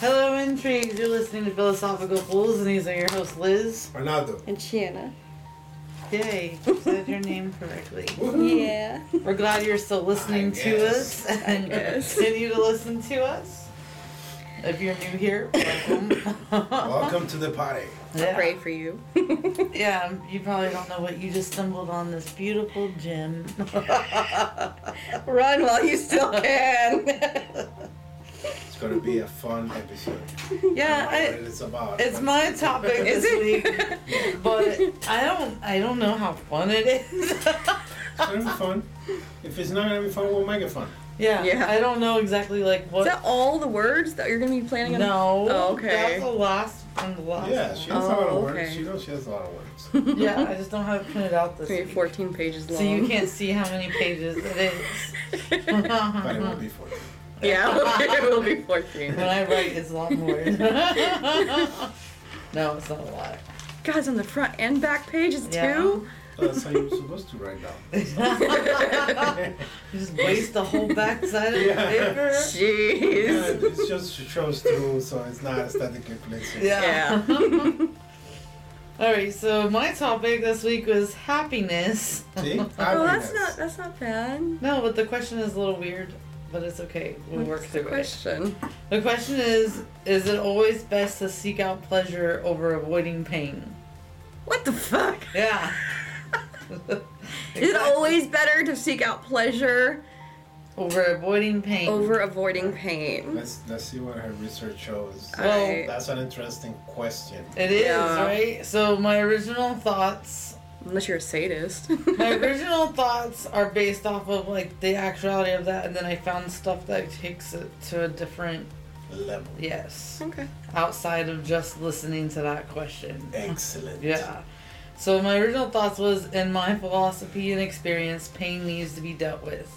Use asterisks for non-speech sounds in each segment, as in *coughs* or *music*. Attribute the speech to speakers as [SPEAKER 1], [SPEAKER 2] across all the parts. [SPEAKER 1] Hello, intrigues. You're listening to Philosophical Fools, and these are your hosts, Liz.
[SPEAKER 2] Arnaldo.
[SPEAKER 3] And Shiana.
[SPEAKER 1] *laughs* Yay, you said your name correctly.
[SPEAKER 2] Woohoo.
[SPEAKER 3] Yeah.
[SPEAKER 1] We're glad you're still listening
[SPEAKER 2] I
[SPEAKER 1] to
[SPEAKER 2] guess.
[SPEAKER 1] us *laughs* and
[SPEAKER 3] guess.
[SPEAKER 1] continue to listen to us. If you're new here, welcome. *laughs*
[SPEAKER 2] *laughs* Welcome to the party.
[SPEAKER 1] Yeah.
[SPEAKER 3] Pray for you.
[SPEAKER 1] Yeah, you probably don't know what you just stumbled on this beautiful
[SPEAKER 2] *laughs*
[SPEAKER 1] gem.
[SPEAKER 3] *laughs* Run while you still can.
[SPEAKER 2] It's gonna be a fun episode.
[SPEAKER 1] *laughs* yeah,
[SPEAKER 2] I don't know
[SPEAKER 1] Uh, I,
[SPEAKER 2] what it's about.
[SPEAKER 1] it's
[SPEAKER 2] but
[SPEAKER 1] my topic
[SPEAKER 3] Is
[SPEAKER 1] this week,
[SPEAKER 3] it? *laughs*
[SPEAKER 1] but I don't I don't know how fun it is.
[SPEAKER 2] *laughs*
[SPEAKER 1] *laughs*
[SPEAKER 2] It's gonna be fun. If it's not gonna be fun, we'll make it fun.
[SPEAKER 1] yeah,
[SPEAKER 3] Yeah.
[SPEAKER 1] I don't know exactly like
[SPEAKER 3] Is
[SPEAKER 1] what
[SPEAKER 3] that all the words that you're gonna be planning on?
[SPEAKER 1] No.
[SPEAKER 3] Oh, okay.
[SPEAKER 1] That's the last from the last.
[SPEAKER 2] Yeah, she has a lot
[SPEAKER 3] Oh,
[SPEAKER 2] of words.
[SPEAKER 3] okay.
[SPEAKER 2] She knows she has a lot of
[SPEAKER 3] *laughs*
[SPEAKER 2] words.
[SPEAKER 1] Yeah, I just don't have it printed out this
[SPEAKER 3] Maybe
[SPEAKER 1] week.
[SPEAKER 3] 14 pages long.
[SPEAKER 1] So you can't see how many pages it is. when
[SPEAKER 3] can't.
[SPEAKER 2] but it
[SPEAKER 1] *laughs*
[SPEAKER 2] will
[SPEAKER 1] I
[SPEAKER 2] be for you.
[SPEAKER 3] *laughs* yeah, *laughs* it will be 14.
[SPEAKER 1] write, it's a lot
[SPEAKER 2] *laughs*
[SPEAKER 1] more. no, it's not a lot. *laughs*
[SPEAKER 3] Guys, on the front and back page is
[SPEAKER 1] Yeah.
[SPEAKER 3] two?
[SPEAKER 2] That's how you're supposed to write down.
[SPEAKER 1] You just waste the whole backside of the
[SPEAKER 2] Yeah.
[SPEAKER 1] paper.
[SPEAKER 2] Yeah,
[SPEAKER 3] Jeez.
[SPEAKER 2] it's just she shows through, so it's not aesthetically
[SPEAKER 1] *laughs*
[SPEAKER 2] pleasing.
[SPEAKER 1] Yeah.
[SPEAKER 3] *laughs* Yeah.
[SPEAKER 1] All right, so my topic this week was happiness.
[SPEAKER 2] See?
[SPEAKER 3] Oh,
[SPEAKER 2] Happiness.
[SPEAKER 3] that's not that's not
[SPEAKER 1] *laughs*
[SPEAKER 3] bad.
[SPEAKER 1] No, but the question is a little weird, but it's okay. We'll work
[SPEAKER 3] What's the
[SPEAKER 1] through it.
[SPEAKER 3] question?
[SPEAKER 1] The question is Is it always best to seek out pleasure over avoiding pain?
[SPEAKER 3] What the fuck?
[SPEAKER 1] *laughs* Yeah.
[SPEAKER 3] Is it always better to seek out pleasure
[SPEAKER 1] over avoiding pain?
[SPEAKER 3] over avoiding pain?
[SPEAKER 2] Let's let's see what her research shows.
[SPEAKER 1] Well,
[SPEAKER 3] Alright.
[SPEAKER 2] That's an interesting question.
[SPEAKER 1] It is,
[SPEAKER 3] Yeah.
[SPEAKER 1] right? So, my original thoughts.
[SPEAKER 3] Unless you're a sadist. *laughs*
[SPEAKER 1] My original thoughts are based off of like the actuality of that, and then I found stuff that takes it to a different
[SPEAKER 2] Level.
[SPEAKER 1] yes
[SPEAKER 3] okay.
[SPEAKER 1] outside of just listening to that question.
[SPEAKER 2] Excellent.
[SPEAKER 1] Yeah. So my original thoughts was in my philosophy and experience, pain needs to be dealt with.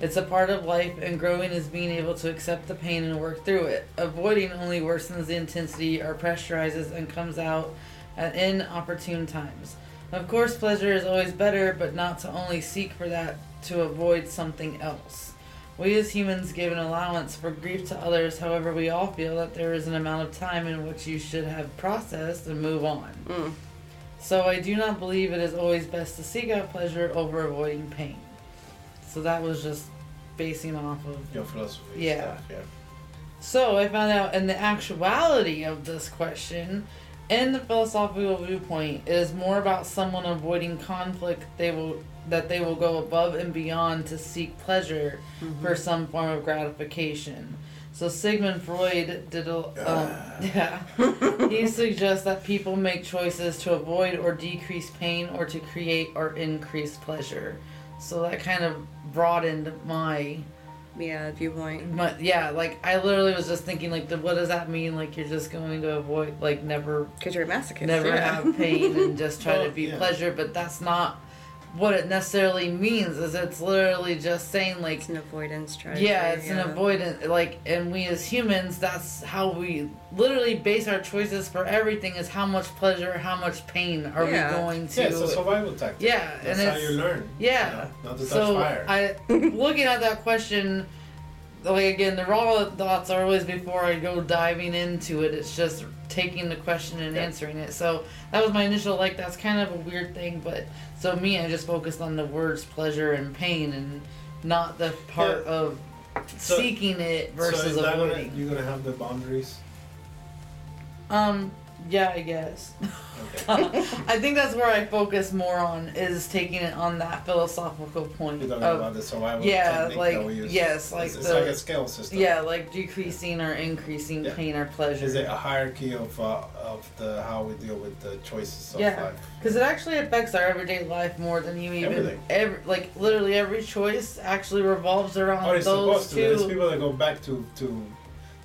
[SPEAKER 1] It's a part of life, and growing is being able to accept the pain and work through it. Avoiding only worsens the intensity or pressurizes and comes out at inopportune times. Of course, pleasure is always better, but not to only seek for that to avoid something else. We as humans give an allowance for grief to others, however, we all feel that there is an amount of time in which you should have processed and move on.
[SPEAKER 3] Mm.
[SPEAKER 1] So I do not believe it is always best to seek out pleasure over avoiding pain. So that was just basing off of.
[SPEAKER 2] Your philosophy
[SPEAKER 1] Yeah.
[SPEAKER 2] stuff, yeah.
[SPEAKER 1] So I found out in the actuality of this question, in the philosophical viewpoint, it is more about someone avoiding conflict. They will that they will go above and beyond to seek pleasure for some form of gratification. So Sigmund Freud did a um, *laughs* yeah. He suggests that people make choices to avoid or decrease pain or to create or increase pleasure. So that kind of broadened my,
[SPEAKER 3] Yeah, viewpoint.
[SPEAKER 1] my yeah, like I literally was just thinking like the, what does that mean like you're just going to avoid like never
[SPEAKER 3] Because you're a masochist.
[SPEAKER 1] never
[SPEAKER 3] yeah.
[SPEAKER 1] have pain and just try
[SPEAKER 2] Well,
[SPEAKER 1] to be
[SPEAKER 2] yeah.
[SPEAKER 1] pleasure, but that's not what it necessarily means is it's literally just saying like
[SPEAKER 3] *laughs* It's an avoidance strategy.
[SPEAKER 1] yeah, it's an avoidance. Like, and we as humans, that's how we literally base our choices for everything is how much pleasure, how much pain are
[SPEAKER 3] Yeah.
[SPEAKER 1] we going to.
[SPEAKER 2] Yeah, it's a survival tactic.
[SPEAKER 1] Yeah,
[SPEAKER 2] That's
[SPEAKER 1] and
[SPEAKER 2] how
[SPEAKER 1] it's-
[SPEAKER 2] you learn.
[SPEAKER 1] yeah.
[SPEAKER 2] you know, not to touch
[SPEAKER 1] so
[SPEAKER 2] fire.
[SPEAKER 1] I, looking at that question, like again, the raw thoughts are always before I go diving into it. It's just taking the question and
[SPEAKER 3] Yeah.
[SPEAKER 1] answering it. So that was my initial like. That's kind of a weird thing, but so me, I just focused on the words pleasure and pain, and not the part
[SPEAKER 2] Yeah.
[SPEAKER 1] of
[SPEAKER 2] So-
[SPEAKER 1] seeking it
[SPEAKER 2] so
[SPEAKER 1] versus
[SPEAKER 2] is that gonna,
[SPEAKER 1] avoiding.
[SPEAKER 2] you're gonna have the boundaries?
[SPEAKER 1] Um, yeah, I guess. *laughs* Uh,
[SPEAKER 2] Okay.
[SPEAKER 1] I think that's where I focus more on is taking it on that philosophical point
[SPEAKER 2] You're talking
[SPEAKER 1] of
[SPEAKER 2] about the survival
[SPEAKER 1] uh, yeah,
[SPEAKER 2] technique
[SPEAKER 1] like-
[SPEAKER 2] that we use.
[SPEAKER 1] yes, like
[SPEAKER 2] it's, it's
[SPEAKER 1] the-
[SPEAKER 2] like a scale system.
[SPEAKER 1] yeah, like decreasing or increasing
[SPEAKER 2] Yeah.
[SPEAKER 1] pain or pleasure.
[SPEAKER 2] Is it a hierarchy of uh, of the how we deal with the choices of
[SPEAKER 1] Yeah.
[SPEAKER 2] life?
[SPEAKER 1] Because it actually affects our everyday life more than you even
[SPEAKER 2] Everything.
[SPEAKER 1] every like literally every choice actually revolves around
[SPEAKER 2] Or Oh, it's
[SPEAKER 1] those
[SPEAKER 2] supposed to. There's
[SPEAKER 1] two.
[SPEAKER 2] people that go back to to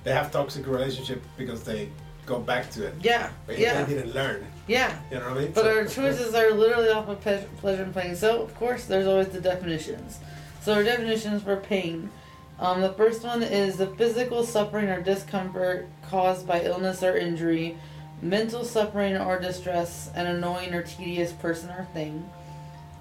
[SPEAKER 2] they have toxic relationship because they go back to it.
[SPEAKER 1] Yeah,
[SPEAKER 2] But
[SPEAKER 1] yeah,
[SPEAKER 2] they didn't learn.
[SPEAKER 1] yeah.
[SPEAKER 2] You know what I mean?
[SPEAKER 1] But
[SPEAKER 2] So-
[SPEAKER 1] our choices are literally off of pe- pleasure and pain. So, of course, there's always the definitions. So, our definitions for pain. Um, the first one is the physical suffering or discomfort caused by illness or injury, mental suffering or distress, an annoying or tedious person or thing.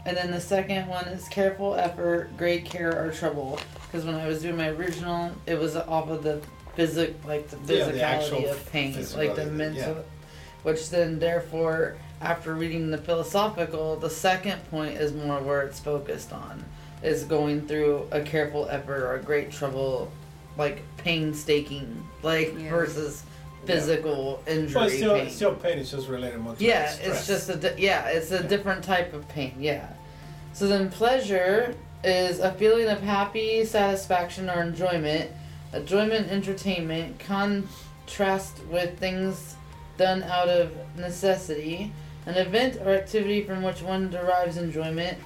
[SPEAKER 1] And then the second one is careful effort, great care, or trouble. Because when I was doing my original, it was off of the physic like the
[SPEAKER 2] Yeah, the
[SPEAKER 1] physicality
[SPEAKER 2] actual
[SPEAKER 1] of pain, like the
[SPEAKER 2] physicality,
[SPEAKER 1] mental.
[SPEAKER 2] yeah.
[SPEAKER 1] Which then, therefore, after reading the philosophical, the second point is more where it's focused on is going through a careful effort or great trouble, like painstaking, like
[SPEAKER 3] Yeah.
[SPEAKER 1] versus physical injury
[SPEAKER 2] Well, it's still,
[SPEAKER 1] pain.
[SPEAKER 2] it's still pain. It's just related more to
[SPEAKER 1] Yeah,
[SPEAKER 2] stress.
[SPEAKER 1] it's just a di- yeah, it's a
[SPEAKER 2] Yeah.
[SPEAKER 1] different type of pain. Yeah. So then pleasure is a feeling of happy, satisfaction, or enjoyment. Enjoyment, entertainment contrast with things done out of necessity, an event or activity from which one derives enjoyment.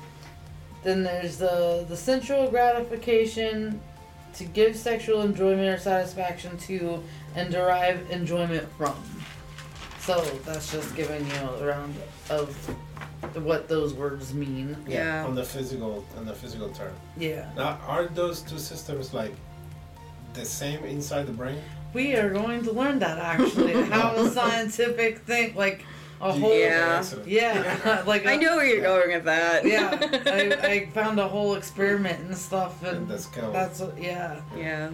[SPEAKER 1] Then there's the the sensual gratification to give sexual enjoyment or satisfaction to and derive enjoyment from. So that's just giving you a round of what those words mean.
[SPEAKER 3] Yeah.
[SPEAKER 2] on the physical on the physical term.
[SPEAKER 1] Yeah.
[SPEAKER 2] Now, are those two systems like the same inside the brain?
[SPEAKER 1] We are going to learn that *laughs* actually. how a scientific thing like a whole
[SPEAKER 3] Yeah.
[SPEAKER 2] Excellent. *laughs*
[SPEAKER 1] Yeah. *laughs* like
[SPEAKER 3] I
[SPEAKER 1] a-
[SPEAKER 3] know where you're going with that. *laughs*
[SPEAKER 1] Yeah. I, I found a whole experiment and stuff and
[SPEAKER 2] And the scale.
[SPEAKER 1] that's what yeah.
[SPEAKER 3] *laughs* yeah.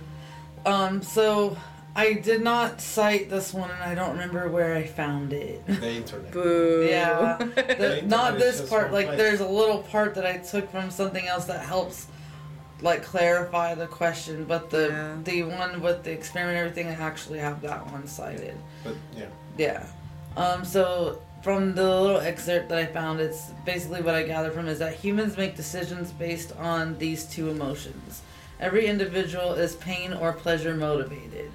[SPEAKER 1] Um so I did not cite this one and I don't remember where I found it. *laughs*
[SPEAKER 2] the internet.
[SPEAKER 3] Boo.
[SPEAKER 1] Yeah. The,
[SPEAKER 2] Right?
[SPEAKER 1] not
[SPEAKER 2] It's
[SPEAKER 1] this
[SPEAKER 2] just
[SPEAKER 1] part.
[SPEAKER 2] one
[SPEAKER 1] Like,
[SPEAKER 2] place.
[SPEAKER 1] there's a little part that I took from something else that helps, like, clarify the question. But the
[SPEAKER 3] Yeah.
[SPEAKER 1] the one with the experiment, and everything, I actually have that one cited.
[SPEAKER 2] But yeah,
[SPEAKER 1] Yeah. Um, so from the little excerpt that I found, it's basically what I gather from is that humans make decisions based on these two emotions. Every individual is pain or pleasure motivated.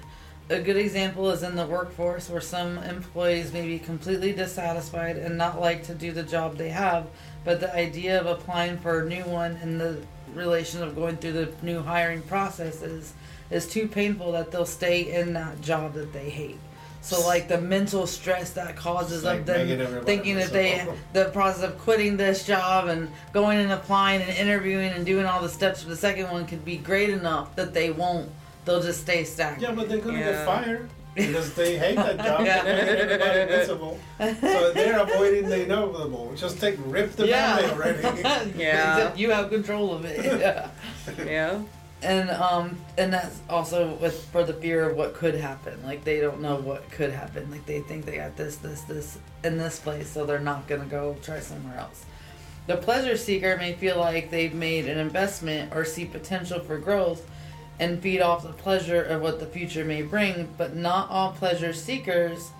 [SPEAKER 1] A good example is in the workforce where some employees may be completely dissatisfied and not like to do the job they have, but the idea of applying for a new one and the relation of going through the new hiring processes is too painful that they'll stay in that job that they hate. So like the mental stress that causes
[SPEAKER 2] It's like
[SPEAKER 1] of them
[SPEAKER 2] negative about
[SPEAKER 1] thinking that they
[SPEAKER 2] *laughs* themselves.
[SPEAKER 1] the process of quitting this job and going and applying and interviewing and doing all the steps for the second one could be great enough that they won't. They'll just stay stagnant.
[SPEAKER 2] yeah, but they're gonna
[SPEAKER 3] Yeah.
[SPEAKER 2] get fired because they hate that job.
[SPEAKER 1] *laughs* Yeah.
[SPEAKER 2] and They hate everybody invisible. So they're avoiding the inevitable. Just take rip
[SPEAKER 1] *laughs*
[SPEAKER 2] the
[SPEAKER 1] yeah.
[SPEAKER 2] family already.
[SPEAKER 3] Yeah.
[SPEAKER 1] Except *laughs* you have control of it. *laughs* Yeah.
[SPEAKER 3] *laughs* Yeah.
[SPEAKER 1] and um and that's also with for the fear of what could happen like they don't know what could happen like they think they got this this this in this place so they're not gonna go try somewhere else the pleasure seeker may feel like they've made an investment or see potential for growth and feed off the pleasure of what the future may bring but not all pleasure seekers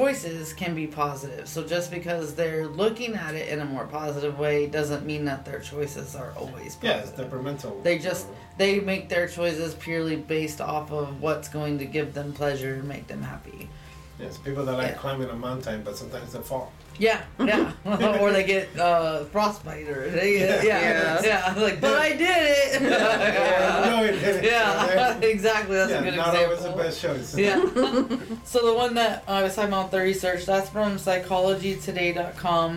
[SPEAKER 1] choices can be positive so just because they're looking at it in a more positive way doesn't mean that their choices are always positive
[SPEAKER 2] yeah, it's temperamental.
[SPEAKER 1] they just they make their choices purely based off of what's going to give them pleasure and make them happy.
[SPEAKER 2] Yes, people that like
[SPEAKER 1] Yeah.
[SPEAKER 2] climbing a mountain, but sometimes they fall.
[SPEAKER 1] Yeah, yeah. or they get uh, frostbite or they get, yeah,
[SPEAKER 3] Yeah.
[SPEAKER 1] yeah, Like, but I did it.
[SPEAKER 2] *laughs* No,
[SPEAKER 1] *laughs* yeah, *laughs*
[SPEAKER 2] it didn't. *laughs*
[SPEAKER 1] exactly. *laughs* That's
[SPEAKER 2] yeah,
[SPEAKER 1] a good
[SPEAKER 2] not
[SPEAKER 1] example.
[SPEAKER 2] always the best choice.
[SPEAKER 1] yeah. so the one that I was talking about the research, that's from psychologytoday.com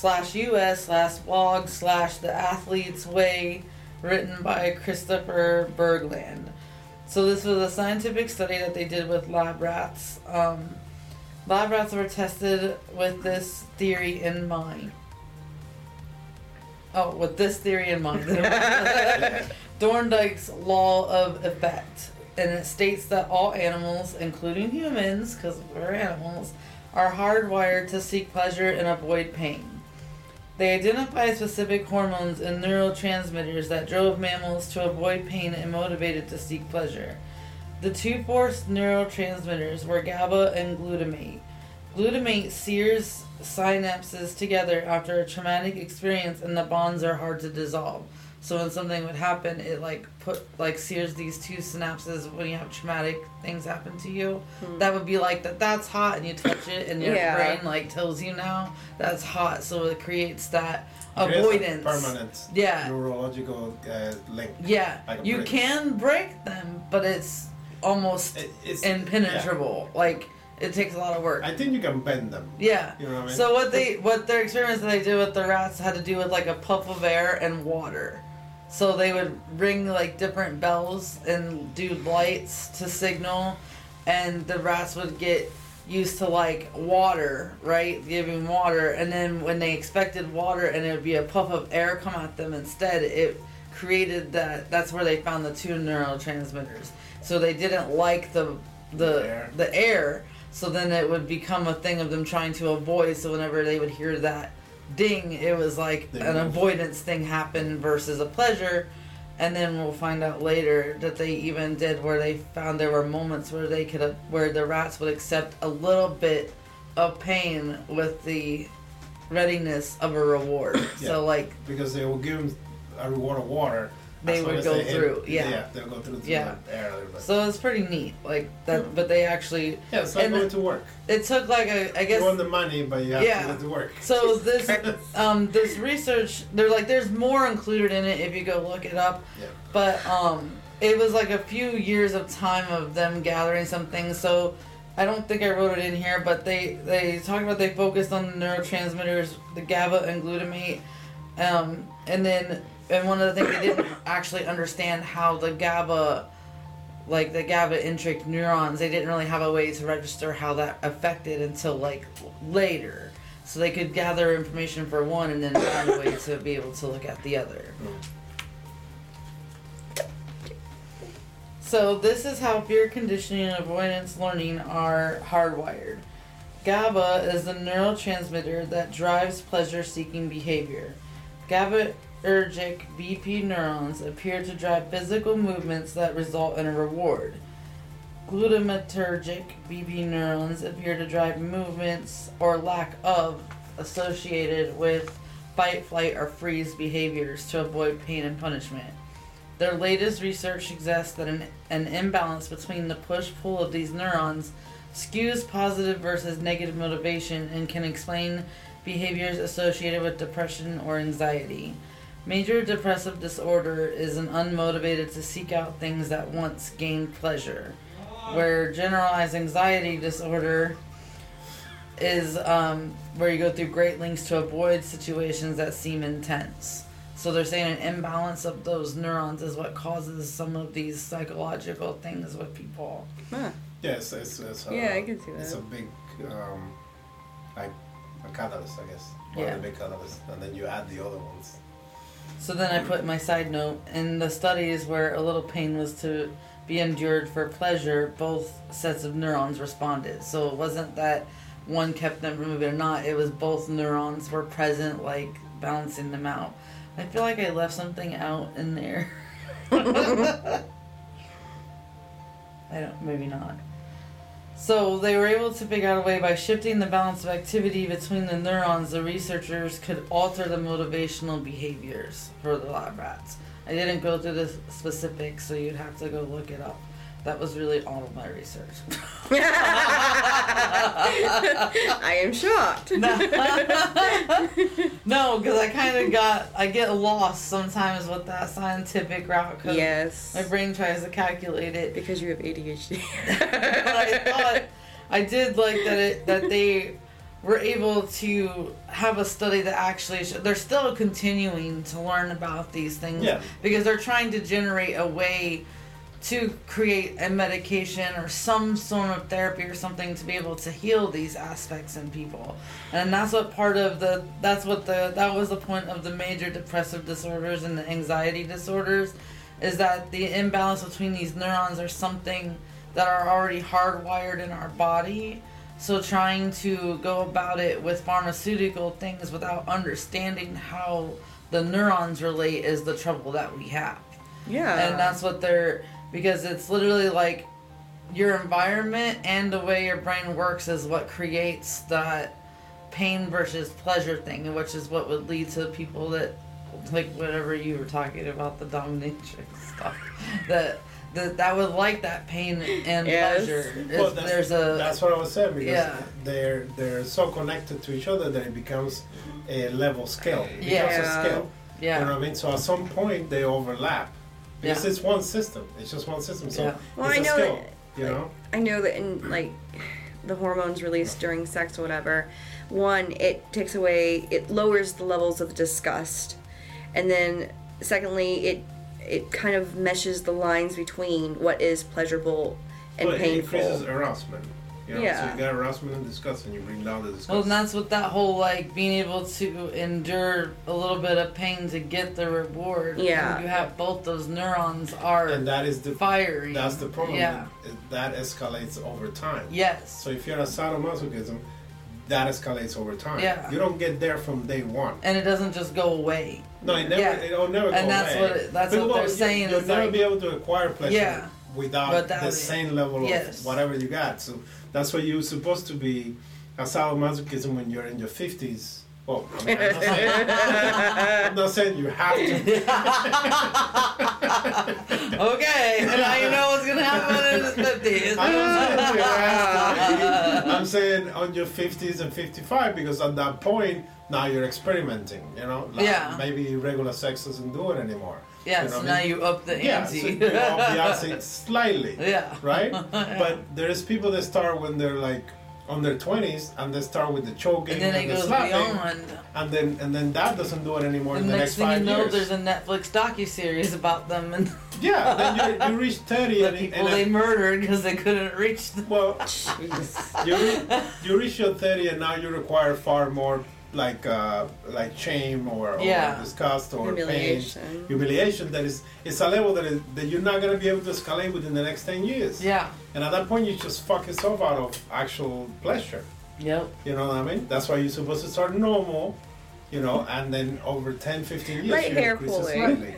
[SPEAKER 1] slash us slash blog slash the athlete's way written by Christopher Bergland. So this was a scientific study that they did with lab rats. Um, lab rats were tested with this theory in mind. Oh, with this theory in mind. *laughs* Thorndike's law of effect, and it states that all animals, including humans, because we're animals, are hardwired to seek pleasure and avoid pain. They identify specific hormones and neurotransmitters that drove mammals to avoid pain and motivated to seek pleasure. The two forced neurotransmitters were GABA and glutamate. Glutamate sears synapses together after a traumatic experience and the bonds are hard to dissolve. So when something would happen, it like put like sears these two synapses when you have traumatic things happen to you. That would be like that that's hot and you touch it and your
[SPEAKER 3] Yeah.
[SPEAKER 1] brain like tells you now that's hot so it creates that
[SPEAKER 2] Creates a
[SPEAKER 1] avoidance.
[SPEAKER 2] Permanent.
[SPEAKER 1] Yeah.
[SPEAKER 2] Neurological uh, link.
[SPEAKER 1] Yeah.
[SPEAKER 2] Like a
[SPEAKER 1] you
[SPEAKER 2] bridge.
[SPEAKER 1] can break them, but it's almost
[SPEAKER 2] It- it's
[SPEAKER 1] impenetrable. Like it takes a lot of work.
[SPEAKER 2] yeah. I think you can bend them.
[SPEAKER 1] yeah.
[SPEAKER 2] You know what I mean?
[SPEAKER 1] So what they what their experiments that they did with the rats had to do with like a puff of air and water. So they would ring like different bells and do lights to signal, and the rats would get used to like water, right? Giving water, and then when they expected water and it would be a puff of air come at them instead, it created that. That's where they found the two neurotransmitters. so they didn't like the the
[SPEAKER 2] Air.
[SPEAKER 1] the air. So then it would become a thing of them trying to avoid. So whenever they would hear that ding, it was like
[SPEAKER 2] They
[SPEAKER 1] an
[SPEAKER 2] moved.
[SPEAKER 1] avoidance thing happen versus a pleasure. And then we'll find out later that they even did where they found there were moments where they could where the rats would accept a little bit of pain with the readiness of a reward.
[SPEAKER 2] Yeah.
[SPEAKER 1] So like
[SPEAKER 2] because they will give them a reward of water.
[SPEAKER 1] They
[SPEAKER 2] as long
[SPEAKER 1] would
[SPEAKER 2] as
[SPEAKER 1] go
[SPEAKER 2] they hit-
[SPEAKER 1] through, yeah.
[SPEAKER 2] yeah, they'll go through.
[SPEAKER 1] Yeah.
[SPEAKER 2] Yeah, the air a little bit.
[SPEAKER 1] so it's pretty neat. Like that, but they actually
[SPEAKER 2] yeah, it's like
[SPEAKER 1] and
[SPEAKER 2] going
[SPEAKER 1] the-
[SPEAKER 2] to work.
[SPEAKER 1] it took like a I guess
[SPEAKER 2] you want the money, but you have
[SPEAKER 1] Yeah.
[SPEAKER 2] to get to work.
[SPEAKER 1] So this um this research they're like there's more included in it if you go look it up.
[SPEAKER 2] Yeah.
[SPEAKER 1] But um it was like a few years of time of them gathering some things so I don't think I wrote it in here, but they they talked about they focused on the neurotransmitters, the GABA and glutamate, um, and then and one of the things they didn't actually understand how the GABA, like the GABA intric neurons, they didn't really have a way to register how that affected until like later. So they could gather information for one and then find a way to be able to look at the other. So this is how fear conditioning and avoidance learning are hardwired. GABA is the neurotransmitter that drives pleasure-seeking behavior. GABAergic BP neurons appear to drive physical movements that result in a reward. Glutamatergic BP neurons appear to drive movements or lack of associated with fight, flight, or freeze behaviors to avoid pain and punishment. Their latest research suggests that an, an imbalance between the push pull of these neurons skews positive versus negative motivation and can explain behaviors associated with depression or anxiety. Major depressive disorder is an unmotivated to seek out things that once gained pleasure, where generalized anxiety disorder is um, where you go through great lengths to avoid situations that seem intense. So they're saying an imbalance of those neurons is what causes some of these psychological things with people.
[SPEAKER 3] Huh. *laughs*
[SPEAKER 2] Yes, it's, it's a,
[SPEAKER 3] Yeah, I can see
[SPEAKER 2] It's
[SPEAKER 3] that.
[SPEAKER 2] a big, um, like a catalyst, I guess. One
[SPEAKER 1] Yeah.
[SPEAKER 2] of the big catalysts, and then you add the other ones.
[SPEAKER 1] So then I put my side note in the studies where a little pain was to be endured for pleasure, both sets of neurons responded. So it wasn't that one kept them from moving or not, it was both neurons were present, like balancing them out. I feel like I left something out in there. *laughs* I don't, maybe not. So they were able to figure out a way by shifting the balance of activity between the neurons, the researchers could alter the motivational behaviors for the lab rats. I didn't go through the specifics, so you'd have to go look it up. That was really all of my research. *laughs*
[SPEAKER 3] I
[SPEAKER 1] *laughs*
[SPEAKER 3] am shocked.
[SPEAKER 1] No. no, because I kind of got, I get lost sometimes with that scientific route. 'cause
[SPEAKER 3] *laughs* yes.
[SPEAKER 1] My brain tries to calculate it.
[SPEAKER 3] Because you have ADHD.
[SPEAKER 1] *laughs* but I thought I did like that it that they were able to have a study that actually sh- they're still continuing to learn about these things
[SPEAKER 2] Yeah.
[SPEAKER 1] because they're trying to generate a way to create a medication or some sort of therapy or something to be able to heal these aspects in people and that's what part of the that's what the that was the point of the major depressive disorders and the anxiety disorders is that the imbalance between these neurons are something that are already hardwired in our body so trying to go about it with pharmaceutical things without understanding how the neurons relate is the trouble that we have
[SPEAKER 3] yeah.
[SPEAKER 1] and uh, that's what they're because it's literally like your environment and the way your brain works is what creates that pain versus pleasure thing which is what would lead to people that like whatever you were talking about the dominatrix stuff that that, that would like that pain and
[SPEAKER 3] Yes.
[SPEAKER 1] pleasure It's-
[SPEAKER 2] Well, that's,
[SPEAKER 1] there's a
[SPEAKER 2] that's what I was saying because
[SPEAKER 1] Yeah.
[SPEAKER 2] they're they're so connected to each other that it becomes a level scale. It becomes
[SPEAKER 3] Yeah.
[SPEAKER 2] a scale.
[SPEAKER 1] yeah
[SPEAKER 2] You know what I mean? So at some point they overlap. Because
[SPEAKER 1] Yeah.
[SPEAKER 2] it's one system. It's just one system. So
[SPEAKER 1] Yeah.
[SPEAKER 3] Well,
[SPEAKER 2] it's
[SPEAKER 3] I
[SPEAKER 2] a
[SPEAKER 3] know
[SPEAKER 2] scale.
[SPEAKER 3] that-
[SPEAKER 2] You know?
[SPEAKER 3] I know that in like the hormones released during sex or whatever, one, it takes away it lowers the levels of disgust. And then secondly, it it kind of meshes the lines between what is pleasurable and
[SPEAKER 2] Well, It
[SPEAKER 3] painful. *laughs*
[SPEAKER 2] increases arousement. You You know, So
[SPEAKER 3] Yeah.
[SPEAKER 2] you got arousement and disgust, and you bring down the disgust.
[SPEAKER 1] Well, and that's what that whole like being able to endure a little bit of pain to get the reward.
[SPEAKER 3] Yeah.
[SPEAKER 1] you have both those neurons are
[SPEAKER 2] and that is the
[SPEAKER 1] firing.
[SPEAKER 2] that's the problem.
[SPEAKER 1] Yeah.
[SPEAKER 2] That, that escalates over time.
[SPEAKER 1] Yes.
[SPEAKER 2] So if you're a sadomasochism, that escalates over time.
[SPEAKER 1] Yeah.
[SPEAKER 2] You don't get there from day one.
[SPEAKER 1] And it doesn't just go
[SPEAKER 2] *laughs*
[SPEAKER 1] away.
[SPEAKER 2] No, it never.
[SPEAKER 1] Yeah.
[SPEAKER 2] It'll never go
[SPEAKER 1] And that's
[SPEAKER 2] away.
[SPEAKER 1] what it- that's what
[SPEAKER 2] People-
[SPEAKER 1] they're saying
[SPEAKER 2] You'll
[SPEAKER 1] is
[SPEAKER 2] never
[SPEAKER 1] like-
[SPEAKER 2] be able to acquire pleasure
[SPEAKER 1] Yeah.
[SPEAKER 2] without,
[SPEAKER 1] Without
[SPEAKER 2] the
[SPEAKER 1] it.
[SPEAKER 2] same level
[SPEAKER 1] Yes.
[SPEAKER 2] of whatever you got. So that's why you're supposed to be a sadomasochism when you're in your fifties. Well, I mean, I'm, not saying, I'm not saying you have to.
[SPEAKER 1] Okay. And now you know what's gonna happen in his fifties.
[SPEAKER 2] *laughs* I don't think you have to. I'm saying on your 50s and 55 because at that point now you're experimenting. You know, like
[SPEAKER 1] Yeah.
[SPEAKER 2] maybe regular sex doesn't do it anymore.
[SPEAKER 1] Yeah.
[SPEAKER 2] you know
[SPEAKER 1] So
[SPEAKER 2] what
[SPEAKER 1] now
[SPEAKER 2] I mean?
[SPEAKER 1] you up the
[SPEAKER 2] Yeah, so
[SPEAKER 1] ante.
[SPEAKER 2] you
[SPEAKER 1] *laughs*
[SPEAKER 2] know, Beyonce slightly.
[SPEAKER 1] Yeah.
[SPEAKER 2] Right? But there is people that start when they're like on their twenties and they start with the choking
[SPEAKER 1] and
[SPEAKER 2] and,
[SPEAKER 1] then it
[SPEAKER 2] the
[SPEAKER 1] goes
[SPEAKER 2] slapping,
[SPEAKER 1] beyond.
[SPEAKER 2] and then and then that doesn't do it anymore
[SPEAKER 1] The
[SPEAKER 2] in the
[SPEAKER 1] next
[SPEAKER 2] next,
[SPEAKER 1] thing you
[SPEAKER 2] five
[SPEAKER 1] know,
[SPEAKER 2] years.
[SPEAKER 1] there's a Netflix docu series about them and
[SPEAKER 2] *laughs*
[SPEAKER 1] *laughs*
[SPEAKER 2] yeah, then you, you reach thirty
[SPEAKER 1] the
[SPEAKER 2] and,
[SPEAKER 1] people
[SPEAKER 2] and
[SPEAKER 1] they murdered because they couldn't reach
[SPEAKER 2] *laughs*
[SPEAKER 1] them.
[SPEAKER 2] well,
[SPEAKER 3] Jeez.
[SPEAKER 2] you re- you reach your thirty and now you require far more like uh, like shame or,
[SPEAKER 1] Yeah.
[SPEAKER 2] or disgust or
[SPEAKER 3] Humiliation.
[SPEAKER 2] pain, humiliation. That is, it's a level that is that you're not gonna be able to escalate within the next ten years.
[SPEAKER 1] Yeah.
[SPEAKER 2] And at that point, you just fuck yourself out of actual pleasure.
[SPEAKER 1] Yep. *laughs*
[SPEAKER 2] You know what I mean? That's why you're supposed to start normal, you know, and then over 10, 15 years,
[SPEAKER 3] Light
[SPEAKER 2] you
[SPEAKER 3] hair
[SPEAKER 2] increase it
[SPEAKER 3] pulling.
[SPEAKER 2] slightly.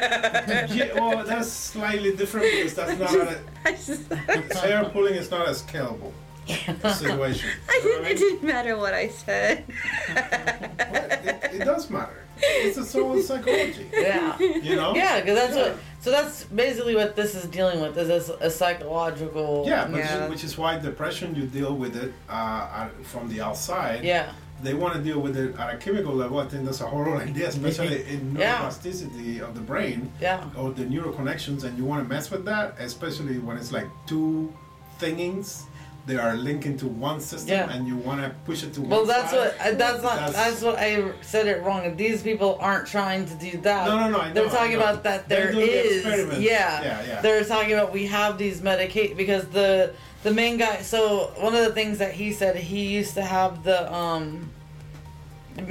[SPEAKER 2] yeah, well, that's slightly different because that's not
[SPEAKER 3] *laughs*
[SPEAKER 2] a,
[SPEAKER 3] I just-
[SPEAKER 2] hair pulling is not a scalable situation.
[SPEAKER 3] *laughs* I
[SPEAKER 2] You know what
[SPEAKER 3] didn't, it didn't matter what I said.
[SPEAKER 2] Well, it, it does matter. It's a soul psychology,
[SPEAKER 1] Yeah.
[SPEAKER 2] you know?
[SPEAKER 1] Yeah, because that's
[SPEAKER 2] Yeah.
[SPEAKER 1] what. So that's basically what this is dealing with. Is this a psychological?
[SPEAKER 2] Yeah, but
[SPEAKER 3] Yeah.
[SPEAKER 2] Which is why depression, you deal with it uh, uh, from the outside.
[SPEAKER 1] Yeah.
[SPEAKER 2] they want to deal with it at a chemical level. I think that's a horrible
[SPEAKER 1] *laughs*
[SPEAKER 2] idea, especially in
[SPEAKER 1] Yeah.
[SPEAKER 2] neuroplasticity of the brain
[SPEAKER 1] Yeah.
[SPEAKER 2] or the neural connections, and you want to mess with that, especially when it's like two thingings that are linking to one system,
[SPEAKER 1] Yeah.
[SPEAKER 2] and you want to push it to
[SPEAKER 1] Well,
[SPEAKER 2] one
[SPEAKER 1] that's
[SPEAKER 2] side.
[SPEAKER 1] what. I- That's not. That's
[SPEAKER 2] That's-
[SPEAKER 1] what I said it wrong. These people aren't trying to do that.
[SPEAKER 2] No, no, no, I know,
[SPEAKER 1] They're talking
[SPEAKER 2] I know.
[SPEAKER 1] about that
[SPEAKER 2] They're
[SPEAKER 1] there
[SPEAKER 2] doing the
[SPEAKER 1] is.
[SPEAKER 2] experiments.
[SPEAKER 1] yeah.
[SPEAKER 2] Yeah, yeah.
[SPEAKER 1] They're talking about we have these medica because the the main guy. So one of the things that he said he used to have the um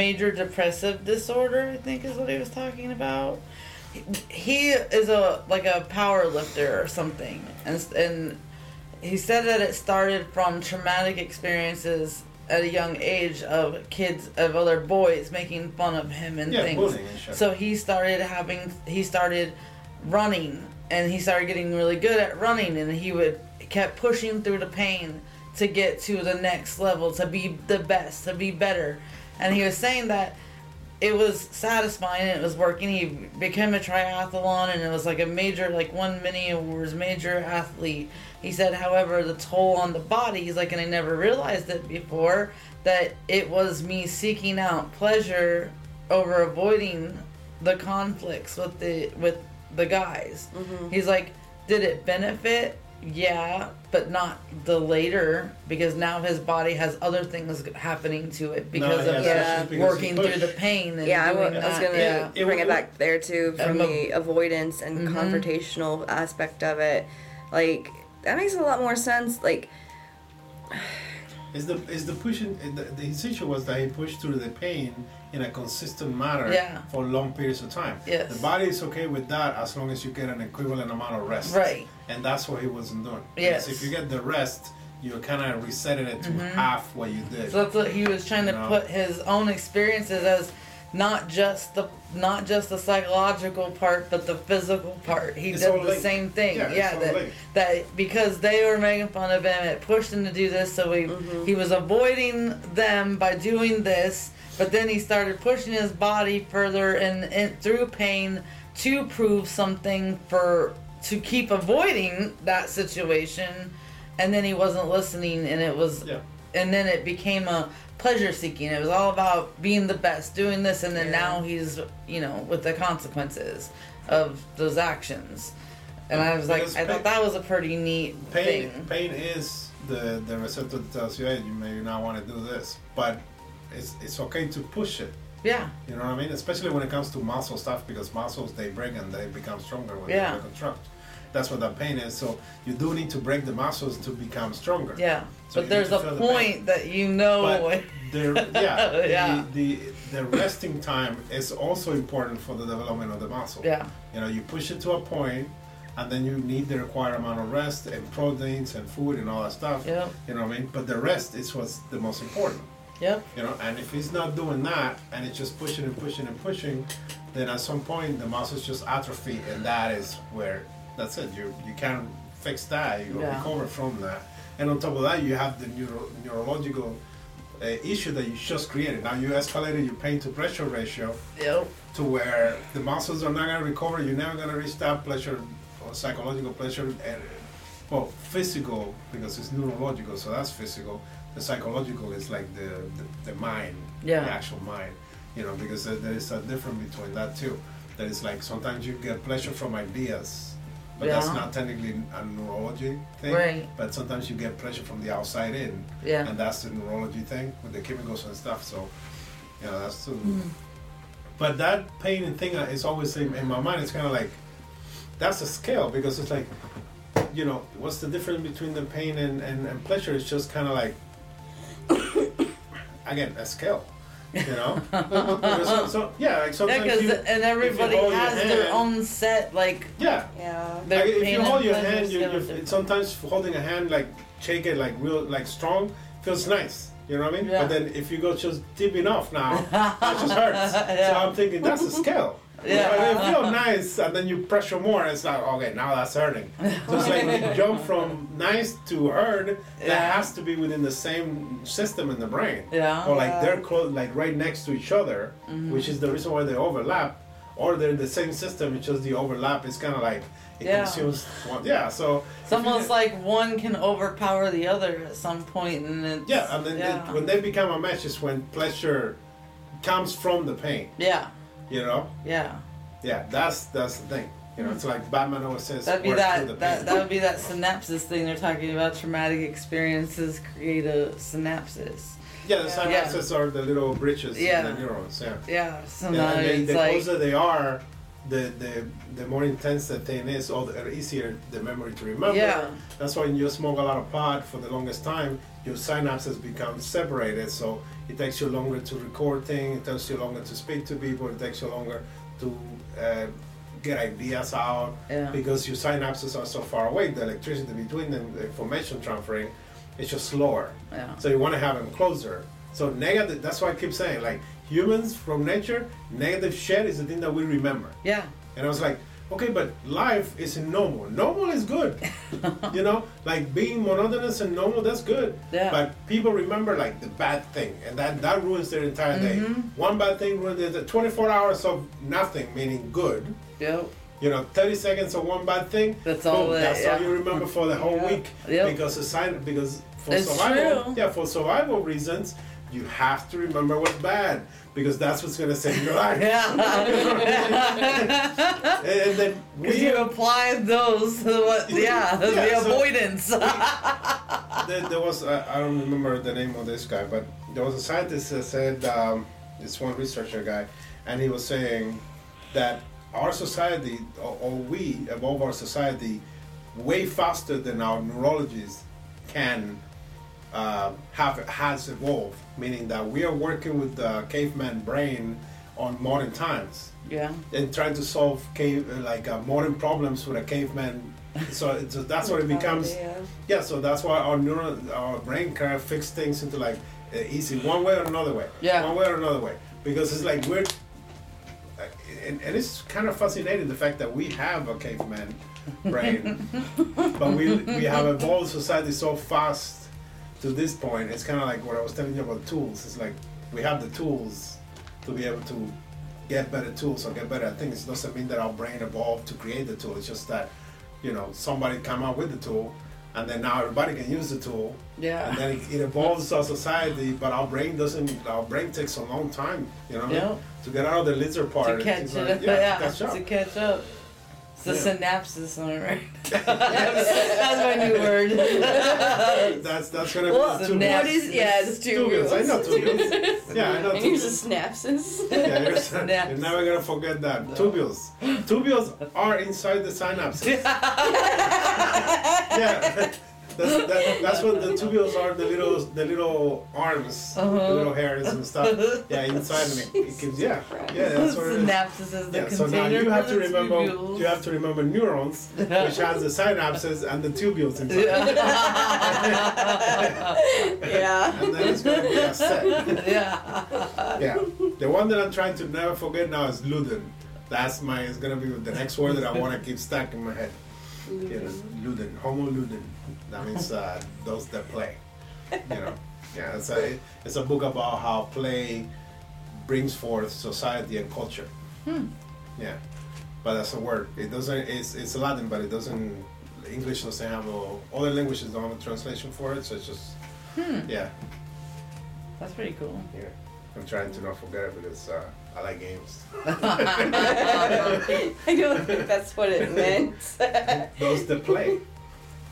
[SPEAKER 1] major depressive disorder. I think is what he was talking about. he is a like a power lifter or something and and he said that it started from traumatic experiences at a young age of kids of other boys making fun of him and
[SPEAKER 2] Yeah,
[SPEAKER 1] things
[SPEAKER 2] bullying and shit.
[SPEAKER 1] so he started having he started running and he started getting really good at running and he would kept pushing through the pain to get to the next level to be the best to be better and he was saying that it was satisfying and it was working he became a triathlon and it was like a major like one mini awards major athlete he said however the toll on the body he's like and i never realized it before that it was me seeking out pleasure over avoiding the conflicts with the with the guys
[SPEAKER 3] Mm-hmm.
[SPEAKER 1] he's like did it benefit yeah but not the later because now his body has other things happening to it because
[SPEAKER 2] yeah,
[SPEAKER 1] of
[SPEAKER 3] that's
[SPEAKER 1] the
[SPEAKER 3] just
[SPEAKER 2] because
[SPEAKER 1] working
[SPEAKER 2] he
[SPEAKER 1] through the
[SPEAKER 2] pushed.
[SPEAKER 1] pain and
[SPEAKER 3] yeah, I wa- I
[SPEAKER 1] doing
[SPEAKER 3] was,
[SPEAKER 1] that.
[SPEAKER 3] gonna
[SPEAKER 2] Yeah, it
[SPEAKER 3] bring it,
[SPEAKER 2] would- Mm-hmm.
[SPEAKER 3] back there too from
[SPEAKER 1] Um,
[SPEAKER 3] the avoidance and confrontational aspect of it. Like that makes a lot more sense. Like
[SPEAKER 2] Is the is the pushing the, the his issue was that he pushed through the pain in a consistent manner
[SPEAKER 1] Yeah.
[SPEAKER 2] for long periods of time.
[SPEAKER 1] Yes.
[SPEAKER 2] The body is okay with that as long as you get an equivalent amount of rest.
[SPEAKER 1] Right.
[SPEAKER 2] And that's what he wasn't doing.
[SPEAKER 1] Yes. Mm-hmm.
[SPEAKER 2] Because if you get the rest, you're kind of resetting it to half what you did.
[SPEAKER 1] So that's what he was trying to
[SPEAKER 2] No.
[SPEAKER 1] put his own experiences as not just the not just the psychological part but the physical part. He
[SPEAKER 2] It's
[SPEAKER 1] did
[SPEAKER 2] all
[SPEAKER 1] the
[SPEAKER 2] linked.
[SPEAKER 1] same thing.
[SPEAKER 2] Yeah,
[SPEAKER 1] Yeah,
[SPEAKER 2] it's all
[SPEAKER 1] that,
[SPEAKER 2] linked.
[SPEAKER 1] that because they were making fun of him, it pushed him to do this, so he he was avoiding them by doing this, but then he started pushing his body further and, and through pain to prove something for to keep avoiding that situation and then he wasn't listening and it was
[SPEAKER 2] yeah.
[SPEAKER 1] and then it became a pleasure seeking. It was all about being the best, doing this, and then
[SPEAKER 3] Yeah.
[SPEAKER 1] now he's you know with the consequences of those actions. And I was like,
[SPEAKER 2] Because
[SPEAKER 1] I thought
[SPEAKER 2] pain-
[SPEAKER 1] that was a pretty neat
[SPEAKER 2] Pain
[SPEAKER 1] thing.
[SPEAKER 2] pain is the, the receptor that tells you, hey, you may not want to do this. But it's, it's okay to push it.
[SPEAKER 1] Yeah,
[SPEAKER 2] You know what I mean? Especially when it comes to muscle stuff because muscles they break and they become stronger when
[SPEAKER 1] Yeah.
[SPEAKER 2] they reconstruct. That's what that pain is. So you do need to break the muscles to become stronger.
[SPEAKER 1] Yeah.
[SPEAKER 2] So
[SPEAKER 1] but
[SPEAKER 2] you
[SPEAKER 1] there's
[SPEAKER 2] need
[SPEAKER 1] a
[SPEAKER 2] to feel the
[SPEAKER 1] point that you know.
[SPEAKER 2] But there, yeah,
[SPEAKER 1] Yeah.
[SPEAKER 2] The, the the resting time is also important for the development of the muscle.
[SPEAKER 1] yeah.
[SPEAKER 2] You know, you push it to a point, and then you need the required amount of rest and proteins and food and all that stuff.
[SPEAKER 1] Yep.
[SPEAKER 2] You know what I mean? But the rest is what's the most important.
[SPEAKER 1] *laughs* Yep.
[SPEAKER 2] You know, and if he's not doing that and it's just pushing and pushing and pushing, then at some point the muscles just atrophy, and that is where that's it. You you can't fix that. You
[SPEAKER 1] Yeah.
[SPEAKER 2] recover from that, and on top of that, you have the neuro, neurological uh, issue that you just created. Now you escalated your pain to pressure ratio
[SPEAKER 1] Yep.
[SPEAKER 2] to where the muscles are not gonna recover. You're never gonna reach that pleasure, or psychological pleasure, and well, physical because it's neurological, so that's physical. The psychological is like the the, the mind,
[SPEAKER 1] Yeah.
[SPEAKER 2] the actual mind, you know, because there, there is a difference between that too. That is like sometimes you get pleasure from ideas, but that's
[SPEAKER 1] Yeah.
[SPEAKER 2] not technically a neurology thing.
[SPEAKER 1] Right.
[SPEAKER 2] But sometimes you get pleasure from the outside in,
[SPEAKER 1] Yeah.
[SPEAKER 2] and that's the neurology thing with the chemicals and stuff. So, you know, that's too.
[SPEAKER 1] Hmm.
[SPEAKER 2] But that pain and thing is always in, in my mind. It's kind of like that's a scale because it's like, you know, what's the difference between the pain and, and, and pleasure? It's just kind of like, *coughs* again, a scale. You
[SPEAKER 1] *laughs*
[SPEAKER 2] know, Because so, so- yeah, like
[SPEAKER 1] Yeah,
[SPEAKER 2] sometimes
[SPEAKER 1] because
[SPEAKER 2] you,
[SPEAKER 1] and everybody
[SPEAKER 2] hold your
[SPEAKER 1] has their
[SPEAKER 2] hand-
[SPEAKER 1] own set like
[SPEAKER 2] yeah.
[SPEAKER 3] Yeah.
[SPEAKER 1] their
[SPEAKER 2] like, if
[SPEAKER 1] pain
[SPEAKER 2] you
[SPEAKER 1] and
[SPEAKER 2] hold your
[SPEAKER 1] pleasure
[SPEAKER 2] hand, you,
[SPEAKER 1] scale
[SPEAKER 2] you,
[SPEAKER 1] is different.
[SPEAKER 2] sometimes holding a hand like shake it like real like strong feels nice. You know what I mean?
[SPEAKER 1] Yeah.
[SPEAKER 2] But then if you go just deep enough now,
[SPEAKER 1] *laughs*
[SPEAKER 2] that just hurts. So
[SPEAKER 1] Yeah.
[SPEAKER 2] I'm thinking that's a scale.
[SPEAKER 1] *laughs* Yeah.
[SPEAKER 2] But it feels nice, and then you pressure more, and it's like okay, now that's hurting. So it's like you
[SPEAKER 1] *laughs*
[SPEAKER 2] jump from nice to hurt.
[SPEAKER 1] Yeah.
[SPEAKER 2] That has to be within the same system in the brain
[SPEAKER 1] Yeah.
[SPEAKER 2] or like
[SPEAKER 3] Yeah.
[SPEAKER 2] they're close, like right next to each other,
[SPEAKER 1] Mm-hmm.
[SPEAKER 2] which is the reason why they overlap, or they're in the same system. It's just the overlap is kind of like it
[SPEAKER 1] Yeah.
[SPEAKER 2] consumes one. Yeah, so
[SPEAKER 1] It's almost like one can overpower the other at some point, and it's
[SPEAKER 2] yeah, and then
[SPEAKER 1] yeah,
[SPEAKER 2] when they become a match is when pleasure comes from the pain.
[SPEAKER 1] yeah,
[SPEAKER 2] You know,
[SPEAKER 1] yeah.
[SPEAKER 2] yeah, that's that's the thing. You know, it's like Batman always says.
[SPEAKER 1] Mm-hmm. That'd be
[SPEAKER 2] "Work through the
[SPEAKER 1] that, that.
[SPEAKER 2] pain."
[SPEAKER 1] That would be that synapses thing they're talking about. Traumatic experiences create a synapses.
[SPEAKER 2] yeah, the
[SPEAKER 1] Yeah.
[SPEAKER 2] synapses are the little bridges
[SPEAKER 1] Yeah.
[SPEAKER 2] in the neurons. Yeah.
[SPEAKER 1] Yeah. So
[SPEAKER 2] Yeah,
[SPEAKER 1] now
[SPEAKER 2] and they,
[SPEAKER 1] it's
[SPEAKER 2] the
[SPEAKER 1] like
[SPEAKER 2] closer they are, the, the the more intense the thing is, or the easier the memory to remember.
[SPEAKER 1] Yeah.
[SPEAKER 2] That's why when you smoke a lot of pot for the longest time, your synapses become separated. So it takes you longer to record things, it takes you longer to speak to people, it takes you longer to uh, get ideas out
[SPEAKER 1] Yeah.
[SPEAKER 2] because your synapses are so far away. The electricity between them, the information transferring, it's just slower.
[SPEAKER 1] yeah.
[SPEAKER 2] So you want to have them closer. So negative. That's why I keep saying, like humans from nature, negative shit is the thing that we remember.
[SPEAKER 1] Yeah.
[SPEAKER 2] And I was like, okay, but life is normal. Normal is
[SPEAKER 1] *laughs*
[SPEAKER 2] good. you know, like being monotonous and normal, that's good.
[SPEAKER 1] Yeah.
[SPEAKER 2] But people remember like the bad thing, and that that ruins their entire day.
[SPEAKER 1] Mm-hmm.
[SPEAKER 2] One bad thing ruins the- the 24 hours of nothing, meaning good. *laughs*
[SPEAKER 1] Yep.
[SPEAKER 2] You know, 30 seconds of one bad thing.
[SPEAKER 1] That's all that-
[SPEAKER 2] That's all
[SPEAKER 1] yeah.
[SPEAKER 2] you remember for the whole
[SPEAKER 3] Yeah.
[SPEAKER 2] week
[SPEAKER 1] Yep.
[SPEAKER 2] because the sign because for
[SPEAKER 1] It's
[SPEAKER 2] survival.
[SPEAKER 1] true.
[SPEAKER 2] Yeah, for survival reasons, you have to remember what's bad because that's what's gonna save your life.
[SPEAKER 1] Yeah.
[SPEAKER 2] *laughs* And, and then
[SPEAKER 1] Because
[SPEAKER 2] we
[SPEAKER 1] *laughs* you applied those, *laughs* to what, yeah,
[SPEAKER 2] *laughs* Yeah,
[SPEAKER 1] the
[SPEAKER 2] so-
[SPEAKER 1] avoidance.
[SPEAKER 2] there, there was I I don't remember the name of this guy, but there was a scientist that said um, this one researcher guy, and he was saying that our society or, or we evolve our society way faster than our neurologies can uh, have has evolved, meaning that we are working with the caveman brain on modern times
[SPEAKER 1] *laughs* yeah.
[SPEAKER 2] and trying to solve cave like uh, modern problems with a caveman. So, so that's what it becomes.
[SPEAKER 3] Yeah.
[SPEAKER 2] Yeah, so that's why our neural, our brain kind of fix things into like uh, easy one way or another way.
[SPEAKER 1] Yeah.
[SPEAKER 2] One way or another way, because it's like we're, uh, and, and it's kind of fascinating the fact that we have a caveman brain, but we we have evolved society so fast to this point. It's kind of like what I was telling you about tools. It's like we have the tools to be able to get better tools or get better at things. It doesn't mean that our brain evolved to create the tool. It's just that you know somebody come up with the tool and then now everybody can use the tool and
[SPEAKER 1] Yeah.
[SPEAKER 2] then it, it evolves our society but our brain doesn't our brain takes a long time you know what I mean?
[SPEAKER 1] Yeah.
[SPEAKER 2] to get out of the lizard part
[SPEAKER 1] To
[SPEAKER 2] and
[SPEAKER 1] catch
[SPEAKER 2] things
[SPEAKER 1] it *laughs*
[SPEAKER 2] like-
[SPEAKER 1] up.
[SPEAKER 2] yeah,
[SPEAKER 1] Yeah.
[SPEAKER 2] to catch up.
[SPEAKER 1] To catch up. It's the synapses on it,
[SPEAKER 2] *laughs*
[SPEAKER 1] right? *laughs*
[SPEAKER 4] That's
[SPEAKER 1] That's my new word.
[SPEAKER 2] That's that's gonna
[SPEAKER 3] Well,
[SPEAKER 2] be
[SPEAKER 1] the
[SPEAKER 2] two
[SPEAKER 1] next-
[SPEAKER 2] words.
[SPEAKER 1] What
[SPEAKER 4] is yeah, it's two
[SPEAKER 2] Tubers,
[SPEAKER 4] wheels.
[SPEAKER 2] I know tubers. Yeah, I
[SPEAKER 3] *laughs*
[SPEAKER 2] know
[SPEAKER 4] *laughs* And here's a
[SPEAKER 2] tubules.
[SPEAKER 4] synapses.
[SPEAKER 2] *laughs* Yeah,
[SPEAKER 1] *laughs*
[SPEAKER 2] you're,
[SPEAKER 1] Snaps.
[SPEAKER 2] you're never gonna forget that. Tubules. Tubules are inside
[SPEAKER 1] *laughs*
[SPEAKER 2] the synapses. yeah. That's, that, that's what the tubules are, the little the little arms,
[SPEAKER 1] Uh-huh.
[SPEAKER 2] the little hairs and stuff. Yeah, inside and it, it gives yeah.
[SPEAKER 4] Christ.
[SPEAKER 1] *laughs*
[SPEAKER 2] Yeah, that's what it is.
[SPEAKER 1] synapses is the
[SPEAKER 2] Yeah,
[SPEAKER 1] container
[SPEAKER 2] so now you have
[SPEAKER 1] for
[SPEAKER 2] to
[SPEAKER 1] the
[SPEAKER 2] remember
[SPEAKER 1] tubules.
[SPEAKER 2] you have to remember neurons, which has the synapses and the tubules inside.
[SPEAKER 1] *laughs* yeah.
[SPEAKER 4] yeah. *laughs*
[SPEAKER 2] And then it's gonna be a set.
[SPEAKER 1] yeah.
[SPEAKER 2] Yeah. The one that I'm trying to never forget now is Luden. That's my. It's gonna be the next word that I want to keep stuck in my head. You know, Luden, Homo Luden. That means uh, those that play. You know. Yeah. It's a. It's a book about how play brings forth society and culture. Yeah. But that's a word. It doesn't. It's it's Latin, but it doesn't. English doesn't have a. Other languages don't have a translation for it, so it's just.
[SPEAKER 1] Hmm,
[SPEAKER 2] Yeah.
[SPEAKER 1] That's pretty cool.
[SPEAKER 2] Yeah, I'm trying to not forget it because uh, I like games.
[SPEAKER 4] *laughs* I don't think that's what it meant. *laughs*
[SPEAKER 2] Those that play.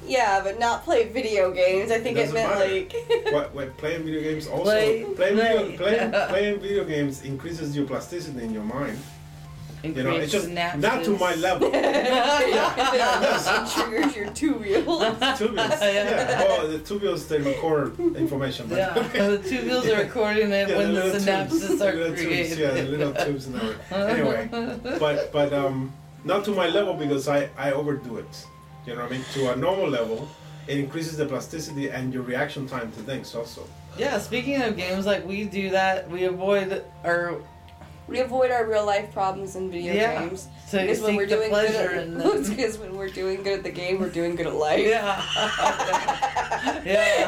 [SPEAKER 4] yeah, but not play video games. *laughs* I think it meant
[SPEAKER 2] Doesn't matter. *laughs*
[SPEAKER 4] like. *laughs*
[SPEAKER 2] What, what playing video games also
[SPEAKER 1] Play,
[SPEAKER 2] playing,
[SPEAKER 1] play.
[SPEAKER 2] Video, playing, playing video games increases your plasticity in your mind. You know, it's just not to my
[SPEAKER 1] *laughs*
[SPEAKER 2] level.
[SPEAKER 4] *laughs* It triggers your two wheels.
[SPEAKER 2] Tubules, yeah. Well, the tubules they record information. but-
[SPEAKER 1] Yeah, the tubules are recording it
[SPEAKER 2] *laughs* Yeah,
[SPEAKER 1] when the,
[SPEAKER 2] little tubes,
[SPEAKER 1] synapses
[SPEAKER 2] *laughs* the
[SPEAKER 1] are
[SPEAKER 2] little
[SPEAKER 1] created.
[SPEAKER 2] Tubes, yeah, the little tubes and everything.
[SPEAKER 4] *laughs*
[SPEAKER 2] Anyway, but but um, not to my level because I I overdo it. You know what I mean? To a normal level, it increases the plasticity and your reaction time to things also.
[SPEAKER 1] *laughs* Yeah, speaking of games, like we do that, we avoid or
[SPEAKER 4] We avoid our real life problems in video
[SPEAKER 1] Yeah.
[SPEAKER 4] games.
[SPEAKER 1] so
[SPEAKER 4] Because when
[SPEAKER 1] seek
[SPEAKER 4] we're
[SPEAKER 1] the
[SPEAKER 4] doing good
[SPEAKER 1] pleasure
[SPEAKER 4] at, *laughs*
[SPEAKER 1] in them.
[SPEAKER 4] because when we're doing good at the game, we're doing good at life.
[SPEAKER 1] *laughs* Yeah.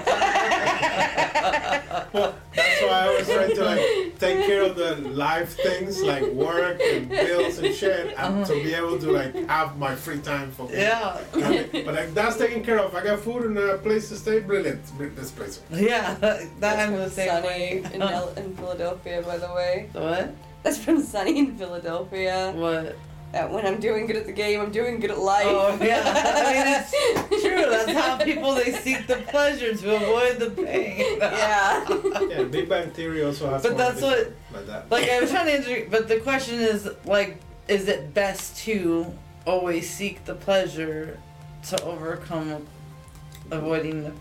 [SPEAKER 1] yeah.
[SPEAKER 2] Well, that's why I always try to like take care of the life things like work and bills and shit, and to be able to like have my free time for me.
[SPEAKER 1] Uh-huh. Yeah.
[SPEAKER 2] You know what I mean? *laughs* But like that's taken care of. I got food and a place to stay. Brilliant. This place.
[SPEAKER 1] Yeah. That I'm the same
[SPEAKER 4] Sunny
[SPEAKER 1] way.
[SPEAKER 4] in, Del- in Philadelphia, by the way.
[SPEAKER 1] *laughs* What?
[SPEAKER 4] That's from Sunny in Philadelphia.
[SPEAKER 1] What?
[SPEAKER 4] That when I'm doing good at the game, I'm doing good at life.
[SPEAKER 1] Oh, yeah. I mean, it's True, that's
[SPEAKER 4] *laughs*
[SPEAKER 1] how people they seek the pleasure to avoid the *laughs* pain.
[SPEAKER 4] Yeah.
[SPEAKER 2] Yeah, Big Bang Theory also has.
[SPEAKER 1] But
[SPEAKER 2] one
[SPEAKER 1] that's
[SPEAKER 2] thing
[SPEAKER 1] what-
[SPEAKER 2] Like that.
[SPEAKER 1] Like I was trying to answer, but the question is like, is it best to always seek the pleasure to overcome avoiding the?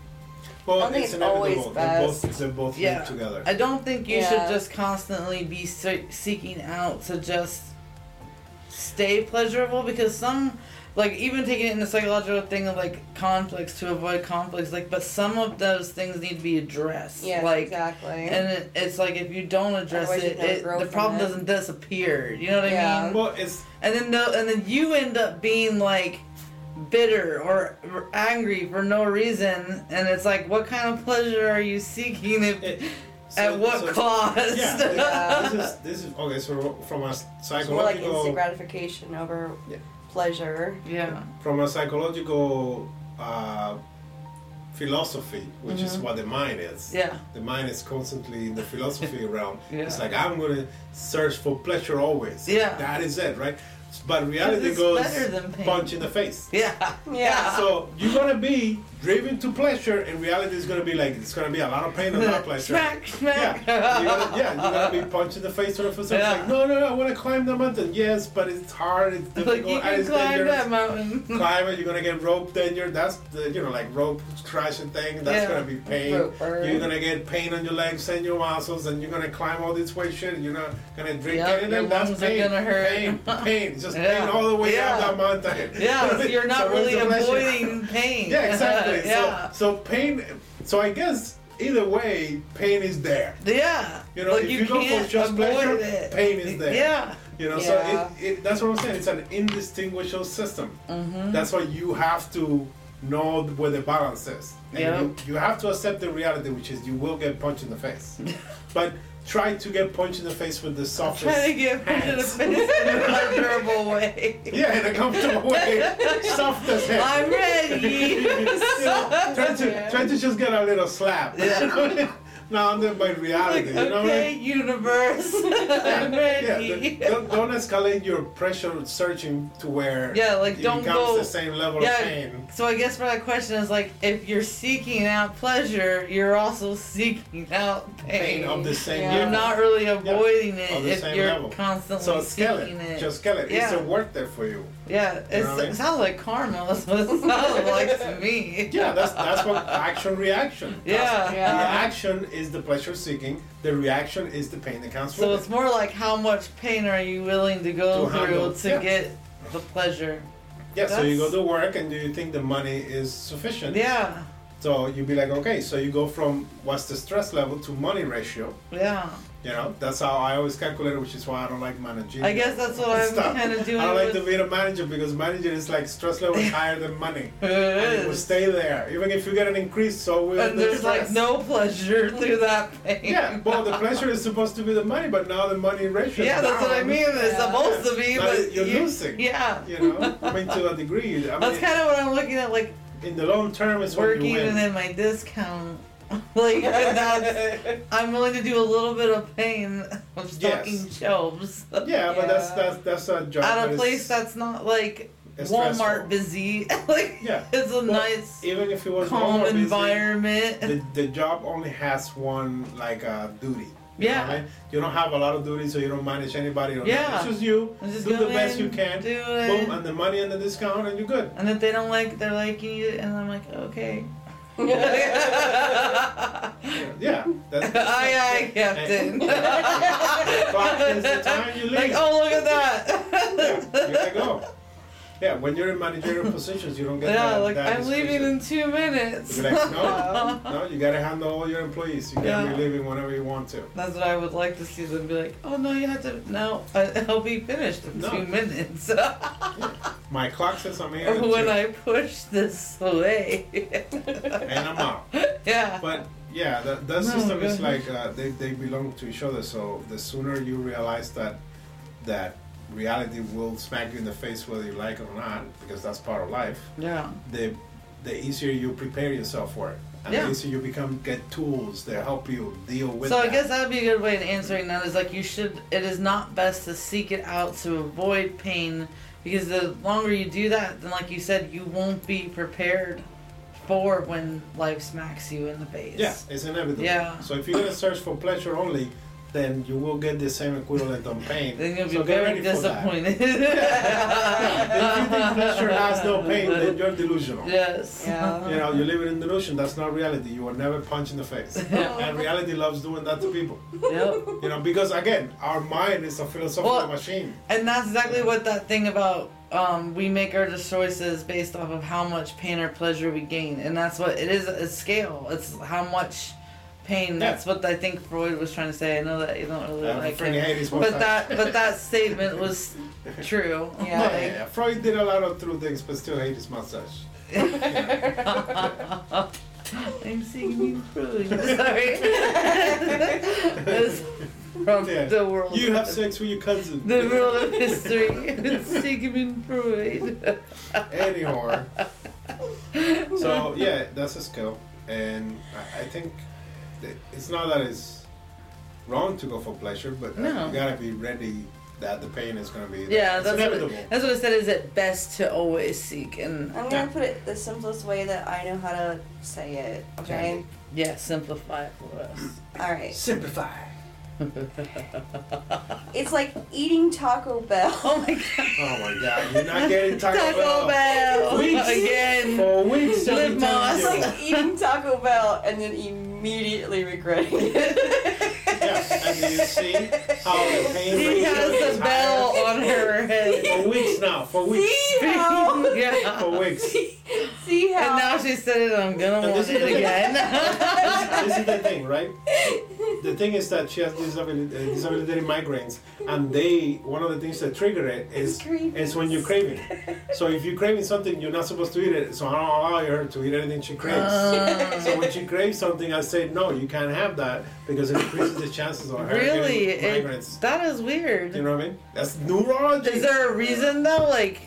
[SPEAKER 2] Well,
[SPEAKER 4] I don't think
[SPEAKER 2] it's,
[SPEAKER 4] it's always
[SPEAKER 2] inevitable. They're both,
[SPEAKER 4] best.
[SPEAKER 2] they're both
[SPEAKER 1] Yeah.
[SPEAKER 2] linked together.
[SPEAKER 1] I don't think you
[SPEAKER 4] Yeah.
[SPEAKER 1] should just constantly be se- seeking out to just stay pleasurable because some, like even taking it in the psychological thing of like conflicts to avoid conflicts, like but some of those things need to be addressed.
[SPEAKER 4] yeah,
[SPEAKER 1] like
[SPEAKER 4] exactly.
[SPEAKER 1] And it, it's like if you don't address
[SPEAKER 4] Otherwise you
[SPEAKER 1] it,
[SPEAKER 4] don't
[SPEAKER 1] it
[SPEAKER 4] grow
[SPEAKER 1] the
[SPEAKER 4] from
[SPEAKER 1] problem
[SPEAKER 4] it.
[SPEAKER 1] doesn't disappear. You know what I
[SPEAKER 4] Yeah.
[SPEAKER 1] mean?
[SPEAKER 2] well, it's
[SPEAKER 1] And then the, and then you end up being like bitter or, or angry for no reason, and it's like, what kind of pleasure are you seeking? If,
[SPEAKER 2] it,
[SPEAKER 1] at what cost?
[SPEAKER 2] Yeah,
[SPEAKER 4] Yeah.
[SPEAKER 2] this, this is this is okay. So from a
[SPEAKER 4] it's more like
[SPEAKER 2] psychological
[SPEAKER 4] instant gratification over
[SPEAKER 2] Yeah.
[SPEAKER 4] pleasure.
[SPEAKER 1] *laughs* Yeah.
[SPEAKER 2] from a psychological uh, philosophy, which is what the mind is.
[SPEAKER 1] Mm-hmm. Yeah.
[SPEAKER 2] The mind is constantly in the
[SPEAKER 1] *laughs*
[SPEAKER 2] philosophy realm.
[SPEAKER 1] Yeah.
[SPEAKER 2] It's like I'm gonna search for pleasure always.
[SPEAKER 1] Yeah.
[SPEAKER 2] That is it, right? But reality
[SPEAKER 1] it's
[SPEAKER 2] goes
[SPEAKER 1] better than pain.
[SPEAKER 2] punch in the face.
[SPEAKER 1] Yeah.
[SPEAKER 4] Yeah.
[SPEAKER 2] So you're gonna be driven to pleasure, and reality is gonna be like it's gonna be a lot of pain and a lot
[SPEAKER 1] *laughs*
[SPEAKER 2] of pleasure.
[SPEAKER 1] Smack, smack.
[SPEAKER 2] Yeah, you're gonna, yeah, you're gonna be punched in the face sort of for something.
[SPEAKER 1] Yeah.
[SPEAKER 2] Like, no, no, no, I want to climb the mountain. Yes, but it's hard. It's
[SPEAKER 1] *laughs* like
[SPEAKER 2] difficult.
[SPEAKER 1] you
[SPEAKER 2] and
[SPEAKER 1] can
[SPEAKER 2] it's
[SPEAKER 1] climb
[SPEAKER 2] dangerous.
[SPEAKER 1] that *laughs* mountain.
[SPEAKER 2] *laughs* Climb it. You're gonna get rope danger. That's the you know like rope crashing thing. That's
[SPEAKER 1] Yeah.
[SPEAKER 2] gonna be pain.
[SPEAKER 4] Rope burn.
[SPEAKER 2] You're gonna get pain on your legs and your muscles, and you're gonna climb all this way shit. And you're not gonna drink
[SPEAKER 1] Yep,
[SPEAKER 2] anything.
[SPEAKER 1] your
[SPEAKER 2] that's
[SPEAKER 1] lungs are
[SPEAKER 2] pain.
[SPEAKER 1] gonna hurt. *laughs*
[SPEAKER 2] Pain, pain, just
[SPEAKER 1] Yeah.
[SPEAKER 2] pain all the way
[SPEAKER 1] Yeah.
[SPEAKER 2] down that mountain.
[SPEAKER 1] Yeah,
[SPEAKER 2] *laughs*
[SPEAKER 1] so you're not
[SPEAKER 2] So where's
[SPEAKER 1] really
[SPEAKER 2] the pleasure? *laughs*
[SPEAKER 1] avoiding pain.
[SPEAKER 2] Yeah,
[SPEAKER 1] *laughs*
[SPEAKER 2] exactly.
[SPEAKER 1] yeah.
[SPEAKER 2] So, so pain. So I guess either way, pain is there.
[SPEAKER 1] yeah.
[SPEAKER 2] You know,
[SPEAKER 1] like
[SPEAKER 2] if
[SPEAKER 1] you,
[SPEAKER 2] you go for
[SPEAKER 1] can't
[SPEAKER 2] just
[SPEAKER 1] avoid
[SPEAKER 2] pleasure,
[SPEAKER 1] it.
[SPEAKER 2] pain is there.
[SPEAKER 1] Yeah.
[SPEAKER 2] You know,
[SPEAKER 4] Yeah.
[SPEAKER 2] so it, it, that's what I'm saying. It's an indistinguishable system.
[SPEAKER 1] Mm-hmm.
[SPEAKER 2] That's why you have to know where the balance is. And
[SPEAKER 1] Yeah.
[SPEAKER 2] you, you have to accept the reality, which is you will get punched in the
[SPEAKER 1] *laughs*
[SPEAKER 2] face. but try to get punched in the face with the softest
[SPEAKER 1] Trying to get rid of the
[SPEAKER 2] hands.
[SPEAKER 1] face in
[SPEAKER 2] *laughs*
[SPEAKER 1] a pleasurable way.
[SPEAKER 2] Yeah, in a
[SPEAKER 1] *laughs*
[SPEAKER 2] comfortable way. Soft as hell.
[SPEAKER 1] I'm ready.
[SPEAKER 2] *laughs* You know, try to try to just get a little slap.
[SPEAKER 1] Yeah.
[SPEAKER 2] *laughs* No, I'm talking about
[SPEAKER 1] Like,
[SPEAKER 2] reality. you know what I
[SPEAKER 1] okay,
[SPEAKER 2] mean? *laughs*
[SPEAKER 1] universe. I'm
[SPEAKER 2] Yeah,
[SPEAKER 1] ready.
[SPEAKER 2] th- don't, don't escalate your pressure searching to where
[SPEAKER 1] Yeah, like,
[SPEAKER 2] it
[SPEAKER 1] don't
[SPEAKER 2] becomes
[SPEAKER 1] go-
[SPEAKER 2] the same level
[SPEAKER 1] Yeah.
[SPEAKER 2] of pain.
[SPEAKER 1] So I guess for that question is like, if you're seeking out pleasure, you're also seeking out pain.
[SPEAKER 2] Pain oh of the same
[SPEAKER 4] Yeah.
[SPEAKER 1] You're
[SPEAKER 2] level.
[SPEAKER 1] not really avoiding
[SPEAKER 2] Of
[SPEAKER 1] it
[SPEAKER 2] Oh, the
[SPEAKER 1] if
[SPEAKER 2] same
[SPEAKER 1] you're
[SPEAKER 2] level.
[SPEAKER 1] constantly
[SPEAKER 2] so
[SPEAKER 1] seeking
[SPEAKER 2] skeleton,
[SPEAKER 1] it.
[SPEAKER 2] just skeleton. It's
[SPEAKER 1] Yeah.
[SPEAKER 2] a word there for you.
[SPEAKER 1] yeah, it's,
[SPEAKER 2] know what I mean?
[SPEAKER 1] it sounds like karma. *laughs* That's what it sounds like to me.
[SPEAKER 2] Yeah, that's that's
[SPEAKER 1] *laughs*
[SPEAKER 2] what action reaction. That's-
[SPEAKER 1] Yeah.
[SPEAKER 4] Yeah.
[SPEAKER 2] The action is the pleasure seeking. The reaction is the pain that comes
[SPEAKER 1] So
[SPEAKER 2] with
[SPEAKER 1] it's
[SPEAKER 2] it.
[SPEAKER 1] more like how much pain are you willing to go
[SPEAKER 2] To
[SPEAKER 1] through
[SPEAKER 2] handle,
[SPEAKER 1] to
[SPEAKER 2] yeah.
[SPEAKER 1] get the pleasure?
[SPEAKER 2] Yeah. So you go
[SPEAKER 1] that's-
[SPEAKER 2] to work and you think the money is sufficient.
[SPEAKER 1] Yeah,
[SPEAKER 2] So you be like, okay, so you go from what's the stress level to money ratio.
[SPEAKER 1] yeah.
[SPEAKER 2] You know, that's how I always calculate it, which is why I don't like managing.
[SPEAKER 1] I guess that's
[SPEAKER 2] *laughs*
[SPEAKER 1] what I'm
[SPEAKER 2] Stop.
[SPEAKER 1] kind of doing.
[SPEAKER 2] I don't like
[SPEAKER 1] with-
[SPEAKER 2] to be a manager because manager is like stress level
[SPEAKER 1] *laughs*
[SPEAKER 2] is higher than money. And
[SPEAKER 1] It
[SPEAKER 2] it will
[SPEAKER 1] is.
[SPEAKER 2] stay there. Even if you get an increase, so will
[SPEAKER 1] And
[SPEAKER 2] the
[SPEAKER 1] there's like
[SPEAKER 2] stress.
[SPEAKER 1] no pleasure through that pain.
[SPEAKER 2] Yeah, well, the
[SPEAKER 1] *laughs*
[SPEAKER 2] pleasure is supposed to be the money, but now the money ratio. is
[SPEAKER 1] Yeah, that's what I
[SPEAKER 2] down.
[SPEAKER 1] mean. It's
[SPEAKER 4] Yeah.
[SPEAKER 1] supposed to be,
[SPEAKER 2] Now
[SPEAKER 1] but
[SPEAKER 2] you're
[SPEAKER 1] you-
[SPEAKER 2] losing.
[SPEAKER 1] Yeah.
[SPEAKER 2] You know, I mean to a degree. I
[SPEAKER 1] that's
[SPEAKER 2] mean,
[SPEAKER 1] kind of what I'm looking at, like
[SPEAKER 2] in the long term, it's what you
[SPEAKER 1] working
[SPEAKER 2] win.
[SPEAKER 1] and then my discount. *laughs* like *laughs*
[SPEAKER 2] *laughs*
[SPEAKER 1] that's, I'm willing to do a little bit of pain. I'm stocking shelves. *laughs*
[SPEAKER 2] yeah, but that's
[SPEAKER 4] Yeah.
[SPEAKER 2] that's that's a job.
[SPEAKER 1] At
[SPEAKER 2] that
[SPEAKER 1] a
[SPEAKER 2] is-
[SPEAKER 1] place that's not like
[SPEAKER 2] is
[SPEAKER 1] Walmart
[SPEAKER 2] stressful.
[SPEAKER 1] busy. *laughs* like
[SPEAKER 2] Yeah.
[SPEAKER 1] it's a
[SPEAKER 2] Well,
[SPEAKER 1] nice
[SPEAKER 2] Even if it was
[SPEAKER 1] calm
[SPEAKER 2] Walmart busy,
[SPEAKER 1] environment.
[SPEAKER 2] the, the job only has one like uh, duty. You know
[SPEAKER 1] Yeah.
[SPEAKER 2] what I mean? You don't have a lot of duties, so you don't manage anybody. Or nothing.
[SPEAKER 1] Yeah.
[SPEAKER 2] It's just you.
[SPEAKER 1] I'm *laughs* just
[SPEAKER 2] do the
[SPEAKER 1] go
[SPEAKER 2] best
[SPEAKER 1] in,
[SPEAKER 2] you can.
[SPEAKER 1] Do it.
[SPEAKER 2] Boom, and the money and the discount, and you're
[SPEAKER 1] *laughs*
[SPEAKER 2] good.
[SPEAKER 1] And if they don't like, they're like, you need it. And I'm like,
[SPEAKER 2] *laughs*
[SPEAKER 1] okay.
[SPEAKER 2] Yeah. That's,
[SPEAKER 1] aye, aye,
[SPEAKER 2] *laughs*
[SPEAKER 1] Captain.
[SPEAKER 2] Clock is the time you leave.
[SPEAKER 1] like, oh, look at that.
[SPEAKER 2] yeah, you gotta go. Yeah, when you're
[SPEAKER 1] *laughs*
[SPEAKER 2] in managerial positions, you don't get
[SPEAKER 1] yeah,
[SPEAKER 2] that.
[SPEAKER 1] like,
[SPEAKER 2] that
[SPEAKER 1] I'm leaving
[SPEAKER 2] exclusive.
[SPEAKER 1] in two minutes.
[SPEAKER 2] You're like, no, no, you gotta handle all your employees. You gotta
[SPEAKER 1] Yeah.
[SPEAKER 2] be leaving whenever you want to.
[SPEAKER 1] *laughs* That's what I would like to see them be like, oh, no, you have to, no, I- I'll be finished in
[SPEAKER 2] No.
[SPEAKER 1] two minutes. *laughs*
[SPEAKER 2] My clock says I'm here,
[SPEAKER 1] or *laughs*
[SPEAKER 2] at
[SPEAKER 1] when
[SPEAKER 2] two,
[SPEAKER 1] I push this away.
[SPEAKER 2] *laughs*
[SPEAKER 1] *laughs*
[SPEAKER 2] and I'm out.
[SPEAKER 1] yeah.
[SPEAKER 2] But yeah, that, that
[SPEAKER 1] No,
[SPEAKER 2] system
[SPEAKER 1] go
[SPEAKER 2] is
[SPEAKER 1] ahead.
[SPEAKER 2] like uh, they, they belong to each other. So the sooner you realize that that reality will smack you in the face whether you like it or not, because that's part of life.
[SPEAKER 1] yeah.
[SPEAKER 2] The the easier you prepare yourself for it, and
[SPEAKER 1] Yeah.
[SPEAKER 2] the easier you become get tools that help you deal with.
[SPEAKER 1] So I
[SPEAKER 2] that.
[SPEAKER 1] guess that'd be a good way to answering that is like you should it is not best to seek it out to avoid pain because the longer you do that then like you said you won't be prepared for when life smacks you in the face.
[SPEAKER 2] yeah, it's inevitable.
[SPEAKER 1] Yeah.
[SPEAKER 2] So if you're gonna search for pleasure only, then you will get the same equivalent on pain.
[SPEAKER 1] Then you'll be
[SPEAKER 2] so get
[SPEAKER 1] very
[SPEAKER 2] ready for that.
[SPEAKER 1] disappointed. *laughs*
[SPEAKER 2] If you think pleasure has no pain, then you're delusional.
[SPEAKER 1] *laughs* Yes.
[SPEAKER 4] *laughs* Yeah.
[SPEAKER 2] You know, you live in a delusion. That's not reality. You are never punched in the
[SPEAKER 1] *laughs*
[SPEAKER 2] face. and reality loves doing that to people.
[SPEAKER 1] Yep.
[SPEAKER 2] You know, because again, our mind is a philosophical
[SPEAKER 1] Well-
[SPEAKER 2] machine.
[SPEAKER 1] And that's exactly what that thing about um, we make our choices based off of how much pain or pleasure we gain, and that's what it is. A scale. It's how much pain. That's what I think Freud was trying to say. I know that you don't really
[SPEAKER 2] I have a
[SPEAKER 1] like
[SPEAKER 2] friend who
[SPEAKER 1] him,
[SPEAKER 2] hated his one
[SPEAKER 1] but
[SPEAKER 2] time.
[SPEAKER 1] that but that statement
[SPEAKER 2] *laughs*
[SPEAKER 1] was true.
[SPEAKER 4] Yeah.
[SPEAKER 2] Yeah, yeah, yeah. Freud did a lot of true things, but still hate his mustache.
[SPEAKER 1] I'm seeing you,
[SPEAKER 2] *laughs*
[SPEAKER 1] Freud. Sorry, it's from
[SPEAKER 2] Yeah.
[SPEAKER 1] the world.
[SPEAKER 2] You have
[SPEAKER 1] of-
[SPEAKER 2] sex with your cousin.
[SPEAKER 1] the world of history. *laughs* It's Sigmund Freud. *laughs*
[SPEAKER 2] Anyhow. So yeah, that's a skill, and I, I think that it's not that it's wrong to go for pleasure, but uh,
[SPEAKER 1] No.
[SPEAKER 2] you gotta be ready that the pain is gonna be. there.
[SPEAKER 1] Yeah,
[SPEAKER 2] it's
[SPEAKER 1] that's
[SPEAKER 2] inevitable.
[SPEAKER 1] what, that's what I said. Is it best to always seek and
[SPEAKER 4] I'm gonna put it the simplest way that I know how to say it. Okay.
[SPEAKER 1] yeah, simplify it for us. *laughs*
[SPEAKER 4] All right.
[SPEAKER 2] Simplify.
[SPEAKER 4] It's like eating Taco
[SPEAKER 3] *laughs*
[SPEAKER 4] Bell.
[SPEAKER 1] Oh my god,
[SPEAKER 2] Oh my God, you're not getting Taco,
[SPEAKER 1] Taco Bell
[SPEAKER 2] Weeks.
[SPEAKER 1] again.
[SPEAKER 2] *laughs* for weeks.
[SPEAKER 1] Live
[SPEAKER 2] every time
[SPEAKER 1] Moss.
[SPEAKER 2] you-
[SPEAKER 4] It's like eating Taco Bell and then immediately regretting it.
[SPEAKER 2] *laughs* Yeah, and do you see how the pain
[SPEAKER 1] She
[SPEAKER 2] ratio
[SPEAKER 1] has
[SPEAKER 2] is
[SPEAKER 1] a bell
[SPEAKER 2] higher?
[SPEAKER 1] on her
[SPEAKER 2] *laughs*
[SPEAKER 1] head.
[SPEAKER 2] for weeks now, for weeks,
[SPEAKER 4] See how?
[SPEAKER 3] *laughs*
[SPEAKER 2] for
[SPEAKER 1] *laughs* yeah.
[SPEAKER 2] weeks.
[SPEAKER 4] See how?
[SPEAKER 1] And now she said it. I'm gonna
[SPEAKER 2] And
[SPEAKER 1] want
[SPEAKER 2] this
[SPEAKER 1] it
[SPEAKER 2] is the-
[SPEAKER 1] again. *laughs*
[SPEAKER 2] this is the thing, right? The thing is that she has disability, uh, disability migraines, and they one of the things that trigger it is
[SPEAKER 4] Cravings.
[SPEAKER 2] is when you're craving. So if you're craving something, you're not supposed to eat it. So oh, I don't allow her to eat anything she craves.
[SPEAKER 1] Uh,
[SPEAKER 2] so when she craves something, I say no, you can't have that because it increases the chances of her
[SPEAKER 1] really,
[SPEAKER 2] getting
[SPEAKER 1] it,
[SPEAKER 2] migraines.
[SPEAKER 1] that is weird.
[SPEAKER 2] you know what I mean? That's neurology.
[SPEAKER 1] Is there a reason though? Like,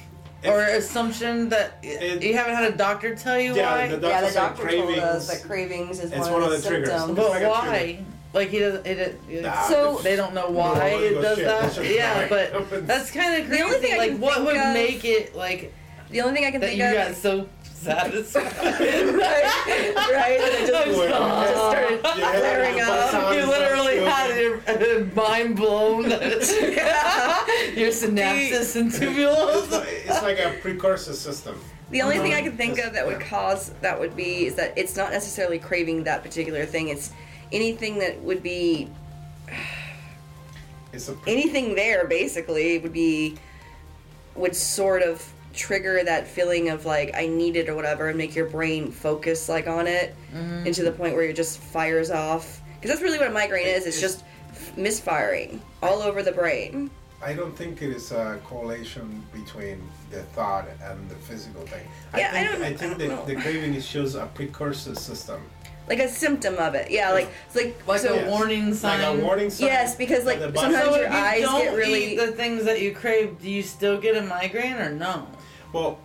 [SPEAKER 1] or assumption that
[SPEAKER 2] It-
[SPEAKER 1] you haven't had a doctor tell you
[SPEAKER 2] Yeah,
[SPEAKER 1] why.
[SPEAKER 2] the
[SPEAKER 4] yeah,
[SPEAKER 2] doctor
[SPEAKER 4] the
[SPEAKER 2] said
[SPEAKER 4] doctor told us
[SPEAKER 2] cravings.
[SPEAKER 4] that cravings is
[SPEAKER 2] It's one of the triggers.
[SPEAKER 4] symptoms.
[SPEAKER 2] It's
[SPEAKER 1] but
[SPEAKER 2] like a
[SPEAKER 1] why? Like he doesn't. It, it, it-
[SPEAKER 2] Nah,
[SPEAKER 3] So-
[SPEAKER 1] they don't know why
[SPEAKER 2] Holy
[SPEAKER 1] it
[SPEAKER 2] Ghost
[SPEAKER 1] does
[SPEAKER 2] shit, that's
[SPEAKER 1] that.
[SPEAKER 2] just
[SPEAKER 1] Yeah,
[SPEAKER 2] right. *laughs*
[SPEAKER 1] but that's kind of
[SPEAKER 3] The
[SPEAKER 1] crazy.
[SPEAKER 3] only thing I
[SPEAKER 1] like,
[SPEAKER 3] can
[SPEAKER 1] what
[SPEAKER 3] think
[SPEAKER 1] would
[SPEAKER 3] of-
[SPEAKER 1] make it like
[SPEAKER 3] The only thing I can
[SPEAKER 1] that
[SPEAKER 3] think
[SPEAKER 1] you
[SPEAKER 3] of
[SPEAKER 4] *laughs*
[SPEAKER 1] got
[SPEAKER 3] is- *laughs*
[SPEAKER 1] so satisfied? *laughs*
[SPEAKER 3] right, right. and it just-
[SPEAKER 1] I'm sorry.
[SPEAKER 2] Just started Oh, Yeah,
[SPEAKER 3] flaring
[SPEAKER 2] yeah,
[SPEAKER 3] up.
[SPEAKER 2] yeah.
[SPEAKER 1] You literally had your mind blown. *laughs* your synapses and
[SPEAKER 2] It's
[SPEAKER 1] tubules.
[SPEAKER 2] like- it's like a precursor system.
[SPEAKER 3] The only thing I
[SPEAKER 1] Um,
[SPEAKER 3] can think of that would cause that would be is that it's not necessarily craving that particular thing. It's anything that would be
[SPEAKER 2] It's a pre-
[SPEAKER 3] anything there basically would be would sort of trigger that feeling of like I need it or whatever and make your brain focus like on it
[SPEAKER 1] Mm-hmm.
[SPEAKER 3] and to the point where it just fires off because that's really what a migraine is. It's just misfiring all over the brain.
[SPEAKER 2] I don't think it is a correlation between the thought and the physical thing.
[SPEAKER 3] Yeah,
[SPEAKER 2] I
[SPEAKER 3] I
[SPEAKER 2] think,
[SPEAKER 3] don't-
[SPEAKER 2] think
[SPEAKER 3] I don't
[SPEAKER 2] the,
[SPEAKER 3] know.
[SPEAKER 2] the craving is just a precursor system.
[SPEAKER 3] Like a symptom of it. Yeah, like it's like,
[SPEAKER 1] Like
[SPEAKER 3] so
[SPEAKER 1] a warning sign.
[SPEAKER 2] Like a warning sign.
[SPEAKER 3] Yes, because, like,
[SPEAKER 2] that the body-
[SPEAKER 3] sometimes
[SPEAKER 1] So
[SPEAKER 3] your
[SPEAKER 1] if
[SPEAKER 3] eyes
[SPEAKER 1] you
[SPEAKER 3] get
[SPEAKER 1] don't
[SPEAKER 3] really-
[SPEAKER 1] eat the things that you crave, do you still get a migraine or no?
[SPEAKER 2] Well,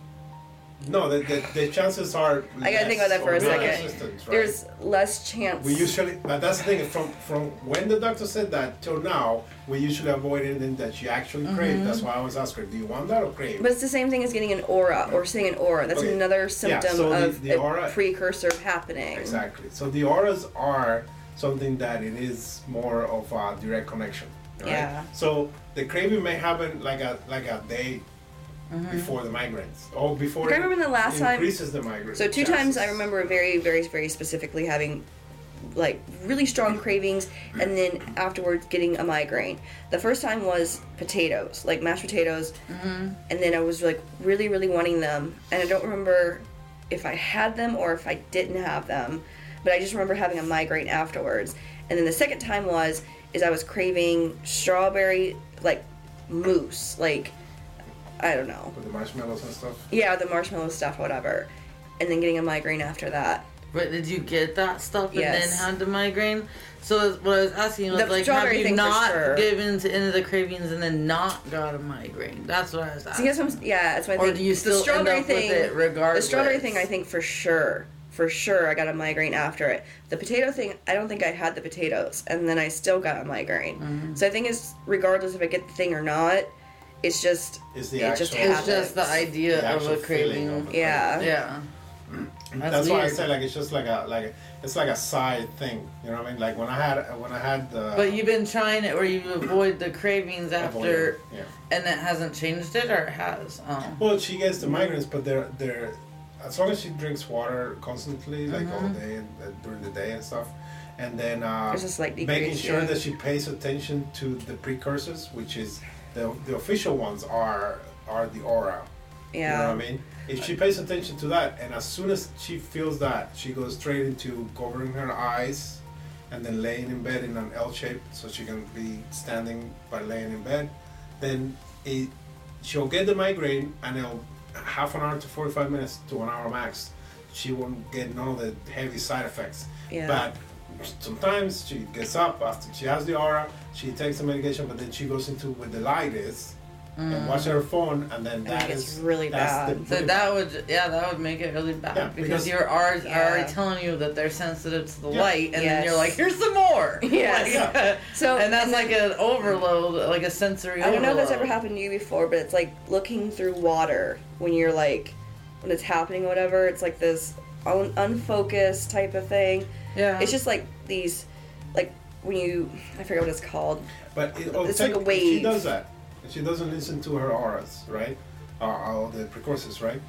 [SPEAKER 2] no, the, the, the chances are.
[SPEAKER 3] I gotta think about that for a
[SPEAKER 2] less or more
[SPEAKER 1] second.
[SPEAKER 2] resistance, right?
[SPEAKER 3] there's less chance.
[SPEAKER 2] We usually, but that's the thing. From from when the doctor said that till now, we usually avoid anything that you actually crave.
[SPEAKER 3] Mm-hmm.
[SPEAKER 2] That's why I always ask her, "Do you want that or crave?"
[SPEAKER 3] But it's the same thing as getting an aura or seeing an aura. That's
[SPEAKER 2] Okay.
[SPEAKER 3] another
[SPEAKER 2] Yeah,
[SPEAKER 3] symptom
[SPEAKER 2] so the-
[SPEAKER 3] of
[SPEAKER 2] the
[SPEAKER 3] a
[SPEAKER 2] aura-
[SPEAKER 3] precursor of happening.
[SPEAKER 2] Exactly. So the auras are something that it is more of a direct connection. Right?
[SPEAKER 3] Yeah.
[SPEAKER 2] So the craving may happen like a like a day before the migraines, or before.
[SPEAKER 3] Like, Mm-hmm. I remember the last time-
[SPEAKER 2] increases the migraine.
[SPEAKER 3] So two times I remember very, very, very specifically having like really strong cravings and then afterwards getting a migraine. The first time was potatoes, like mashed potatoes, and then I was like really, really wanting them, and I don't remember if I had them or if I didn't have them, but I just remember having a migraine afterwards. And then the second time was is I was craving strawberry like mousse, like I don't know.
[SPEAKER 2] With the marshmallows and stuff.
[SPEAKER 3] Yeah, the marshmallow stuff, whatever. And then getting a migraine after that.
[SPEAKER 1] But did you get that stuff and
[SPEAKER 3] Yes.
[SPEAKER 1] then had the migraine? So what I was asking was
[SPEAKER 3] The
[SPEAKER 1] like, have
[SPEAKER 3] strawberry
[SPEAKER 1] you
[SPEAKER 3] thing for
[SPEAKER 1] not
[SPEAKER 3] sure.
[SPEAKER 1] given to any of the cravings and then not got a migraine? That's what I was
[SPEAKER 3] So
[SPEAKER 1] asking.
[SPEAKER 3] guess I'm yeah, that's my
[SPEAKER 1] Or
[SPEAKER 3] thing.
[SPEAKER 1] do you still
[SPEAKER 3] the
[SPEAKER 1] end
[SPEAKER 3] strawberry
[SPEAKER 1] up with
[SPEAKER 3] thing,
[SPEAKER 1] it regardless?
[SPEAKER 3] The strawberry thing I think for sure. For sure I got a migraine after it. The potato thing, I don't think I had the potatoes and then I still got a migraine.
[SPEAKER 1] Mm.
[SPEAKER 3] So I think it's regardless if I get the thing or not, it's just
[SPEAKER 2] Is the
[SPEAKER 3] it just
[SPEAKER 2] actual-
[SPEAKER 1] it's
[SPEAKER 3] happens.
[SPEAKER 1] just the idea
[SPEAKER 2] The
[SPEAKER 1] of
[SPEAKER 2] actual
[SPEAKER 1] a craving.
[SPEAKER 2] feeling of it.
[SPEAKER 3] yeah.
[SPEAKER 1] Yeah.
[SPEAKER 2] That's, why I
[SPEAKER 1] weird.
[SPEAKER 2] said like it's just like a like a, it's like a side thing. You know what I mean? Like when I had when I had
[SPEAKER 3] Uh,
[SPEAKER 2] the.
[SPEAKER 1] But you've been trying it where you avoid the cravings after,
[SPEAKER 2] Yeah.
[SPEAKER 1] and that hasn't changed it, or it has? Oh.
[SPEAKER 2] Well, she gets the migraines, but they're they're as long as she drinks water constantly, like all day and uh, during the day and stuff, and then uh,
[SPEAKER 3] Uh-huh. There's a slight
[SPEAKER 2] making
[SPEAKER 3] decrease,
[SPEAKER 2] sure
[SPEAKER 3] yeah.
[SPEAKER 2] that she pays attention to the precursors, which is the the official ones are are the aura. You know
[SPEAKER 3] Yeah.
[SPEAKER 2] what I mean? If she pays attention to that, and as soon as she feels that, she goes straight into covering her eyes and then laying in bed in an L shape so she can be standing by laying in bed, then it, she'll get the migraine and it'll half an hour to 45 minutes to an hour max. She won't get none of the heavy side effects.
[SPEAKER 3] Yeah.
[SPEAKER 2] But sometimes she gets up after she has the aura, she takes the medication, but then she goes into where the light is
[SPEAKER 3] Mm.
[SPEAKER 2] and watch her phone, and then that
[SPEAKER 3] it gets
[SPEAKER 2] is-
[SPEAKER 3] really
[SPEAKER 2] that's the
[SPEAKER 3] bad.
[SPEAKER 1] So
[SPEAKER 2] really
[SPEAKER 1] that would, yeah, that would make it really bad
[SPEAKER 2] Yeah,
[SPEAKER 1] because,
[SPEAKER 2] because-
[SPEAKER 1] you're already, are
[SPEAKER 3] Yeah.
[SPEAKER 1] already telling you that they're sensitive to the
[SPEAKER 2] Yeah.
[SPEAKER 1] light, and then
[SPEAKER 3] Yes.
[SPEAKER 1] you're like, here's some more.
[SPEAKER 3] *laughs* Yes.
[SPEAKER 1] Like, *laughs*
[SPEAKER 3] So
[SPEAKER 1] and that's like an overload, like a sensory.
[SPEAKER 3] I don't know if that's ever
[SPEAKER 1] overload.
[SPEAKER 3] happened to you before, but it's like looking through water when you're like when it's happening, or whatever. It's like this un- unfocused type of thing.
[SPEAKER 1] Yeah.
[SPEAKER 3] It's just like these, like when you I forget what it's called.
[SPEAKER 2] But it, oh,
[SPEAKER 3] It's
[SPEAKER 2] take-
[SPEAKER 3] like a
[SPEAKER 2] if She
[SPEAKER 3] wave.
[SPEAKER 2] does that. if She doesn't listen to her auras, right? Uh, all the precursors, right?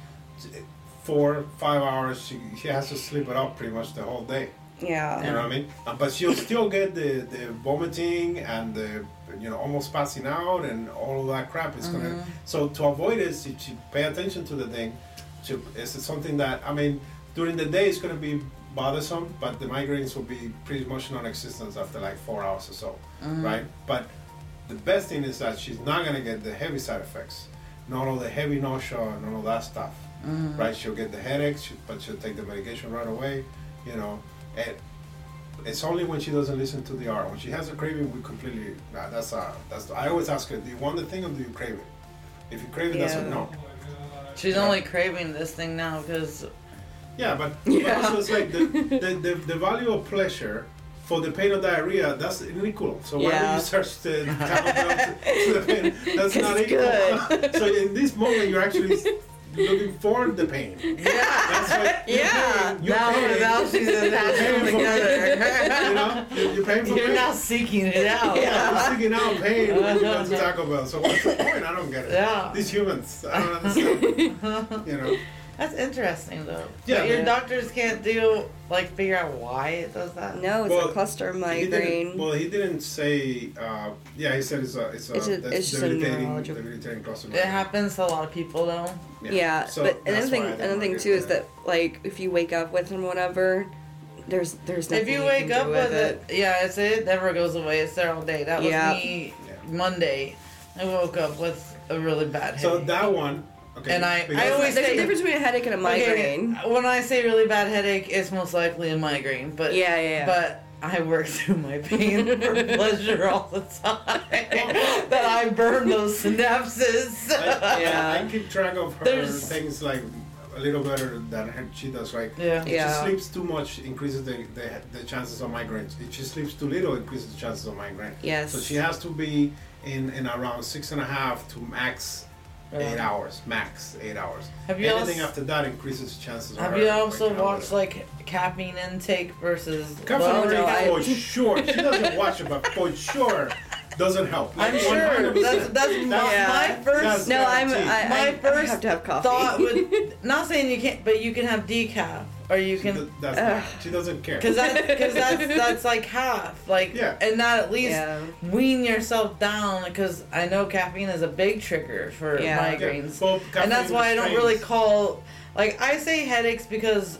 [SPEAKER 2] Four, five hours. She, she has to sleep it up pretty much the whole day.
[SPEAKER 3] Yeah.
[SPEAKER 2] You know what I mean? Uh, but she'll still get the, the vomiting and the you know almost passing out and all of that crap is gonna. So to avoid it, she, she pay attention to the thing. She, it's something that I mean during the day it's gonna be bothersome, but the migraines will be pretty much non-existent after like four hours or so, right? But the best thing is that she's not gonna get the heavy side effects, not all the heavy nausea and all of that stuff, right? She'll get the headaches, she, but she'll take the medication right away, you know. And it's only when she doesn't listen to the R. When she has a craving, we completely. Nah, that's uh, that's. I always ask her, do you want the thing or do you crave it? If you crave it, that's a
[SPEAKER 3] Yeah.
[SPEAKER 2] no.
[SPEAKER 1] She's only craving this thing now because
[SPEAKER 2] Yeah, but
[SPEAKER 3] Yeah.
[SPEAKER 2] also it's like
[SPEAKER 3] *laughs*
[SPEAKER 2] the, the, the, the value of pleasure for the pain of diarrhea, that's unequal. So why do
[SPEAKER 4] Yeah.
[SPEAKER 2] you search the *laughs* counter to the pain? That's
[SPEAKER 3] *laughs* 'Cause
[SPEAKER 2] not
[SPEAKER 3] it's
[SPEAKER 2] equal.
[SPEAKER 3] good.
[SPEAKER 2] *laughs* so in this moment, you're
[SPEAKER 3] *laughs*
[SPEAKER 2] actually looking for the pain.
[SPEAKER 1] yeah.
[SPEAKER 2] *laughs* That's
[SPEAKER 3] *laughs*
[SPEAKER 2] what you're
[SPEAKER 4] Yeah.
[SPEAKER 2] paying- you're
[SPEAKER 1] Now,
[SPEAKER 2] paying,
[SPEAKER 1] now she's attached them *laughs*
[SPEAKER 2] you
[SPEAKER 1] together.
[SPEAKER 2] know, you're, you're
[SPEAKER 3] *laughs*
[SPEAKER 2] paying for
[SPEAKER 1] *laughs* You're
[SPEAKER 2] pain.
[SPEAKER 1] now seeking it out.
[SPEAKER 4] Yeah.
[SPEAKER 2] I'm oh, sticking out pain
[SPEAKER 1] Uh,
[SPEAKER 2] when we
[SPEAKER 1] no,
[SPEAKER 2] went to
[SPEAKER 1] no.
[SPEAKER 2] Taco Bell. So what's the point? I don't get it.
[SPEAKER 1] Yeah.
[SPEAKER 2] These humans, I don't understand.
[SPEAKER 1] *laughs*
[SPEAKER 2] you know.
[SPEAKER 1] *laughs* That's interesting though.
[SPEAKER 2] Yeah.
[SPEAKER 1] But your
[SPEAKER 4] Yeah.
[SPEAKER 1] doctors can't do like figure out why it does that.
[SPEAKER 3] No, it's
[SPEAKER 2] Well,
[SPEAKER 3] a cluster
[SPEAKER 2] He didn't,
[SPEAKER 3] migraine.
[SPEAKER 2] well, he didn't say. Uh, yeah, he said it's a it's a
[SPEAKER 3] It's a-
[SPEAKER 2] that's
[SPEAKER 3] it's just a
[SPEAKER 2] debilitating,
[SPEAKER 3] neurological-
[SPEAKER 2] debilitating cluster.
[SPEAKER 1] It happens to a lot of people though.
[SPEAKER 3] yeah, but another thing, another thing too is that like if you wake up with them, whatever, there's there's nothing
[SPEAKER 1] if you
[SPEAKER 3] can
[SPEAKER 1] wake
[SPEAKER 3] do
[SPEAKER 1] up with it, yeah, it's it never goes away. It's there all day. That was
[SPEAKER 3] Yeah.
[SPEAKER 1] me
[SPEAKER 2] Yeah.
[SPEAKER 1] Monday. I woke up with a really bad headache.
[SPEAKER 2] So that one. Okay.
[SPEAKER 1] And I-
[SPEAKER 2] because-
[SPEAKER 1] I always
[SPEAKER 3] There's a
[SPEAKER 1] say-
[SPEAKER 3] difference between a headache and a migraine.
[SPEAKER 1] Okay, when I say really bad headache, it's most likely a migraine. But
[SPEAKER 3] Yeah, yeah, yeah.
[SPEAKER 1] But I work through my pain for
[SPEAKER 3] *laughs*
[SPEAKER 1] pleasure all the time. *laughs* that I burn those synapses. *laughs*
[SPEAKER 2] *laughs* I,
[SPEAKER 3] Yeah.
[SPEAKER 2] I keep track of her
[SPEAKER 1] There's-
[SPEAKER 2] things like a little better than her, she does. Like
[SPEAKER 1] yeah.
[SPEAKER 2] If
[SPEAKER 3] Yeah.
[SPEAKER 2] she sleeps too much, increases the, the, the chances of migraines. If she sleeps too little, increases the chances of migraine.
[SPEAKER 3] Yes.
[SPEAKER 2] So she has to be in, in around six and a half to max eight
[SPEAKER 1] Yeah.
[SPEAKER 2] hours. Max eight hours.
[SPEAKER 1] Have you
[SPEAKER 2] Anything
[SPEAKER 1] also-
[SPEAKER 2] after that increases the chances. of
[SPEAKER 1] Have
[SPEAKER 2] her
[SPEAKER 1] you also
[SPEAKER 2] waking up
[SPEAKER 1] watched
[SPEAKER 2] with
[SPEAKER 1] like caffeine intake versus
[SPEAKER 2] it. Comes
[SPEAKER 1] low
[SPEAKER 2] from
[SPEAKER 3] Well,
[SPEAKER 2] her
[SPEAKER 3] no,
[SPEAKER 2] for
[SPEAKER 3] I-
[SPEAKER 2] sure. She
[SPEAKER 1] *laughs*
[SPEAKER 2] doesn't watch it, but for sure doesn't help.
[SPEAKER 1] I'm
[SPEAKER 2] Like,
[SPEAKER 1] sure
[SPEAKER 2] 100%.
[SPEAKER 1] that's, that's my,
[SPEAKER 3] Yeah.
[SPEAKER 1] my first
[SPEAKER 2] That's
[SPEAKER 3] no, I'm I,
[SPEAKER 2] guaranteed.
[SPEAKER 3] I,
[SPEAKER 1] My
[SPEAKER 3] I
[SPEAKER 1] first
[SPEAKER 3] have to have coffee.
[SPEAKER 1] thought. Would, not saying you can't, but you can have decaf, or you
[SPEAKER 2] She
[SPEAKER 1] can
[SPEAKER 2] do- that's
[SPEAKER 3] Ugh.
[SPEAKER 2] not, she doesn't care.
[SPEAKER 1] because that because
[SPEAKER 2] *laughs*
[SPEAKER 1] that's that's like half, like
[SPEAKER 2] Yeah.
[SPEAKER 1] and that at least
[SPEAKER 3] yeah.
[SPEAKER 1] wean yourself down because I know caffeine is a big trigger for
[SPEAKER 3] Yeah.
[SPEAKER 2] Yeah,
[SPEAKER 1] migraines,
[SPEAKER 2] well,
[SPEAKER 1] and that's
[SPEAKER 2] caffeine
[SPEAKER 1] why I don't really
[SPEAKER 2] restrains.
[SPEAKER 1] call like I say headaches because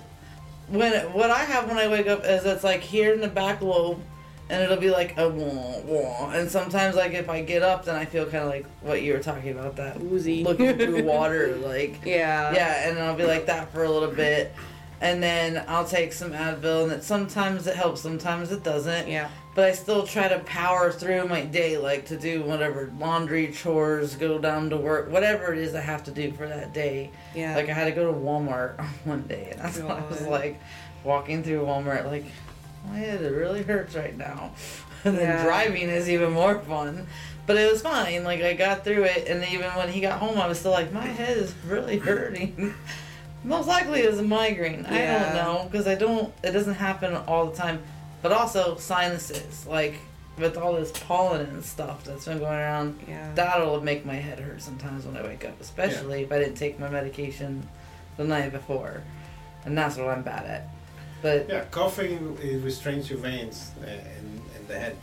[SPEAKER 1] when what I have when I wake up is it's like here in the back lobe. And it'll be like a wah, wah. And sometimes, like, if I get up, then I feel kind of like what you were talking about
[SPEAKER 3] *laughs*
[SPEAKER 1] that
[SPEAKER 3] *laughs* Woozy.
[SPEAKER 1] looking through water, like
[SPEAKER 3] *laughs* yeah.
[SPEAKER 1] yeah, and I'll be like that for a little bit, and then I'll take some Advil, and it, sometimes it helps, sometimes it doesn't.
[SPEAKER 3] Yeah.
[SPEAKER 1] But I still try to power through my day, like to do whatever laundry, chores, go down to work, whatever it is I have to do for that day.
[SPEAKER 3] Yeah.
[SPEAKER 1] Like I had to go to Walmart *laughs* one day, and that's when I was
[SPEAKER 3] God.
[SPEAKER 1] like walking through Walmart, like my head it really hurts right now. *laughs* And then
[SPEAKER 3] Yeah.
[SPEAKER 1] driving is even more fun. But it was fine. Like I got through it, and even when he got home, I was still like, my head is really hurting. *laughs* Most likely it was a migraine. I
[SPEAKER 3] Yeah.
[SPEAKER 1] don't know because I don't. It doesn't happen all the time. But also sinuses, like with all this pollen and stuff that's been going around.
[SPEAKER 3] Yeah.
[SPEAKER 1] That'll make my head hurt sometimes when I wake up, especially if I didn't take my medication the night before, and that's what I'm bad at. But
[SPEAKER 2] Yeah, coughing it restrains your veins uh, and, and the head.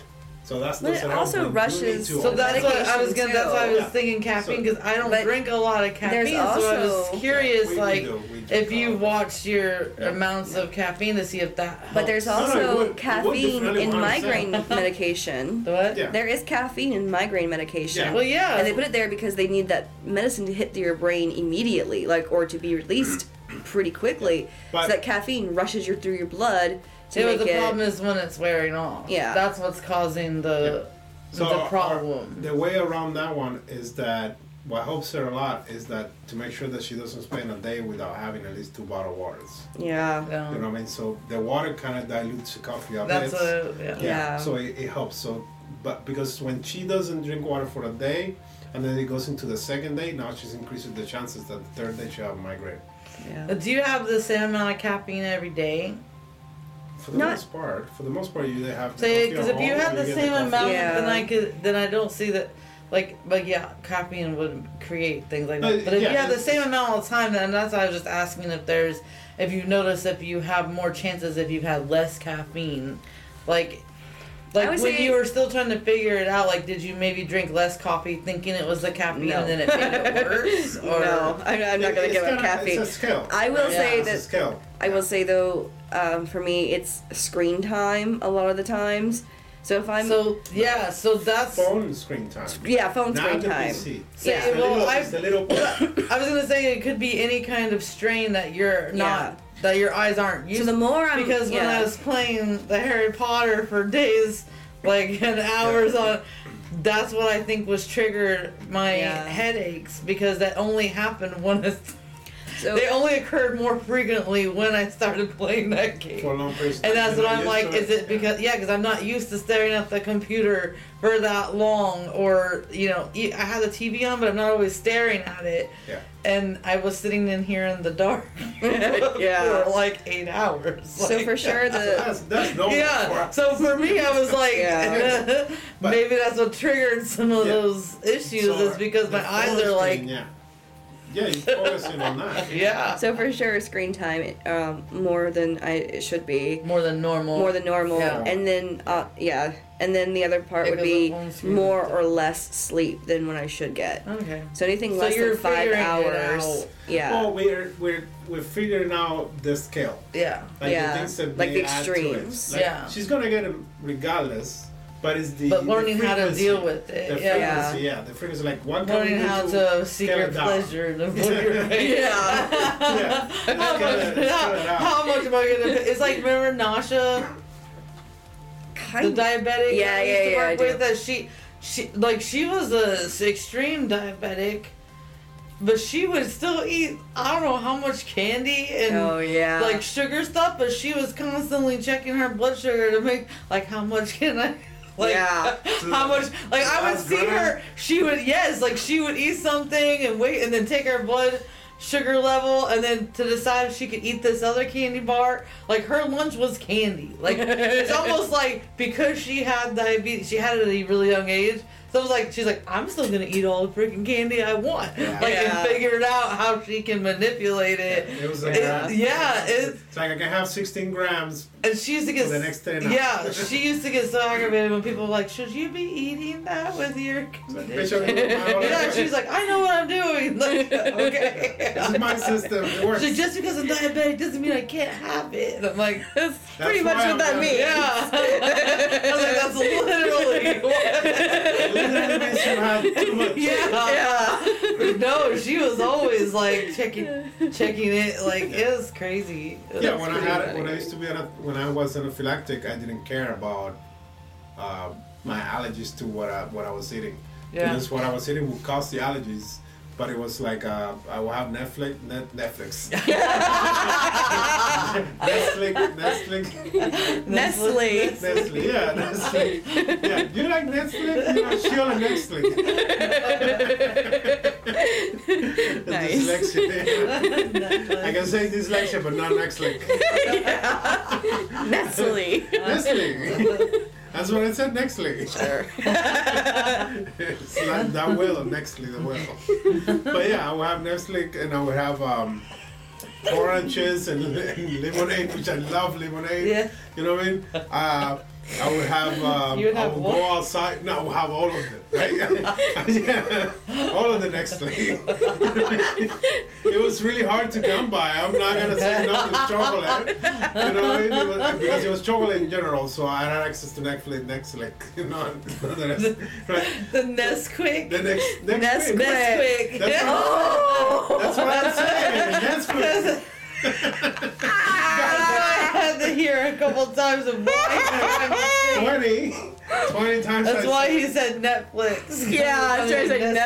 [SPEAKER 2] So that's
[SPEAKER 3] But
[SPEAKER 2] doesn't
[SPEAKER 3] it
[SPEAKER 2] help
[SPEAKER 3] also
[SPEAKER 2] when you
[SPEAKER 3] rushes-
[SPEAKER 2] need to
[SPEAKER 1] So
[SPEAKER 2] all
[SPEAKER 1] that's what I was
[SPEAKER 3] Medication,
[SPEAKER 1] gonna. That's why I was
[SPEAKER 2] too.
[SPEAKER 1] thinking caffeine because I don't
[SPEAKER 3] But
[SPEAKER 1] drink a lot of caffeine. so I
[SPEAKER 3] also-
[SPEAKER 1] was curious,
[SPEAKER 2] We- we
[SPEAKER 1] like,
[SPEAKER 2] do- we do
[SPEAKER 1] if you
[SPEAKER 2] call it.
[SPEAKER 1] watched your
[SPEAKER 2] Yeah.
[SPEAKER 1] amounts of caffeine to see if that. Helps.
[SPEAKER 3] But there's
[SPEAKER 2] No, no, it
[SPEAKER 3] also
[SPEAKER 2] would- it would
[SPEAKER 3] caffeine
[SPEAKER 2] definitely
[SPEAKER 3] in
[SPEAKER 2] 100%.
[SPEAKER 3] migraine
[SPEAKER 1] *laughs*
[SPEAKER 3] medication.
[SPEAKER 1] The what?
[SPEAKER 2] Yeah.
[SPEAKER 3] There is caffeine in migraine medication.
[SPEAKER 2] Yeah.
[SPEAKER 1] Well, yeah.
[SPEAKER 3] And they put it there because they need that medicine to hit through your brain immediately, like or to be released pretty quickly.
[SPEAKER 2] But-
[SPEAKER 3] so that caffeine rushes your through your blood to
[SPEAKER 1] Yeah, but
[SPEAKER 3] make
[SPEAKER 1] the
[SPEAKER 3] it.
[SPEAKER 1] problem is when it's wearing off.
[SPEAKER 3] Yeah.
[SPEAKER 1] That's what's causing the
[SPEAKER 2] So uh,
[SPEAKER 1] the
[SPEAKER 2] our-
[SPEAKER 1] problem.
[SPEAKER 2] the way around that one is that what helps her a lot is that to make sure that she doesn't spend a day without having at least two bottled waters.
[SPEAKER 3] yeah.
[SPEAKER 1] Yeah.
[SPEAKER 2] You know what I mean? So the water kind of dilutes the coffee a
[SPEAKER 1] Oh. That's
[SPEAKER 2] bit.
[SPEAKER 1] a yeah.
[SPEAKER 2] yeah.
[SPEAKER 3] Yeah.
[SPEAKER 2] So it, it helps. So, but because when she doesn't drink water for a day, and then it goes into the second day, now she's increasing the chances that the third day she'll have migraine.
[SPEAKER 3] yeah.
[SPEAKER 1] Do you have the same amount of caffeine every day?
[SPEAKER 2] For the
[SPEAKER 3] Not-
[SPEAKER 2] most part, for the most part, you either have the coffee
[SPEAKER 1] Because
[SPEAKER 2] at
[SPEAKER 1] if you
[SPEAKER 2] home
[SPEAKER 1] had
[SPEAKER 2] or
[SPEAKER 1] the
[SPEAKER 2] get
[SPEAKER 1] same
[SPEAKER 2] coffee.
[SPEAKER 1] amount,
[SPEAKER 3] Yeah.
[SPEAKER 1] then I could. Then I don't see that. Like, but yeah, caffeine would create things like that.
[SPEAKER 2] Uh,
[SPEAKER 1] But if you
[SPEAKER 2] yeah,
[SPEAKER 1] have the
[SPEAKER 2] it's-
[SPEAKER 1] same amount all the time, then that's why I was just asking if there's, if you notice if you have more chances if you've had less caffeine, like. Like when
[SPEAKER 3] would say-
[SPEAKER 1] you were still trying to figure it out, like did you maybe drink less coffee thinking it was the caffeine
[SPEAKER 3] No.
[SPEAKER 1] and then it made it
[SPEAKER 3] *laughs*
[SPEAKER 1] worse? Or
[SPEAKER 3] no, I'm, I'm not going
[SPEAKER 2] It's
[SPEAKER 3] to give up
[SPEAKER 2] kinda-
[SPEAKER 3] caffeine.
[SPEAKER 2] It's a scale.
[SPEAKER 3] I will
[SPEAKER 2] Yeah,
[SPEAKER 3] say
[SPEAKER 2] it's a
[SPEAKER 3] that
[SPEAKER 2] scale.
[SPEAKER 3] I will say though, um, for me, it's screen time a lot of the times. So if I'm
[SPEAKER 1] so yeah, so that's
[SPEAKER 2] phone screen time.
[SPEAKER 3] yeah, phone
[SPEAKER 2] Not
[SPEAKER 3] screen
[SPEAKER 2] the
[SPEAKER 3] time.
[SPEAKER 2] PC.
[SPEAKER 1] See,
[SPEAKER 3] Yeah.
[SPEAKER 2] It's the
[SPEAKER 1] well,
[SPEAKER 2] little,
[SPEAKER 1] I've-
[SPEAKER 2] it's the little
[SPEAKER 1] *coughs* I was gonna say it could be any kind of strain that you're
[SPEAKER 3] Yeah.
[SPEAKER 1] not that your eyes aren't used
[SPEAKER 3] So the more I'm
[SPEAKER 1] because when
[SPEAKER 3] yeah.
[SPEAKER 1] I was playing the Harry Potter for days, like *laughs* and hours on, that's what I think was triggered my
[SPEAKER 3] Yeah.
[SPEAKER 1] headaches because that only happened one
[SPEAKER 3] So
[SPEAKER 1] They only occurred more frequently when I started playing that game.
[SPEAKER 2] for long periods. of
[SPEAKER 1] And
[SPEAKER 2] time,
[SPEAKER 1] that's
[SPEAKER 2] you
[SPEAKER 1] what
[SPEAKER 2] know,
[SPEAKER 1] I'm
[SPEAKER 2] you
[SPEAKER 1] like,
[SPEAKER 2] start-
[SPEAKER 1] is it because, yeah, because I'm not used to staring at the computer for that long, or, you know, e- I have the TV on, but I'm not always staring at it.
[SPEAKER 2] Yeah.
[SPEAKER 1] And I was sitting in here in the
[SPEAKER 3] *laughs*
[SPEAKER 1] dark *laughs*
[SPEAKER 4] Yeah.
[SPEAKER 1] for like eight hours.
[SPEAKER 3] so
[SPEAKER 1] like-
[SPEAKER 2] *laughs*
[SPEAKER 3] for sure the
[SPEAKER 2] That's that's normal.
[SPEAKER 1] Yeah,
[SPEAKER 2] for-
[SPEAKER 1] so for me, I was like, *laughs*
[SPEAKER 2] Yeah. But-
[SPEAKER 1] maybe that's what triggered some of
[SPEAKER 2] Yeah.
[SPEAKER 1] those issues,
[SPEAKER 2] so
[SPEAKER 1] is because
[SPEAKER 2] the
[SPEAKER 1] my eyes
[SPEAKER 2] focus
[SPEAKER 1] are like,
[SPEAKER 2] thing, yeah, yeah, you're focusing on that.
[SPEAKER 1] *laughs* yeah,
[SPEAKER 3] so for sure screen time um, more than I it should be
[SPEAKER 1] more than normal.
[SPEAKER 3] more than normal
[SPEAKER 1] Yeah.
[SPEAKER 3] and then uh, yeah and then the other part
[SPEAKER 1] It
[SPEAKER 3] would
[SPEAKER 1] goes
[SPEAKER 3] be
[SPEAKER 1] up on screen.
[SPEAKER 3] more or less sleep than what I should get.
[SPEAKER 1] Okay.
[SPEAKER 3] So anything
[SPEAKER 1] So
[SPEAKER 3] less
[SPEAKER 1] you're
[SPEAKER 3] than five
[SPEAKER 1] figuring it
[SPEAKER 3] hours,
[SPEAKER 1] out.
[SPEAKER 3] yeah,
[SPEAKER 2] Well, we're we're we're figuring out the scale,
[SPEAKER 1] Yeah.
[SPEAKER 2] like
[SPEAKER 3] Yeah,
[SPEAKER 2] the things that
[SPEAKER 3] like
[SPEAKER 2] may
[SPEAKER 3] the
[SPEAKER 2] add to it.
[SPEAKER 3] extremes.
[SPEAKER 2] Like,
[SPEAKER 1] Yeah.
[SPEAKER 2] she's gonna get them regardless, but it's the
[SPEAKER 1] But
[SPEAKER 2] the
[SPEAKER 1] learning how to
[SPEAKER 2] frequency.
[SPEAKER 1] deal with it,
[SPEAKER 2] The
[SPEAKER 1] yeah.
[SPEAKER 2] frequency, yeah, the frequency, like one time
[SPEAKER 1] Learning
[SPEAKER 2] we
[SPEAKER 1] how
[SPEAKER 2] do
[SPEAKER 1] to
[SPEAKER 2] scale
[SPEAKER 1] secret
[SPEAKER 2] it down.
[SPEAKER 1] pleasure
[SPEAKER 2] *laughs*
[SPEAKER 1] and avoid your pain.
[SPEAKER 4] Yeah.
[SPEAKER 2] Yeah.
[SPEAKER 1] *laughs* how, much,
[SPEAKER 2] Scale it- scale it
[SPEAKER 1] how,
[SPEAKER 2] out.
[SPEAKER 1] how much am I
[SPEAKER 2] *laughs*
[SPEAKER 1] gonna? It's like remember Nasha, the
[SPEAKER 3] kind
[SPEAKER 1] diabetic.
[SPEAKER 3] Yeah,
[SPEAKER 1] I used
[SPEAKER 3] yeah,
[SPEAKER 1] to
[SPEAKER 3] yeah,
[SPEAKER 1] work
[SPEAKER 3] I do.
[SPEAKER 1] with that she, she like she was a s- extreme diabetic, but she would still eat. I don't know how much candy and
[SPEAKER 3] oh
[SPEAKER 1] *laughs*
[SPEAKER 3] yeah, *laughs*
[SPEAKER 1] like sugar stuff, but she was constantly checking her blood sugar to make like how much can I *laughs* like
[SPEAKER 3] Yeah.
[SPEAKER 1] *laughs* how much like I would see her she would yes, like she would eat something and wait and then take her blood sugar level and then to decide if she could eat this other candy bar. Like her lunch was candy. Like it's
[SPEAKER 3] *laughs*
[SPEAKER 1] almost like because she had diabetes she had it at a really young age. So I was like, she's like, I'm still gonna eat all the freaking candy I want,
[SPEAKER 2] Yeah.
[SPEAKER 1] like,
[SPEAKER 4] Yeah.
[SPEAKER 1] and figured out how she can manipulate it. *laughs*
[SPEAKER 2] It was like
[SPEAKER 1] It-
[SPEAKER 2] that.
[SPEAKER 1] yeah, it,
[SPEAKER 2] It's like I can have 16 grams.
[SPEAKER 1] and she used to get
[SPEAKER 2] For the next 10 hours.
[SPEAKER 1] yeah, she used to get so aggravated when people were like, "Should you be eating that with your?"
[SPEAKER 2] Like,
[SPEAKER 1] condition?"
[SPEAKER 2] bitch, I'm my
[SPEAKER 1] yeah, she's like, "I know what I'm doing." *laughs* Like,
[SPEAKER 2] this is my
[SPEAKER 1] okay.
[SPEAKER 2] system. It works.
[SPEAKER 1] She's like, just because I'm diabetic doesn't mean I can't have it. And I'm like, that's
[SPEAKER 2] pretty much why what I'm that doing means. it.
[SPEAKER 1] Yeah. I was like, that's
[SPEAKER 2] *laughs*
[SPEAKER 1] literally what.
[SPEAKER 2] Literally means you have too
[SPEAKER 1] *laughs*
[SPEAKER 2] much.
[SPEAKER 1] Yeah. yeah. *laughs* No, she was always like checking checking it. Like, it was crazy. It
[SPEAKER 2] yeah,
[SPEAKER 1] was
[SPEAKER 2] when I
[SPEAKER 1] pretty
[SPEAKER 2] had
[SPEAKER 1] funny.
[SPEAKER 2] when I used to be ana- when I was anaphylactic, I didn't care about uh, my allergies to what I what I was eating.
[SPEAKER 1] Yeah.
[SPEAKER 2] Because what I was eating would cause the allergies, but it was like uh, I will have Netflix, net,
[SPEAKER 1] *laughs*
[SPEAKER 2] Netflix, *laughs* Netflix, Netflix,
[SPEAKER 3] Nestle.
[SPEAKER 2] Netflix. Yeah, Netflix. Yeah, you like Netflix?
[SPEAKER 3] *laughs*
[SPEAKER 2] You know, she
[SPEAKER 1] *laughs*
[SPEAKER 2] on Netflix.
[SPEAKER 3] Nice.
[SPEAKER 2] Dyslexia. I
[SPEAKER 1] *laughs*
[SPEAKER 3] *laughs*
[SPEAKER 1] Netflix.
[SPEAKER 2] can say dyslexia, but not Netflix.
[SPEAKER 3] Nestle.
[SPEAKER 2] Nestle. That's what I said, Nextly.
[SPEAKER 3] Sure.
[SPEAKER 2] It's like that will or Nextly, the will. But yeah, I would have Nextly and I would have um, oranges and, and lemonade, which I love lemonade.
[SPEAKER 1] Yeah.
[SPEAKER 2] You know what I mean? Uh, I would have, um,
[SPEAKER 1] You would
[SPEAKER 2] I
[SPEAKER 1] have
[SPEAKER 2] would
[SPEAKER 1] what?
[SPEAKER 2] go outside. No, I would have all of them. Right? *laughs* yeah. All of the Nextly. *laughs* it was really hard to come by. I'm not going to say no to chocolate. You know, what I mean? It was- because it was chocolate in general, so I had access to Netflix, Netflix, you know, *laughs* the rest, right?
[SPEAKER 1] The Nesquik.
[SPEAKER 2] The next, next
[SPEAKER 3] Nesquik.
[SPEAKER 1] Nesquik.
[SPEAKER 2] week. That's That's what I'm saying. Nesquik.
[SPEAKER 1] Ah, I had to hear a couple times of why.
[SPEAKER 2] *laughs* 20, 20 times.
[SPEAKER 1] That's
[SPEAKER 2] I
[SPEAKER 1] why
[SPEAKER 2] said-
[SPEAKER 1] he said Netflix.
[SPEAKER 3] Yeah, that's right, he said
[SPEAKER 2] Yeah,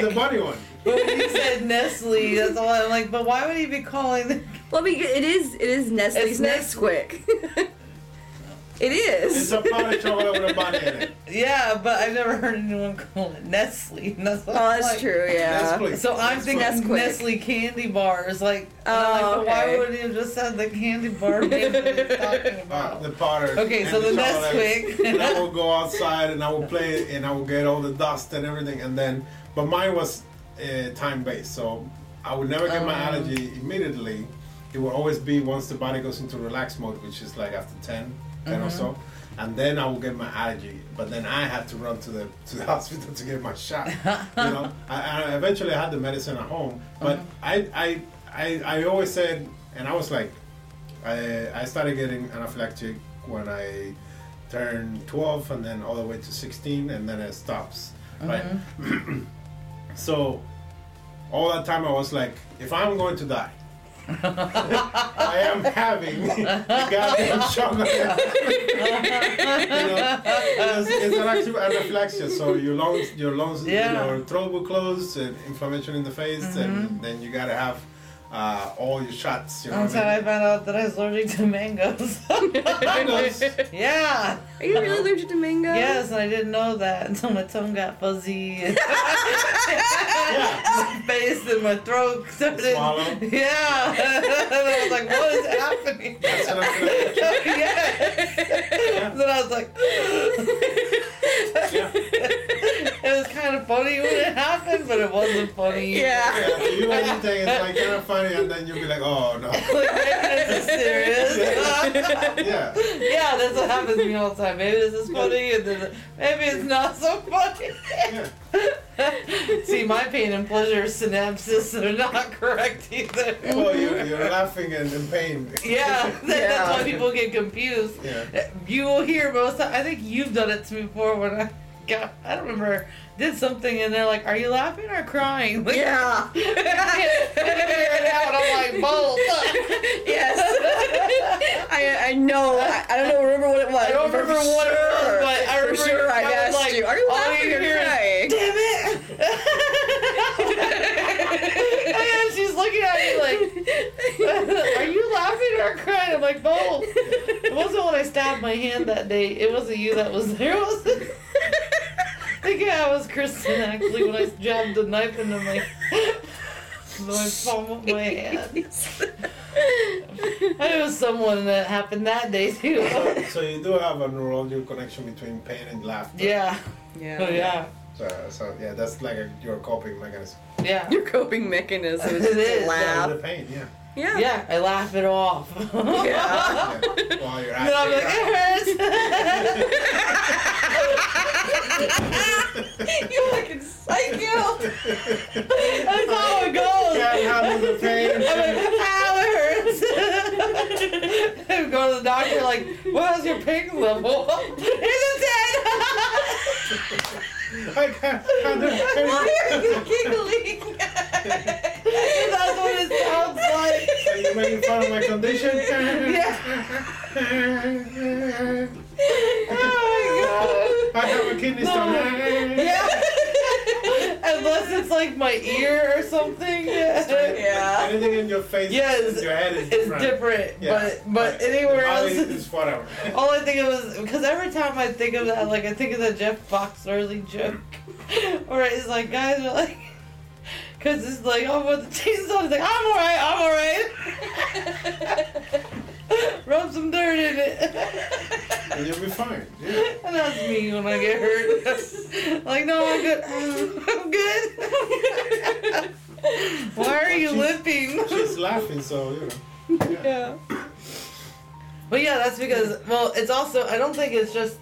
[SPEAKER 3] Nesquik.
[SPEAKER 2] the bunny one.
[SPEAKER 1] But when he said Nestle, that's all I'm like, but why would he be calling the
[SPEAKER 3] Well, because it is it is Nestle's
[SPEAKER 1] It's Nes-
[SPEAKER 3] Nesquik. it is.
[SPEAKER 2] It's a pot of chocolate with a bunny in it.
[SPEAKER 1] Yeah, but I've never heard anyone call it Nestle. and That's what
[SPEAKER 3] Oh,
[SPEAKER 1] I'm
[SPEAKER 3] that's
[SPEAKER 1] like-
[SPEAKER 3] true. Yeah.
[SPEAKER 2] Nesquik.
[SPEAKER 1] So I'm
[SPEAKER 2] Nesquik.
[SPEAKER 1] thinking
[SPEAKER 3] Nesquik.
[SPEAKER 1] Nestle candy bars, like, and I'm
[SPEAKER 3] Oh,
[SPEAKER 1] like, but why
[SPEAKER 3] okay.
[SPEAKER 1] would he have just said the candy bar name that he was
[SPEAKER 3] *laughs*
[SPEAKER 1] talking
[SPEAKER 2] Uh,
[SPEAKER 1] about?
[SPEAKER 2] the potter.
[SPEAKER 1] Okay,
[SPEAKER 2] and
[SPEAKER 1] so the
[SPEAKER 2] chocolate.
[SPEAKER 1] *laughs*
[SPEAKER 2] and I
[SPEAKER 1] Nesquik.
[SPEAKER 2] will go outside and I will play and I will get all the dust and everything and then but mine was uh, time based so I would never get my
[SPEAKER 1] Um.
[SPEAKER 2] allergy immediately it will always be once the body goes into relax mode which is like after 10, 10 or so
[SPEAKER 1] Mm-hmm.
[SPEAKER 2] and then I will get my allergy but then I had to run to the to the *laughs* hospital to get my shot you
[SPEAKER 1] *laughs*
[SPEAKER 2] know I, I eventually had the medicine at home but
[SPEAKER 1] Uh-huh.
[SPEAKER 2] I, I I I always said and I was like I, I started getting anaphylactic when I turned 12 and then all the way to 16 and then it stops right *clears throat* so all that time I was like if I'm going to die I am having the goddamn chocolate
[SPEAKER 1] *laughs*
[SPEAKER 2] you know it's, it's an actual anaphylaxia so your lungs your lungs
[SPEAKER 1] Yeah.
[SPEAKER 2] you know, throat will close and inflammation in the face and then you gotta have uh, all your shots. You know
[SPEAKER 1] Until
[SPEAKER 2] what I
[SPEAKER 1] I
[SPEAKER 2] mean?
[SPEAKER 1] found out that I was allergic to mangoes. *laughs*
[SPEAKER 2] Mangoes.
[SPEAKER 1] yeah.
[SPEAKER 3] Are you really allergic to mango?
[SPEAKER 1] Yes, and I didn't know that until my tongue got fuzzy. *laughs* And my face and my throat started.
[SPEAKER 2] Swallow?
[SPEAKER 1] Yeah. *laughs* and I was like, what is happening?
[SPEAKER 2] That's what I'm gonna-
[SPEAKER 1] yes. Then I was like, *laughs*
[SPEAKER 2] Yeah.
[SPEAKER 1] it was kind of funny when it happened, but it wasn't funny.
[SPEAKER 3] Yeah.
[SPEAKER 2] yeah, you know anything, it's like kind of funny, and then you'll be like, oh no.
[SPEAKER 1] Like, is this serious?
[SPEAKER 2] Yeah.
[SPEAKER 1] *laughs* yeah, that's what happens to me all the time. Maybe this is funny, and then maybe it's not so funny. *laughs*
[SPEAKER 2] Yeah.
[SPEAKER 1] See, my pain and pleasure synapses are not correct either.
[SPEAKER 2] Well, you're, you're laughing and in pain.
[SPEAKER 1] Yeah, *laughs* that, that's
[SPEAKER 3] Yeah.
[SPEAKER 1] why people get confused.
[SPEAKER 2] Yeah.
[SPEAKER 1] You will hear most. I think you've done it to me before when I got. I don't remember. Did something and they're like, "Are you laughing or crying?" *laughs* Like,
[SPEAKER 3] Yeah.
[SPEAKER 1] I can't figure it out. I'm like, both. *laughs*
[SPEAKER 3] yes. *laughs* I, I know. I, I don't know, remember what it was.
[SPEAKER 1] I don't
[SPEAKER 3] but
[SPEAKER 1] remember
[SPEAKER 3] for
[SPEAKER 1] what it was,
[SPEAKER 3] sure-
[SPEAKER 1] but I remember
[SPEAKER 3] For sure,
[SPEAKER 1] I
[SPEAKER 3] I've
[SPEAKER 1] was
[SPEAKER 3] asked
[SPEAKER 1] like,
[SPEAKER 3] you. Are you
[SPEAKER 1] all
[SPEAKER 3] laughing
[SPEAKER 1] you
[SPEAKER 3] or
[SPEAKER 1] hear is,
[SPEAKER 3] crying? *laughs*
[SPEAKER 1] Damn it! and she's looking at me like, *laughs* "Are you laughing or crying?" I'm like, both. It wasn't when I stabbed my hand that day. It wasn't you that was there, *laughs* was it? I think yeah, it was Kristen actually when I jabbed a knife into my my palm of my hand. And it was someone that happened that day
[SPEAKER 3] *laughs*
[SPEAKER 1] too.
[SPEAKER 2] So you do have a neurological connection between pain and laughter.
[SPEAKER 1] yeah. Oh
[SPEAKER 3] yeah.
[SPEAKER 1] yeah.
[SPEAKER 2] So, so yeah, that's like a, your coping mechanism.
[SPEAKER 1] Yeah.
[SPEAKER 3] Your coping mechanism is
[SPEAKER 1] *laughs* It
[SPEAKER 3] just
[SPEAKER 1] is, yeah.
[SPEAKER 3] to
[SPEAKER 2] Yeah,
[SPEAKER 3] laugh.
[SPEAKER 2] the pain,
[SPEAKER 1] *laughs*
[SPEAKER 2] yeah.
[SPEAKER 3] Yeah.
[SPEAKER 1] Yeah, I laugh it off. *laughs*
[SPEAKER 3] Yeah.
[SPEAKER 2] yeah. While you're
[SPEAKER 1] And then Oh. I'm like,
[SPEAKER 2] acting.
[SPEAKER 1] it hurts. *laughs*
[SPEAKER 2] *laughs*
[SPEAKER 4] you fucking psycho.
[SPEAKER 1] That's how it goes.
[SPEAKER 2] Can't handle
[SPEAKER 1] *laughs*
[SPEAKER 2] the
[SPEAKER 1] I'm
[SPEAKER 2] pain.
[SPEAKER 1] like, ow, it hurts. *laughs* I go to the doctor, like, what was your pain level? It's a 10.
[SPEAKER 2] I can't handle the
[SPEAKER 3] *laughs*
[SPEAKER 2] pain.
[SPEAKER 4] Why are you giggling?
[SPEAKER 1] *laughs* That's what it sounds like.
[SPEAKER 2] Are
[SPEAKER 3] *laughs*
[SPEAKER 2] you making fun of my
[SPEAKER 1] *laughs*
[SPEAKER 2] condition?
[SPEAKER 1] Oh my
[SPEAKER 2] I have a kidney stone.
[SPEAKER 1] god. Yeah. Unless it's like my ear or something. Yeah.
[SPEAKER 4] Yeah.
[SPEAKER 2] Anything in your face,
[SPEAKER 1] Yes,
[SPEAKER 2] in your head is
[SPEAKER 1] It's
[SPEAKER 2] different.
[SPEAKER 1] different,
[SPEAKER 2] Yeah.
[SPEAKER 1] but but anywhere else, Oh.
[SPEAKER 2] Body
[SPEAKER 1] it's
[SPEAKER 2] is whatever.
[SPEAKER 1] All I think of is because every time I think of that, like I think of the Jeff Foxworthy joke, *laughs* where he's like, guys are like, because it's like, oh, but the chainsaw is like, I'm alright, *laughs* I'm
[SPEAKER 3] *laughs*
[SPEAKER 1] alright. Rub some dirt in it. *laughs*
[SPEAKER 2] And *laughs* you'll be fine. Yeah.
[SPEAKER 1] and that's me when I get hurt. *laughs* like, no, I'm good. I'm good. *laughs* Why are you
[SPEAKER 2] She's-
[SPEAKER 1] limping? *laughs*
[SPEAKER 2] She's laughing, so you know.
[SPEAKER 3] Yeah.
[SPEAKER 1] But yeah, that's because well, it's also I don't think it's just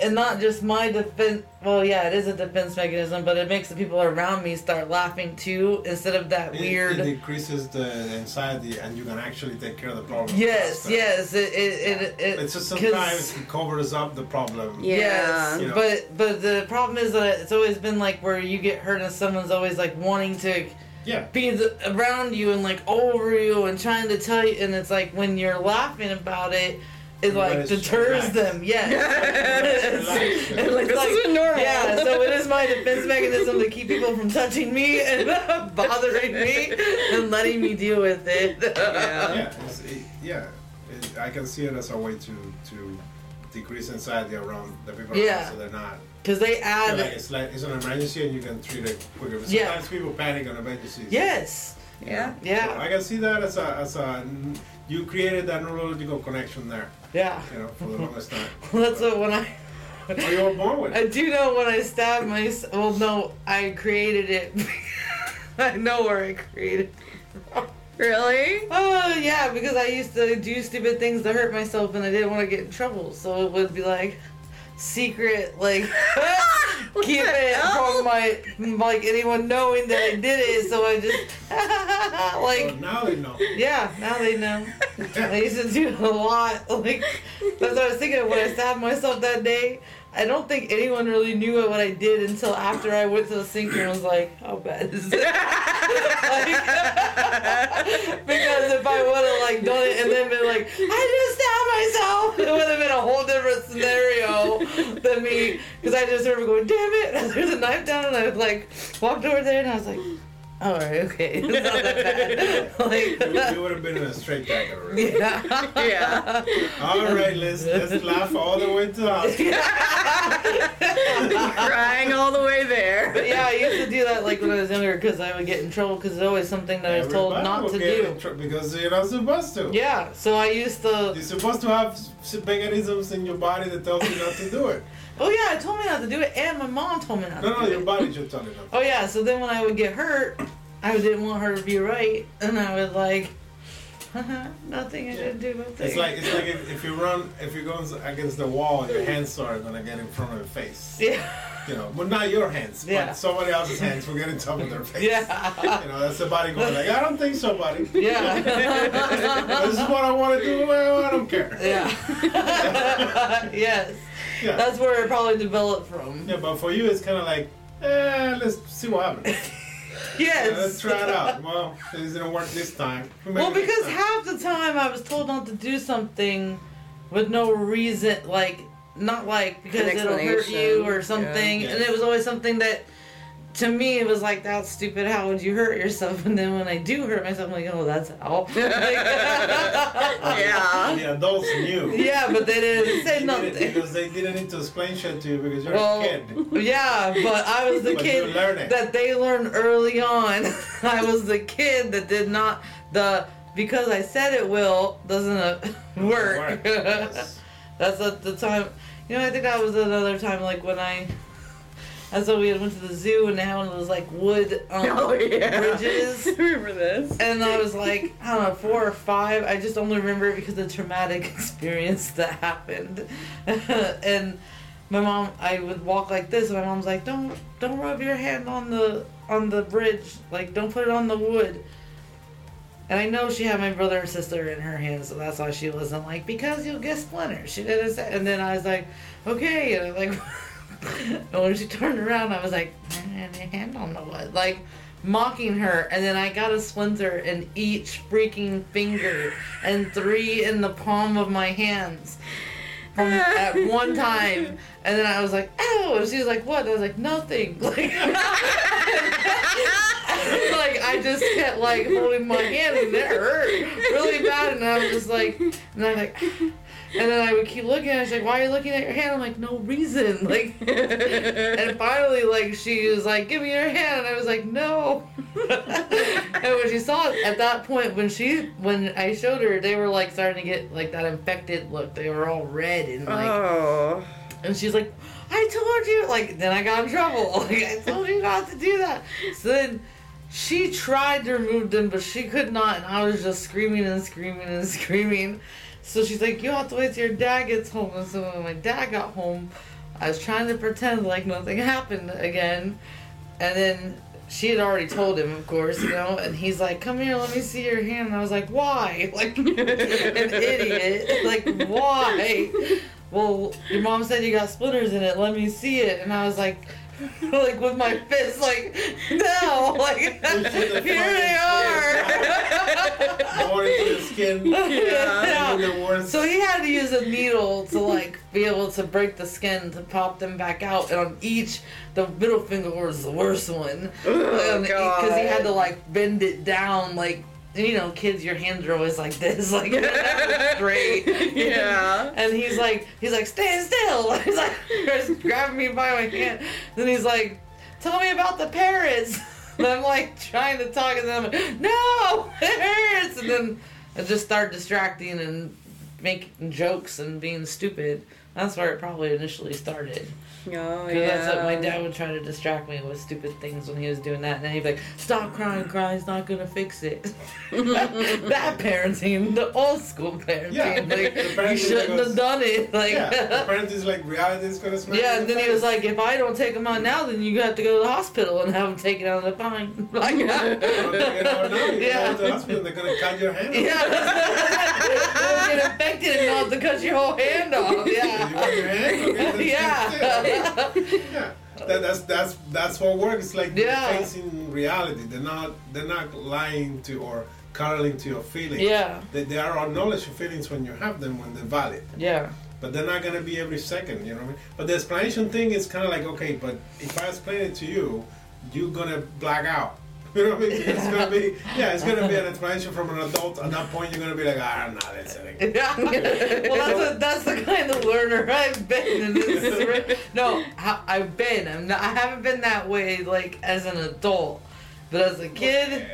[SPEAKER 1] and not just my defense. Well, yeah, it is a defense mechanism, but it makes the people around me start laughing too instead of that
[SPEAKER 2] It-
[SPEAKER 1] weird.
[SPEAKER 2] It, increases the anxiety, and you can actually take care of the problem.
[SPEAKER 1] yes,
[SPEAKER 2] faster.
[SPEAKER 1] yes, it it it. it
[SPEAKER 2] It's just
[SPEAKER 1] 'cause-
[SPEAKER 2] sometimes it covers up the problem.
[SPEAKER 3] Yeah.
[SPEAKER 1] Yes,
[SPEAKER 2] You know.
[SPEAKER 1] but but the problem is that it's always been like where you get hurt and someone's always like wanting to
[SPEAKER 2] Yeah.
[SPEAKER 1] be th- around you and like over you and trying to tell you, and it's like when you're laughing about it, it like
[SPEAKER 2] Everybody's
[SPEAKER 1] deters
[SPEAKER 2] relaxed.
[SPEAKER 1] them.
[SPEAKER 2] *laughs*
[SPEAKER 1] *laughs* Yes.
[SPEAKER 2] Relaxed.
[SPEAKER 3] And *laughs* like, this
[SPEAKER 1] Like,
[SPEAKER 3] isn't normal.
[SPEAKER 1] Yeah, so it is my defense mechanism to keep people from touching me and *laughs* bothering me and letting me deal with it.
[SPEAKER 3] Yeah.
[SPEAKER 1] *laughs*
[SPEAKER 2] Yeah. It's, it, yeah. It, I can see it as a way to to decrease anxiety around the people around
[SPEAKER 1] Yeah.
[SPEAKER 2] so they're not
[SPEAKER 1] Because they
[SPEAKER 2] they're
[SPEAKER 1] add.
[SPEAKER 2] like it's like it's an emergency and you can treat it quicker. But
[SPEAKER 1] Yeah.
[SPEAKER 2] Sometimes people panic on emergencies.
[SPEAKER 1] yes.
[SPEAKER 3] Yeah.
[SPEAKER 2] So
[SPEAKER 1] Yeah.
[SPEAKER 2] I can see that as a as a you created that neurological connection there,
[SPEAKER 1] Yeah.
[SPEAKER 2] you know, for the longest
[SPEAKER 1] *laughs*
[SPEAKER 2] time.
[SPEAKER 1] That's what when I.
[SPEAKER 2] Or you were born with.
[SPEAKER 1] I
[SPEAKER 2] it.
[SPEAKER 1] do know when I stabbed my. Well, no, I created it. *laughs* I know where I created
[SPEAKER 3] Really?
[SPEAKER 1] Oh yeah, because I used to do stupid things to hurt myself, and I didn't want to get in trouble, so it would be like secret, like
[SPEAKER 3] *laughs* What
[SPEAKER 1] keep
[SPEAKER 3] the
[SPEAKER 1] it
[SPEAKER 3] hell?
[SPEAKER 1] from my like anyone knowing that I did it. So I just *laughs*
[SPEAKER 2] So
[SPEAKER 1] like
[SPEAKER 2] now they know.
[SPEAKER 1] yeah, now they know. I used to do it a lot. *laughs* Like that's what I was thinking of when I stabbed myself that day. I don't think anyone really knew what I did until after I went to the sink and was like, "How bad is it?" Like, *laughs* because if I would have like done it and then been like, "I just stabbed myself," it would have been a whole different scenario than *laughs* me. Because I just remember going, "Damn it!" There's a knife down, and I like walked over there and I was like, All right, okay. It's not that
[SPEAKER 2] We
[SPEAKER 1] *laughs* bad.
[SPEAKER 2] would have been in a straight jacket already.
[SPEAKER 1] like, yeah.
[SPEAKER 3] Yeah.
[SPEAKER 2] All right, let's let's laugh all the way to the hospital.
[SPEAKER 3] Crying all the way there.
[SPEAKER 1] But yeah, I used to do that like when I was younger because I would get in trouble because it's always something that *laughs* I was told
[SPEAKER 2] Everybody
[SPEAKER 1] not
[SPEAKER 2] will
[SPEAKER 1] to
[SPEAKER 2] get
[SPEAKER 1] do.
[SPEAKER 2] in tr- because you're not supposed to.
[SPEAKER 1] Yeah, so I used to.
[SPEAKER 2] You're supposed to have s- mechanisms in your body that tells you not to do it.
[SPEAKER 1] Oh yeah, I told me not to do it, and my mom told me not
[SPEAKER 2] No,
[SPEAKER 1] to
[SPEAKER 2] no,
[SPEAKER 1] do
[SPEAKER 2] your
[SPEAKER 1] it.
[SPEAKER 2] body should tell you not.
[SPEAKER 1] Oh yeah, so then when I would get hurt, I didn't want her to be right, and I would like, *laughs* nothing. I didn't do nothing.
[SPEAKER 2] It's like it's like if, if you run, if you go against the wall, your hands are gonna get in front of your face.
[SPEAKER 1] *laughs* yeah,
[SPEAKER 2] You know, but not your hands,
[SPEAKER 1] Yeah.
[SPEAKER 2] but somebody else's hands will get in top of their face.
[SPEAKER 1] yeah,
[SPEAKER 2] You know, that's the body going like, I don't think so,
[SPEAKER 1] *laughs*
[SPEAKER 2] buddy.
[SPEAKER 1] yeah,
[SPEAKER 2] *laughs* this is what I want to do. Well, I don't care.
[SPEAKER 1] *laughs* yeah. *laughs* yes,
[SPEAKER 2] Yeah.
[SPEAKER 1] that's where it probably developed from.
[SPEAKER 2] Yeah, but for you, it's kind of like, eh, let's see what happens.
[SPEAKER 1] *laughs*
[SPEAKER 2] Yeah,
[SPEAKER 1] Yes.
[SPEAKER 2] let's try it out. Well, it didn't work this time. Maybe
[SPEAKER 1] Well,
[SPEAKER 2] next
[SPEAKER 1] because
[SPEAKER 2] time.
[SPEAKER 1] half the time I was told not to do something with no reason, like not like because
[SPEAKER 3] An
[SPEAKER 1] it'll hurt
[SPEAKER 3] explanation,
[SPEAKER 1] you or
[SPEAKER 3] yeah.
[SPEAKER 1] something,
[SPEAKER 2] Yeah.
[SPEAKER 1] and it was always something that to me it was like that's stupid. How would you hurt yourself? And then when I do hurt myself, I'm like, oh, that's
[SPEAKER 3] *laughs*
[SPEAKER 1] how. Like-
[SPEAKER 3] Yeah.
[SPEAKER 2] the adults knew.
[SPEAKER 1] *laughs* yeah, but they didn't
[SPEAKER 2] They
[SPEAKER 1] say
[SPEAKER 2] did it
[SPEAKER 1] nothing.
[SPEAKER 2] because they didn't need to explain shit to you because you're
[SPEAKER 1] Well,
[SPEAKER 2] a kid.
[SPEAKER 1] yeah, but I was the
[SPEAKER 2] But you
[SPEAKER 1] kid
[SPEAKER 2] learn it.
[SPEAKER 1] that they learned early on. *laughs* I was the kid that did not the because I said it will doesn't uh, work.
[SPEAKER 2] Yes.
[SPEAKER 1] *laughs* That's at the time. You know, I think that was another time, like when I. That's when we had went to the zoo and they had one of those like wood um,
[SPEAKER 3] *laughs* Oh, yeah.
[SPEAKER 1] bridges.
[SPEAKER 3] *laughs* Remember this?
[SPEAKER 1] And I was *laughs* like, I don't know, four or five. I just only remember it because of the traumatic *laughs* experience that happened. *laughs* and my mom, I would walk like this, and my mom's like, "Don't, don't rub your hand on the on the bridge. Like, don't put it on the wood." And I know she had my brother and sister in her hand, so that's why she wasn't like, "Because you'll get splinters." She didn't say. And then I was like, "Okay," and I'm like. *laughs* And when she turned around, I was like, "I had a hand on the wood," like mocking her. And then I got a splinter in each freaking finger, and three in the palm of my hands from, at one time. And then I was like, "Ow!" And she was like, "What?" And I was like, "Nothing." *laughs* Like, *laughs* like I just kept like holding my hand, and it hurt really bad. And I was just like, and I'm like. *sighs* And then I would keep looking at her. She's like, why are you looking at your hand? I'm like, no reason. *laughs* Like, and finally, like, she was like, give me your hand. And I was like, no. *laughs* and when she saw it, at that point, when she, when I showed her, they were like starting to get like that infected look. They were all red and like,
[SPEAKER 3] Oh.
[SPEAKER 1] and she's like, I told you. Like, then I got in trouble. *laughs* Like, I told you not to do that. So then she tried to remove them, but she could not. And I was just screaming and screaming and *laughs* screaming. So she's like, You have to wait till your dad gets home. And so when my dad got home, I was trying to pretend like nothing happened again. And then she had already told him, of course, you know. And he's like, Come here, let me see your hand. And I was like, Why? *laughs* Like, an idiot. Like, why? well, your mom said you got splinters in it. Let me see it. And I was like, *laughs* like with my fist, like, no, *laughs* like, here
[SPEAKER 2] should have
[SPEAKER 1] they *laughs* are.
[SPEAKER 2] Born into the skin.
[SPEAKER 1] *laughs* Yeah.
[SPEAKER 2] and the worst.
[SPEAKER 1] So he had to use a needle to like be able to break the skin to pop them back out, and on each, the middle finger was the worst one because he had to like bend it down, like you know, kids, your hands are always like this,
[SPEAKER 3] *laughs*
[SPEAKER 1] like *laughs* great,
[SPEAKER 3] Yeah.
[SPEAKER 1] *laughs* and he's like, he's like, stand still. *laughs* He's like, just grabbing me by my hand. Then he's like, tell me about the parrots. *laughs* And I'm like trying to talk, and then I'm like, no, it hurts. And then I just start distracting and making jokes and being stupid. That's where it probably initially started.
[SPEAKER 3] Oh,
[SPEAKER 1] Because
[SPEAKER 3] yeah.
[SPEAKER 1] that's what my dad would try to distract me with stupid things when he was doing that. And then he'd be like, stop crying, crying's not going to fix it. that parenting, the old school parenting.
[SPEAKER 2] Yeah,
[SPEAKER 1] Like,
[SPEAKER 2] the
[SPEAKER 1] you
[SPEAKER 2] parenting
[SPEAKER 1] shouldn't
[SPEAKER 2] goes-
[SPEAKER 1] have done it. Like, *laughs*
[SPEAKER 2] yeah,
[SPEAKER 1] yeah.
[SPEAKER 2] apparently it's like reality is gonna smash. you in
[SPEAKER 1] and
[SPEAKER 2] the
[SPEAKER 1] then he was
[SPEAKER 2] face.
[SPEAKER 1] like, if I don't take him out now, then you have to go to the hospital and have him taken out of the pine. *laughs* Like,
[SPEAKER 2] "Don't take it out now, you
[SPEAKER 1] Yeah. *laughs*
[SPEAKER 2] go to the hospital, they're gonna cut your hand. off.
[SPEAKER 1] Yeah, don't get infected and not to cut your whole hand off.
[SPEAKER 2] *laughs* You want your
[SPEAKER 1] Yeah,
[SPEAKER 2] hand? Okay, then stand still.
[SPEAKER 1] *laughs* yeah.
[SPEAKER 2] yeah. That, that's that's that's what works. It's like they're
[SPEAKER 1] Yeah.
[SPEAKER 2] facing reality. They're not they're not lying to or caroling to your
[SPEAKER 1] *laughs*
[SPEAKER 2] feelings.
[SPEAKER 1] Yeah.
[SPEAKER 2] They, they are acknowledge your feelings when you have them when they're valid.
[SPEAKER 1] yeah.
[SPEAKER 2] But they're not gonna be every second, you know what I mean? But the explanation thing is kinda like, okay, but if I explain it to you, you're gonna black out. *laughs* You know what I mean? It's gonna be yeah, it's gonna be an explanation from an adult. At that point, you're gonna be like, ah, I'm not listening.
[SPEAKER 1] Yeah. well, that's, a, that's the kind of learner I've been. And it's re- no, how, I've been. I'm not, I haven't been that way like as an adult, but as a kid,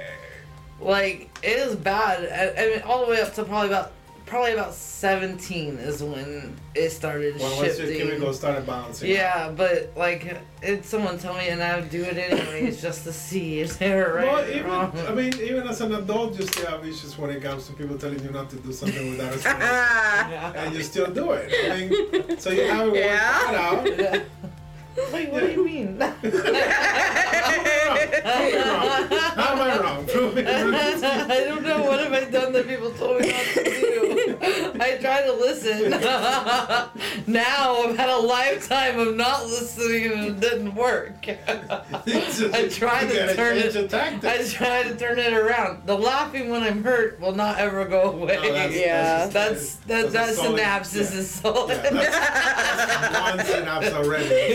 [SPEAKER 1] like it is bad. I, I mean, all the way up to probably about probably about 17 is when it started
[SPEAKER 2] Well, once your
[SPEAKER 1] shifting.
[SPEAKER 2] chemicals started balancing.
[SPEAKER 1] yeah, but like, it, someone told me, and I would do it anyways, just to see is there right
[SPEAKER 2] Well,
[SPEAKER 1] or
[SPEAKER 2] even,
[SPEAKER 1] wrong.
[SPEAKER 2] I mean, even as an adult, you still have issues when it comes to people telling you not to do something
[SPEAKER 1] *laughs*
[SPEAKER 2] without explanation,
[SPEAKER 3] Ah. *laughs*
[SPEAKER 2] and you still do it. I mean, so you have it worked
[SPEAKER 3] Yeah.
[SPEAKER 2] that out.
[SPEAKER 1] Yeah. *laughs* Wait, what do you mean? *laughs*
[SPEAKER 2] *laughs* How am I wrong? How am I wrong? Prove me wrong.
[SPEAKER 1] I don't know what have I done that people told me not to do. I try to listen. *laughs* now I've had a lifetime of not listening and it didn't work. *laughs* I tried
[SPEAKER 2] You
[SPEAKER 1] to
[SPEAKER 2] gotta
[SPEAKER 1] turn
[SPEAKER 2] change
[SPEAKER 1] it-
[SPEAKER 2] your tactics.
[SPEAKER 1] I try to turn it around. The laughing when I'm hurt will not ever go away. *laughs*
[SPEAKER 2] No, that's-
[SPEAKER 3] Yeah.
[SPEAKER 1] that's that,
[SPEAKER 2] that's
[SPEAKER 1] that
[SPEAKER 2] a solid-
[SPEAKER 1] synapses
[SPEAKER 2] yeah.
[SPEAKER 1] is solid.
[SPEAKER 2] Yeah, that's, that's one synapse already.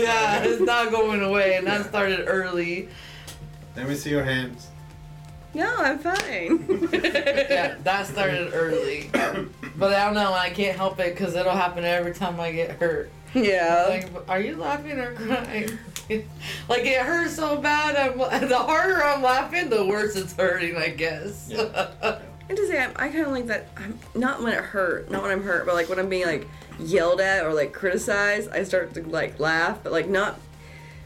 [SPEAKER 1] *laughs* yeah, it's not going away, and that started early.
[SPEAKER 2] Let me see your hands.
[SPEAKER 3] No, I'm fine.
[SPEAKER 1] Yeah, that started
[SPEAKER 2] *coughs*
[SPEAKER 1] early. But I don't know, I can't help it because it'll happen every time I get hurt.
[SPEAKER 3] yeah.
[SPEAKER 1] Like, are you laughing or crying? *laughs* like, it hurts so bad. I'm, *laughs* the harder I'm laughing, the worse it's hurting, I guess. *laughs*
[SPEAKER 3] I have to say, I'm, I kind of like that. I'm, not when it hurt, not when I'm hurt, but like when I'm being like yelled at or like criticized, I start to like laugh, but like not,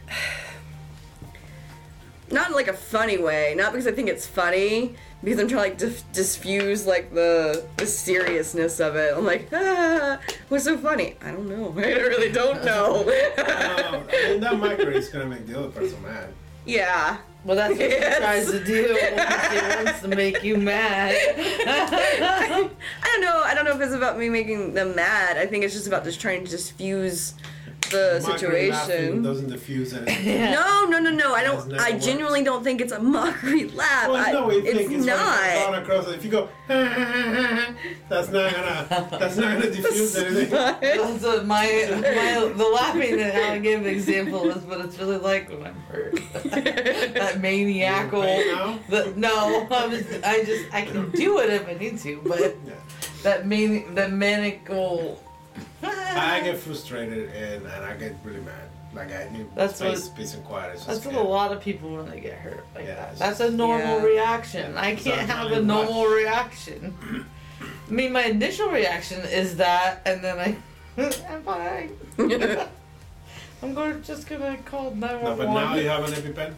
[SPEAKER 3] *sighs* not in like a funny way. Not because I think it's funny, because I'm trying to like dif- diffuse like the the seriousness of it. I'm like, *laughs* ah, what's so funny? I don't know. *laughs* I really don't know.
[SPEAKER 2] Um, and that micro is gonna make the other person mad.
[SPEAKER 3] *laughs* yeah.
[SPEAKER 1] well, that's what
[SPEAKER 3] Yes.
[SPEAKER 1] she tries to do. She wants to make you mad.
[SPEAKER 3] *laughs* I don't know. I don't know if it's about me making them mad. I think it's just about just trying to diffuse the
[SPEAKER 2] Mockery laughing
[SPEAKER 3] situation.
[SPEAKER 2] doesn't diffuse anything.
[SPEAKER 1] *laughs* *laughs* Yeah.
[SPEAKER 3] No, no, no, no. I
[SPEAKER 2] That's
[SPEAKER 3] don't.
[SPEAKER 2] never
[SPEAKER 3] I
[SPEAKER 2] worked.
[SPEAKER 3] genuinely don't think it's a mockery *laughs* laugh. I-
[SPEAKER 2] Well, no, we
[SPEAKER 3] it's,
[SPEAKER 2] think it's when it comes
[SPEAKER 3] not.
[SPEAKER 2] down across. If you go, *laughs* that's not gonna, that's
[SPEAKER 1] *laughs*
[SPEAKER 2] not gonna diffuse anything.
[SPEAKER 1] That's what my, my the laughing that Alan gave an example is what it's really like when I'm hurt. *laughs* that maniacal.
[SPEAKER 2] Right now?
[SPEAKER 1] The, no, I'm just, I just I can do it if I need to, but
[SPEAKER 2] Yeah.
[SPEAKER 1] that mani- that maniacal. *laughs*
[SPEAKER 2] I get frustrated and, and I get really mad. Like I need
[SPEAKER 1] That's
[SPEAKER 2] space,
[SPEAKER 1] what-
[SPEAKER 2] peace, and quiet. It's just
[SPEAKER 1] That's what a
[SPEAKER 2] good.
[SPEAKER 1] lot of people when they get hurt like
[SPEAKER 2] Yeah,
[SPEAKER 1] that.
[SPEAKER 2] it's
[SPEAKER 1] That's a normal
[SPEAKER 3] Yeah.
[SPEAKER 1] reaction.
[SPEAKER 2] Yeah,
[SPEAKER 1] I
[SPEAKER 2] it's
[SPEAKER 1] can't
[SPEAKER 2] not-
[SPEAKER 1] have
[SPEAKER 2] not
[SPEAKER 1] a
[SPEAKER 2] in life.
[SPEAKER 1] normal reaction. I mean, my initial reaction is that, and then I, *laughs* I'm fine.
[SPEAKER 3] *laughs*
[SPEAKER 1] I'm going just gonna call
[SPEAKER 2] No,
[SPEAKER 1] 911.
[SPEAKER 2] but now you have an EpiPen,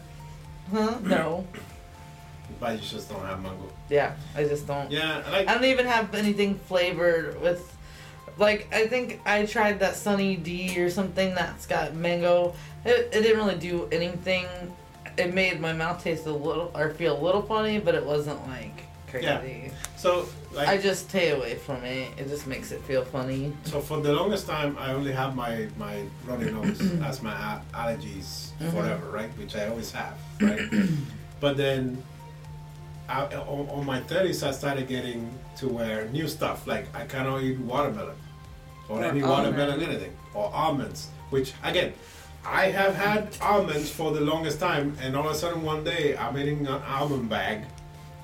[SPEAKER 1] Huh? No.
[SPEAKER 2] but you just don't have mango.
[SPEAKER 1] Yeah, I just don't.
[SPEAKER 2] Yeah, I like
[SPEAKER 1] I don't even have anything flavored with. Like, I think I tried that Sunny D or something that's got mango. It, it didn't really do anything. It made my mouth taste a little or feel a little funny, but it wasn't like crazy.
[SPEAKER 2] so like
[SPEAKER 1] I just stay away from it. It just makes it feel funny.
[SPEAKER 2] So for the longest time, I only have my my runny nose as my a- allergies forever, right? Which I always have, right? but then, I, on, on my thirties, I started getting to where new stuff like I cannot eat watermelon or,
[SPEAKER 3] Or
[SPEAKER 2] any
[SPEAKER 3] almond.
[SPEAKER 2] watermelon anything or almonds, which again. I have had almonds for the longest time, and all of a sudden one day I'm eating an almond bag,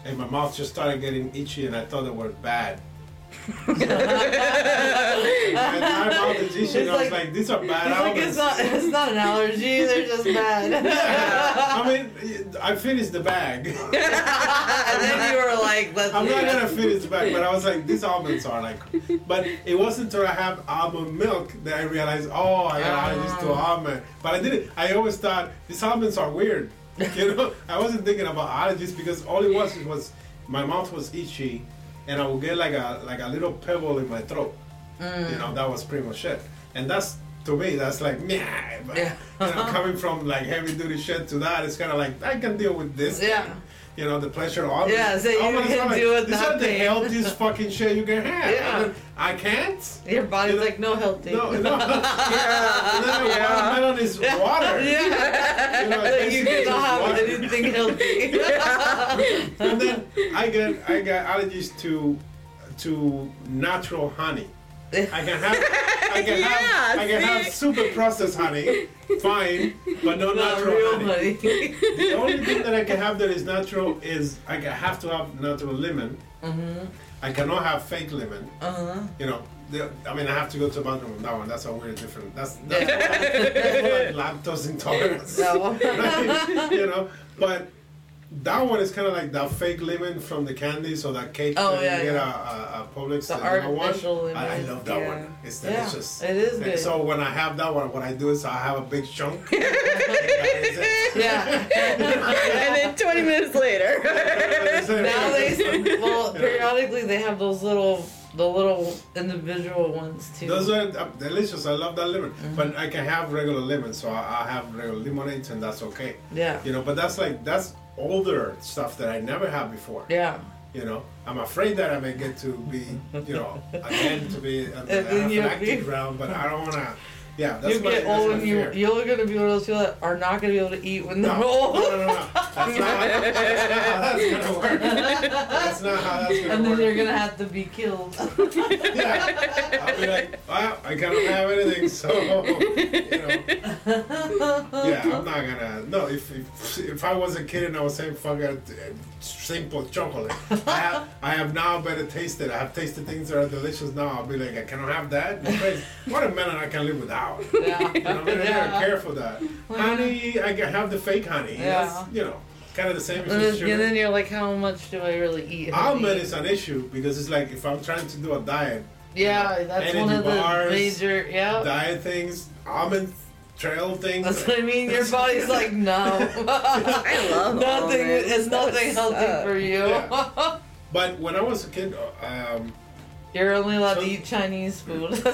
[SPEAKER 2] and my mouth just started getting itchy, and I thought they were bad.
[SPEAKER 1] *laughs*
[SPEAKER 2] And I bought the G-Shock,
[SPEAKER 1] It's
[SPEAKER 2] I was
[SPEAKER 1] like-
[SPEAKER 2] like, these are
[SPEAKER 1] It's like
[SPEAKER 2] bad albums.
[SPEAKER 1] it's not, it's not an allergy. They're just bad.
[SPEAKER 2] *laughs* I mean, I finished the
[SPEAKER 1] *laughs*
[SPEAKER 2] bag.
[SPEAKER 1] and then you were like, let's.
[SPEAKER 2] I'm
[SPEAKER 1] do
[SPEAKER 2] not
[SPEAKER 1] it.
[SPEAKER 2] gonna finish the bag, but I was like, these almonds are like. But it wasn't until I have almond milk that I realized, oh, I got allergies to
[SPEAKER 1] Ah.
[SPEAKER 2] almond. But I didn't. I always thought these almonds are weird. *laughs* You know, I wasn't thinking about allergies because all it was it was my mouth was itchy, and I would get like a like a little pebble in my throat. You
[SPEAKER 1] Mm.
[SPEAKER 2] know, that was pretty much it. And that's to me, that's like, yeah. But,
[SPEAKER 1] Yeah.
[SPEAKER 2] you know, coming from like heavy duty shit to that, it's kind of like I can deal with this.
[SPEAKER 1] Yeah.
[SPEAKER 2] You know, the pleasure of almonds.
[SPEAKER 1] Yeah, so you
[SPEAKER 2] Almonds
[SPEAKER 1] can
[SPEAKER 2] are like,
[SPEAKER 1] do it
[SPEAKER 2] These are the
[SPEAKER 1] nothing.
[SPEAKER 2] healthiest fucking shit you can have.
[SPEAKER 1] Yeah.
[SPEAKER 2] And then, I can't.
[SPEAKER 1] Your body's
[SPEAKER 2] You know-
[SPEAKER 1] like, no healthy.
[SPEAKER 2] No, *laughs* no. yeah. And then
[SPEAKER 3] Yeah.
[SPEAKER 2] watermelon is water.
[SPEAKER 1] *laughs* *laughs* Yeah.
[SPEAKER 2] You know,
[SPEAKER 1] Like, *laughs* you
[SPEAKER 2] basically it's
[SPEAKER 1] cannot have
[SPEAKER 2] water.
[SPEAKER 1] anything healthy.
[SPEAKER 2] And then I get I got allergies to to natural honey. I can have I I
[SPEAKER 1] *laughs*
[SPEAKER 2] can have,
[SPEAKER 3] yeah,
[SPEAKER 2] I can have
[SPEAKER 3] see?
[SPEAKER 2] super processed honey, fine, but no
[SPEAKER 1] *laughs* Not
[SPEAKER 2] natural
[SPEAKER 1] real
[SPEAKER 2] honey.
[SPEAKER 1] honey.
[SPEAKER 2] The only thing that I can have that is natural is I can- have to have natural lemon.
[SPEAKER 1] mm-hmm.
[SPEAKER 2] I cannot have fake lemon.
[SPEAKER 1] Uh-huh.
[SPEAKER 2] You know, the, I mean, I have to go to the bathroom on that one. That's a weird different.
[SPEAKER 1] *laughs*
[SPEAKER 2] That's that's, that's like lactose intolerance.
[SPEAKER 1] No.
[SPEAKER 2] *laughs* you know, but that one is kind of like that fake lemon from the candies or that cake
[SPEAKER 1] Oh,
[SPEAKER 2] that
[SPEAKER 1] yeah,
[SPEAKER 2] you get
[SPEAKER 1] yeah.
[SPEAKER 2] a, a, Publix.
[SPEAKER 1] The
[SPEAKER 2] that you know, one.
[SPEAKER 1] artificial lemon,
[SPEAKER 2] I, I love that
[SPEAKER 1] yeah.
[SPEAKER 2] one. It's
[SPEAKER 1] Yeah,
[SPEAKER 2] delicious.
[SPEAKER 1] it is
[SPEAKER 2] And
[SPEAKER 1] good.
[SPEAKER 2] So when I have that one, what I do is I have a big chunk.
[SPEAKER 1] *laughs*
[SPEAKER 2] and that is it.
[SPEAKER 1] Yeah.
[SPEAKER 3] and then 20 minutes later.
[SPEAKER 1] now they well periodically they have those little the little individual ones too.
[SPEAKER 2] *laughs* Those are uh, delicious. I love that lemon.
[SPEAKER 1] Mm-hmm.
[SPEAKER 2] But I can have regular lemon, so I, I have regular lemonades, and that's okay.
[SPEAKER 1] yeah.
[SPEAKER 2] You know, but that's like that's older stuff that I never had before.
[SPEAKER 1] Yeah.
[SPEAKER 2] You know, I'm afraid that I may get to be, you know, again to
[SPEAKER 1] *laughs*
[SPEAKER 2] be an
[SPEAKER 1] And then you'll
[SPEAKER 2] active
[SPEAKER 1] be-
[SPEAKER 2] round, but I don't want to. Yeah, that's
[SPEAKER 1] you
[SPEAKER 2] my,
[SPEAKER 1] get
[SPEAKER 2] that's
[SPEAKER 1] old
[SPEAKER 2] my
[SPEAKER 1] and you
[SPEAKER 2] fear.
[SPEAKER 1] you're gonna be one of those people that are not gonna be able to eat when they're
[SPEAKER 2] no, no,
[SPEAKER 1] old.
[SPEAKER 2] *laughs* no, no, no. That's not, that's not how that's gonna
[SPEAKER 1] *laughs*
[SPEAKER 2] work. That's not how that's gonna
[SPEAKER 1] and then
[SPEAKER 2] work.
[SPEAKER 1] they're gonna have to be killed.
[SPEAKER 2] yeah. I'll be like, well, I cannot have anything, so *laughs* you know. *laughs*
[SPEAKER 1] *laughs*
[SPEAKER 2] Yeah, I'm not gonna. No, if if, if I was a kid and I was saying fuck it, uh, simple chocolate, I have I have now better tasted. I have tasted things that are delicious now. I'll be like, I cannot have that. You're crazy. Watermelon, I can live without. You
[SPEAKER 1] Yeah.
[SPEAKER 2] know, I mean, I
[SPEAKER 1] Yeah.
[SPEAKER 2] gotta care for that. Honey, I can have the fake honey.
[SPEAKER 1] Yeah.
[SPEAKER 2] That's, you know, kind of the same. as
[SPEAKER 1] And
[SPEAKER 2] with
[SPEAKER 1] then,
[SPEAKER 2] sugar.
[SPEAKER 1] and then you're like, how much do I really eat?
[SPEAKER 2] Almond is an issue because it's like if I'm trying to do a diet,
[SPEAKER 1] yeah, that's
[SPEAKER 2] energy
[SPEAKER 1] one of the
[SPEAKER 2] bars,
[SPEAKER 1] major. Yeah,
[SPEAKER 2] diet things, almond trail things.
[SPEAKER 1] Oh. *laughs* that's what I mean. Your body's like, no,
[SPEAKER 3] I love
[SPEAKER 1] *laughs* nothing.
[SPEAKER 3] almonds.
[SPEAKER 1] It's
[SPEAKER 3] That
[SPEAKER 1] nothing
[SPEAKER 3] would
[SPEAKER 1] healthy
[SPEAKER 3] suck.
[SPEAKER 1] for you.
[SPEAKER 2] Yeah. But when I was a kid, um,
[SPEAKER 1] *laughs* You're only allowed
[SPEAKER 2] So-
[SPEAKER 1] to eat Chinese food. *laughs*
[SPEAKER 2] and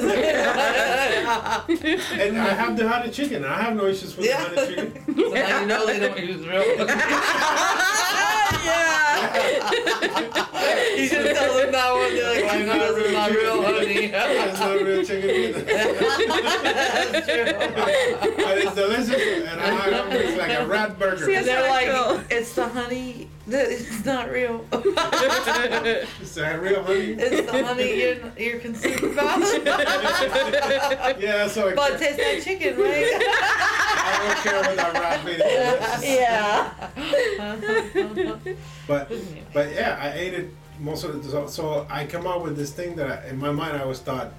[SPEAKER 2] I have the honey chicken. I have no issues with
[SPEAKER 1] Yeah.
[SPEAKER 2] the honey chicken.
[SPEAKER 1] So now you know they
[SPEAKER 3] *laughs*
[SPEAKER 1] don't use real ones. *laughs* You just tell them that one. They're *laughs* like,
[SPEAKER 2] Why
[SPEAKER 1] you
[SPEAKER 2] not
[SPEAKER 1] know, this is
[SPEAKER 2] real
[SPEAKER 1] not
[SPEAKER 2] *laughs*
[SPEAKER 1] real honey.
[SPEAKER 2] chicken? It's not real
[SPEAKER 1] *laughs*
[SPEAKER 2] chicken either.
[SPEAKER 1] That's true.
[SPEAKER 2] but it's delicious, and I have it. it's like a rat burger.
[SPEAKER 3] See,
[SPEAKER 1] And
[SPEAKER 3] it's
[SPEAKER 1] *laughs* they're
[SPEAKER 3] not
[SPEAKER 1] like,
[SPEAKER 3] real.
[SPEAKER 1] it's the honey. that- It's not real. *laughs*
[SPEAKER 2] It's a real honey.
[SPEAKER 1] It's the honey you're, you're concerned
[SPEAKER 2] *laughs*
[SPEAKER 1] about.
[SPEAKER 2] Yeah, so I,
[SPEAKER 1] but taste that chicken, right?
[SPEAKER 2] I don't care what that rat made. it delicious.
[SPEAKER 1] *laughs*
[SPEAKER 4] Yeah.
[SPEAKER 2] But But yeah, I ate it most of the so, so I come out with this thing that I, in my mind I always thought,